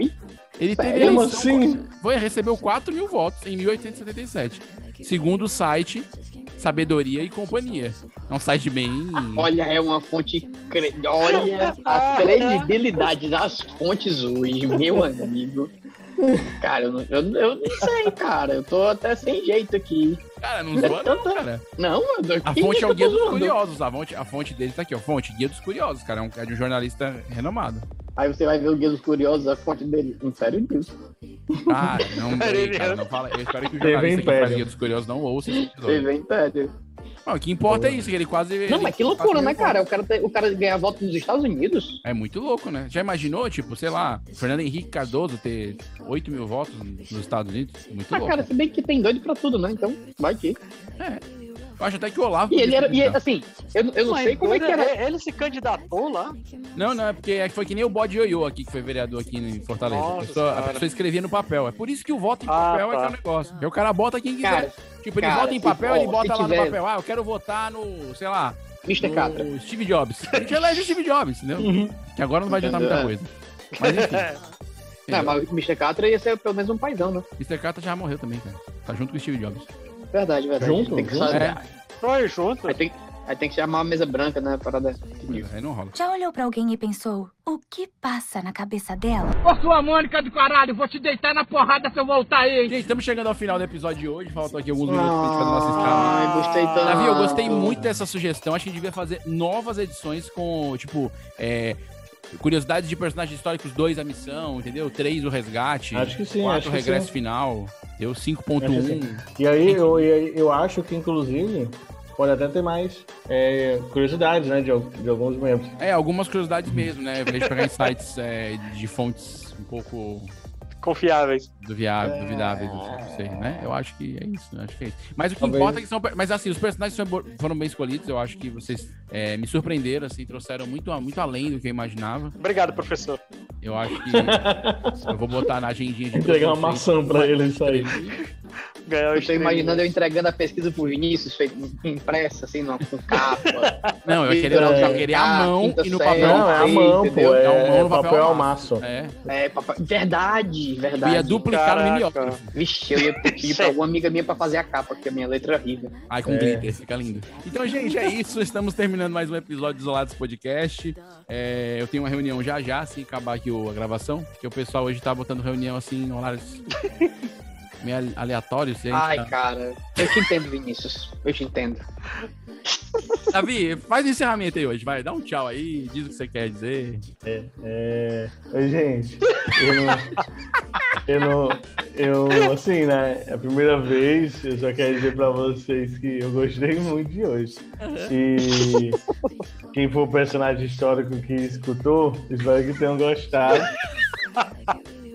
Speaker 1: ele teve
Speaker 8: sério?
Speaker 5: Como
Speaker 1: eleição
Speaker 5: assim?
Speaker 1: Foi, recebeu 4 mil votos em 1877, segundo o site Sabedoria e Companhia. É um site bem.
Speaker 8: Olha, é uma fonte. cre- Olha a credibilidade das fontes hoje, meu amigo. Cara, eu, não- eu, eu nem sei, cara. Eu tô até sem jeito aqui.
Speaker 1: Cara, não zoa não, cara.
Speaker 8: Não, mano.
Speaker 1: A
Speaker 8: Então tá. quem
Speaker 1: fonte é
Speaker 8: que
Speaker 1: o
Speaker 8: eu tô
Speaker 1: Guia dos
Speaker 8: zoando?
Speaker 1: Curiosos. A fonte, a fonte dele tá aqui, ó. Fonte, Guia dos Curiosos, cara. É, um, é de um jornalista renomado.
Speaker 8: Aí você vai ver o Guia dos Curiosos, a fonte dele. Não, sério disso.
Speaker 1: Cara, não, bem, cara, não fala. Eu espero que o
Speaker 8: um
Speaker 1: jornalista que faz Guia dos Curiosos não ouça esse episódio.
Speaker 8: Teve império.
Speaker 1: Não, o que importa é isso, que ele quase.
Speaker 8: Não,
Speaker 1: ele
Speaker 8: mas que
Speaker 1: quase
Speaker 8: loucura,
Speaker 1: ganhou
Speaker 8: né,
Speaker 1: fama.
Speaker 8: cara? O cara, ter- o cara ganhar voto nos Estados Unidos.
Speaker 1: É muito louco, né? Já imaginou, tipo, sei lá, Fernando Henrique Cardoso ter 8 mil votos nos Estados Unidos? Muito
Speaker 8: Ah,
Speaker 1: louco.
Speaker 8: cara, se bem que tem doido pra tudo, né? Então, vai que.
Speaker 1: Eu acho até que o Olavo.
Speaker 8: E ele
Speaker 1: podia
Speaker 8: era.
Speaker 1: se
Speaker 8: E
Speaker 1: candidatar.
Speaker 8: assim, eu, eu não
Speaker 1: Mas
Speaker 8: sei como é que
Speaker 1: doido,
Speaker 8: era.
Speaker 11: Ele se candidatou lá?
Speaker 1: Não, não, é porque foi que nem o bode ioiô aqui, que foi vereador aqui em Fortaleza. a,
Speaker 11: Nossa
Speaker 1: pessoa, a
Speaker 11: senhora.
Speaker 1: pessoa escrevia no papel. É por isso que o voto em
Speaker 11: Ah,
Speaker 1: papel é
Speaker 11: tá.
Speaker 1: que é o negócio. Aí o cara bota quem quiser.
Speaker 11: Cara,
Speaker 1: tipo, ele
Speaker 11: cara,
Speaker 1: vota em
Speaker 11: se-
Speaker 1: papel,
Speaker 11: ó,
Speaker 1: ele bota
Speaker 11: se
Speaker 1: lá
Speaker 11: tiver-
Speaker 1: no papel. Ah, eu quero votar no, sei lá.
Speaker 8: Mr.
Speaker 1: no
Speaker 8: Catra.
Speaker 1: Steve Jobs. A gente elege o Steve Jobs, entendeu?
Speaker 11: Uhum.
Speaker 1: Que agora não vai adiantar muita
Speaker 8: Entendeu?
Speaker 1: coisa. Mas
Speaker 11: (laughs)
Speaker 1: enfim,
Speaker 8: Não, mas o Mr. Catra ia ser pelo menos um paizão, né?
Speaker 1: Mr. Carter já morreu também, cara. Tá junto com o Steve Jobs.
Speaker 8: Verdade, verdade.
Speaker 1: Tá Junto?
Speaker 8: Tem que
Speaker 1: Junto?
Speaker 8: saber.
Speaker 1: É.
Speaker 11: Foi junto.
Speaker 8: Aí tem, aí tem que chamar uma mesa branca, né? Parada.
Speaker 1: Aí não rola.
Speaker 14: Já olhou pra alguém e pensou, o que passa na cabeça dela?
Speaker 15: Ô sua Mônica do caralho, vou te deitar na porrada se eu voltar aí,
Speaker 1: Gente, estamos chegando ao final do episódio de hoje. Faltam aqui alguns minutos pra gente fazer a nossa escala.
Speaker 8: Ah, Ai, gostei tanto.
Speaker 1: Davi, eu
Speaker 5: Ah,
Speaker 1: gostei muito dessa sugestão. Acho que a gente devia fazer novas edições com, tipo, é, curiosidades de personagens históricos 2 a missão, entendeu? 3 o resgate.
Speaker 5: Acho que sim,
Speaker 1: 4
Speaker 5: acho
Speaker 1: o
Speaker 5: que
Speaker 1: regresso
Speaker 5: sim.
Speaker 1: final. Deu
Speaker 5: Acho que
Speaker 1: 5.1.
Speaker 5: sim. E aí eu, e aí eu acho que, inclusive, pode até ter mais é, curiosidades, né, de, al- de alguns membros.
Speaker 1: É, algumas curiosidades mesmo, né? Pra gente pegar em sites é, de fontes um pouco
Speaker 11: Confiáveis.
Speaker 5: É.
Speaker 1: duviáveis, duvidáveis, não sei, né? Eu acho que é isso, né? acho que é isso. Mas o que
Speaker 11: Talvez.
Speaker 1: importa é que são... per- Mas assim, os personagens são bo- foram bem escolhidos, eu acho que vocês é, me surpreenderam, assim, trouxeram muito, a- muito além do que eu imaginava.
Speaker 11: Obrigado, professor.
Speaker 1: Eu acho que eu vou botar na agendinha de
Speaker 5: Entregar uma
Speaker 1: todos vocês.
Speaker 5: maçã pra ele isso aí.
Speaker 8: Eu tô imaginando eu entregando a pesquisa pro Vinícius, feito impressa, assim, numa, com (laughs) capa.
Speaker 1: Não, eu ia querer, eu ia querer a
Speaker 8: Ah,
Speaker 1: mão
Speaker 8: quinta
Speaker 1: e no
Speaker 8: série,
Speaker 1: papel.
Speaker 8: Não, é a mão, pô,
Speaker 1: entendeu?
Speaker 8: é-
Speaker 1: a mão no
Speaker 8: papel
Speaker 1: papel
Speaker 8: ao
Speaker 5: maço.
Speaker 1: É.
Speaker 8: É, papai. Verdade, verdade.
Speaker 1: Eu ia duplicar
Speaker 8: Caraca.
Speaker 1: no mimeógrafo.
Speaker 8: Vixe, eu ia pedir pra alguma amiga minha pra fazer a capa, porque a minha letra é horrível.
Speaker 1: Ai, com glitter, fica lindo. Então, gente, é isso. Estamos terminando mais um episódio do Isolados Podcast. É, eu tenho uma reunião já já, se acabar aqui o- a gravação, porque o pessoal hoje tá botando reunião assim em horários (laughs) meio ale- aleatórios. e a gente
Speaker 8: Ai,
Speaker 1: tá-
Speaker 8: cara. Eu te entendo, Vinícius. Eu te entendo.
Speaker 1: Davi, faz o encerramento aí hoje, vai. Dá um tchau aí, diz o que você quer dizer.
Speaker 5: É, é... Oi, gente, eu não, eu não- eu, assim, né, é a primeira vez, eu só quero dizer pra vocês que eu gostei muito de hoje. E quem for personagem histórico que escutou, espero que tenham gostado.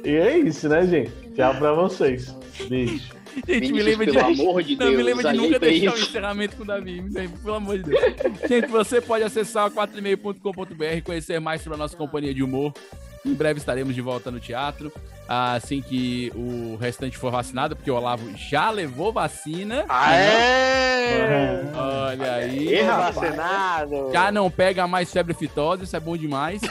Speaker 5: E é isso, né, gente? Tchau pra vocês. Beijo.
Speaker 1: Gente, me lembra de. (laughs) não, me lembra de nunca deixar o encerramento com o Davi. me lembra, Pelo amor de Deus. Gente, você pode acessar 4meio.com.br e conhecer mais sobre a nossa companhia de humor. Em breve estaremos de volta no teatro. Assim que o restante for vacinado, porque o Olavo já levou vacina.
Speaker 11: Aê!
Speaker 5: É.
Speaker 1: Olha aí.
Speaker 11: Ei,
Speaker 1: rapaz.
Speaker 11: vacinado.
Speaker 1: Já não pega mais febre fitosa, isso é bom demais, né?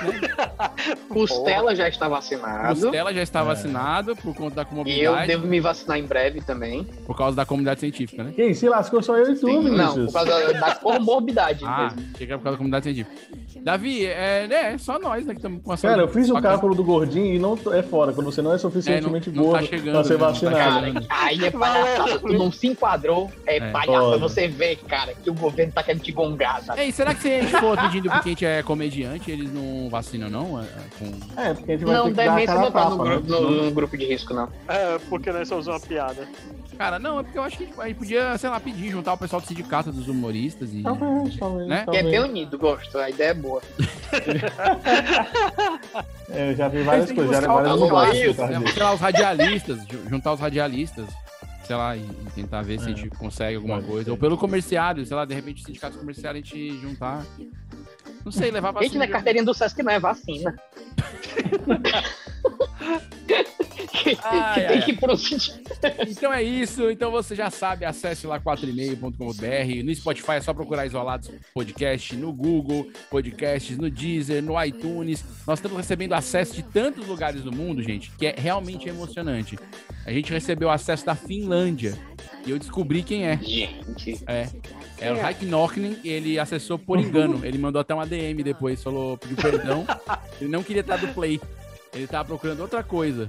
Speaker 8: Costela já está vacinado.
Speaker 1: Costela já está vacinado por conta da
Speaker 8: E
Speaker 1: comorbidade.
Speaker 8: eu devo me vacinar em breve também.
Speaker 1: Por causa da comunidade científica, né?
Speaker 5: Quem se lascou sou eu e tu, Vinícius.
Speaker 8: Não, por causa (laughs) da comorbidade
Speaker 1: Ah,
Speaker 8: mesmo.
Speaker 1: achei que era por causa da comunidade científica. Davi, é, né, é só nós, né, que estamos com a
Speaker 5: Cara, eu fiz o
Speaker 1: só que-
Speaker 5: cálculo do gordinho e não t- é fora. Quando você não é suficientemente
Speaker 1: É, não- não
Speaker 5: gordo
Speaker 1: tá chegando,
Speaker 5: pra ser
Speaker 1: né? Não tá
Speaker 5: vacinado.
Speaker 1: chegando.
Speaker 8: Aí é palhaçada, tu não se enquadrou, é,
Speaker 1: É.
Speaker 8: palhaça.
Speaker 5: Foda.
Speaker 8: Você vê, cara, que o governo tá querendo te gongar, sabe?
Speaker 1: Ei, será que se a gente for pedindo porque a gente é comediante, eles não vacinam, não? É, com-
Speaker 5: É, porque a gente vai
Speaker 8: Não,
Speaker 5: ter que dar a
Speaker 8: demência
Speaker 5: cara a
Speaker 8: não tá no,
Speaker 5: tapa, né?
Speaker 8: gru- no- no grupo de risco, não.
Speaker 11: É, porque nós somos uma piada.
Speaker 1: Cara, não, é porque eu acho que a gente- a gente podia, sei lá, pedir, juntar o pessoal do sindicato dos humoristas
Speaker 5: Tá
Speaker 1: e...
Speaker 5: Talvez, talvez.
Speaker 1: Né?
Speaker 8: Que é
Speaker 5: talvez.
Speaker 8: bem unido, gosto. A ideia é boa.
Speaker 5: É, Eu já vi várias
Speaker 1: Tem que
Speaker 5: coisas, já
Speaker 1: buscar
Speaker 5: vi várias
Speaker 1: o-
Speaker 5: bobagens. por causa
Speaker 1: sei lá,
Speaker 5: disso.
Speaker 1: sei lá, os radialistas, ju- juntar os radialistas, sei lá, e e tentar ver se a gente consegue alguma coisa. Ou pelo comerciário, sei lá, de repente o sindicato comerciário a gente juntar. Não sei, levar pra
Speaker 8: Gente, não é carteirinha do Sesc, não, é vacina. que que
Speaker 1: Ai, ai,
Speaker 8: tem
Speaker 1: ai.
Speaker 8: que ir pro sindicato.
Speaker 1: Então é isso. Então você já sabe, acesse lá 4meio.com.br. No Spotify é só procurar Isolados Podcast, no Google Podcasts, no Deezer, no iTunes. Nós estamos recebendo acesso de tantos lugares do mundo, gente, que é realmente emocionante. A gente recebeu acesso da Finlândia. E eu descobri quem é. É. É o Hike Nockling, ele acessou por engano. Ele mandou até um ADM depois, falou, pediu (laughs) perdão. ele não queria estar do play. Ele tava procurando outra coisa.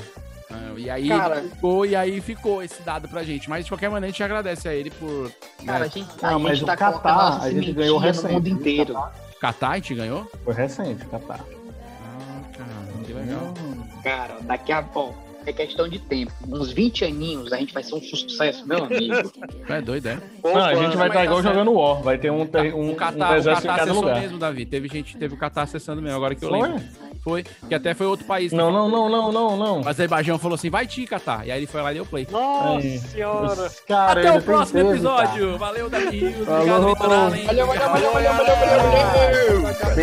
Speaker 1: Ah, E aí
Speaker 8: Cara.
Speaker 1: ficou, e aí ficou esse dado pra gente. Mas de qualquer maneira a gente agradece a ele por.
Speaker 8: Cara, a gente- a Não,
Speaker 5: mas gente tá o Catar, colocando a nossa a gente sementinha ganhou no recente. mundo
Speaker 1: inteiro. Catar a gente ganhou?
Speaker 5: Foi recente, Catar.
Speaker 1: Ah, Cara, que legal.
Speaker 8: Cara, daqui a pouco. É questão de tempo. Uns 20 aninhos a gente vai ser um sucesso, meu amigo.
Speaker 1: É doido, é?
Speaker 5: Não, a gente vai estar igual jogando War. Vai ter um, ter- um,
Speaker 1: O Catar,
Speaker 5: um
Speaker 1: o Catar
Speaker 5: exército em cada
Speaker 1: acessou
Speaker 5: lugar.
Speaker 1: mesmo, Davi. Teve gente, teve o Catar acessando mesmo, agora que eu
Speaker 5: Foi?
Speaker 1: lembro. Foi. Que até foi outro país.
Speaker 5: Não, não, não, não, não, não.
Speaker 1: O Azerbaijão falou assim: vai te, Catar. E aí ele foi lá e deu play.
Speaker 11: Nossa
Speaker 5: Aí.
Speaker 11: senhora!
Speaker 1: Até
Speaker 5: Cara, ele
Speaker 1: o
Speaker 5: tem
Speaker 1: próximo
Speaker 5: peso,
Speaker 1: episódio.
Speaker 5: cara.
Speaker 1: Valeu, Davi. Obrigado,
Speaker 5: Falou.
Speaker 1: Vitor Allen.
Speaker 5: Valeu,
Speaker 1: valeu,
Speaker 5: valeu,
Speaker 1: valeu, valeu,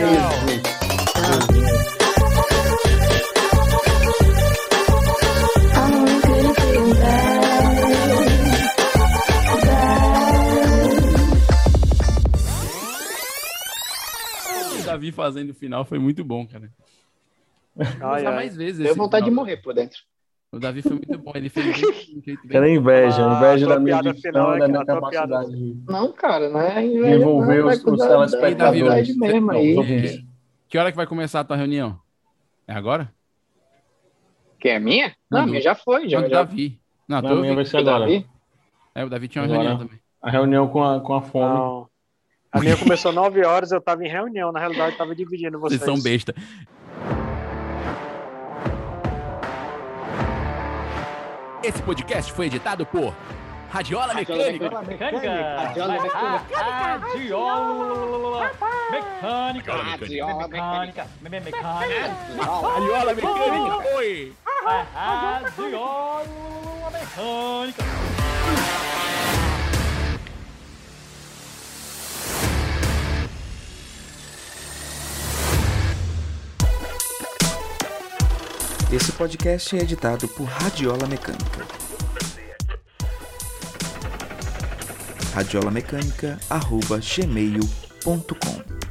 Speaker 5: Beijo.
Speaker 1: O Davi fazendo o final foi muito bom, cara.
Speaker 11: Ai,
Speaker 1: Tá
Speaker 11: ai.
Speaker 1: mais vezes
Speaker 8: Deu
Speaker 1: esse
Speaker 8: vontade de
Speaker 1: final.
Speaker 8: morrer por dentro.
Speaker 1: O Davi foi muito bom. Ele fez bem- um jeito bem.
Speaker 5: Aquela inveja,
Speaker 1: Ah,
Speaker 5: inveja da
Speaker 1: tua
Speaker 5: minha
Speaker 1: piada
Speaker 5: dicção,
Speaker 1: final é
Speaker 5: da
Speaker 1: que
Speaker 5: minha
Speaker 1: a tua
Speaker 5: capacidade de
Speaker 8: Não, cara, não é.
Speaker 5: envolver os, os
Speaker 1: né?
Speaker 5: telespectadores.
Speaker 8: verdade mesmo
Speaker 5: Não,
Speaker 8: aí.
Speaker 5: os ouvintes.
Speaker 1: Que hora que vai começar a tua reunião? É agora?
Speaker 8: Que é minha? Não, a minha já foi. Já,
Speaker 1: Não, do
Speaker 8: já...
Speaker 1: Davi. Não,
Speaker 5: Não,
Speaker 1: tô
Speaker 5: a minha
Speaker 1: ouvindo.
Speaker 5: vai ser agora.
Speaker 8: Davi?
Speaker 1: É, o Davi tinha uma reunião
Speaker 5: Agora,
Speaker 1: também.
Speaker 5: a reunião com a, com a fome.
Speaker 11: Não. A minha começou 9 horas, eu tava em reunião, na realidade eu tava dividindo vocês.
Speaker 1: Vocês são besta. Esse podcast foi editado por Radiola Mecânica.
Speaker 16: Radiola mecânica. Radiola mecânica. Me- Mecânica.
Speaker 1: Radiola mecânica. Oi.
Speaker 16: Radiola mecânica.
Speaker 17: Esse podcast é editado por Radiola Mecânica. radiolamecânica.gmail.com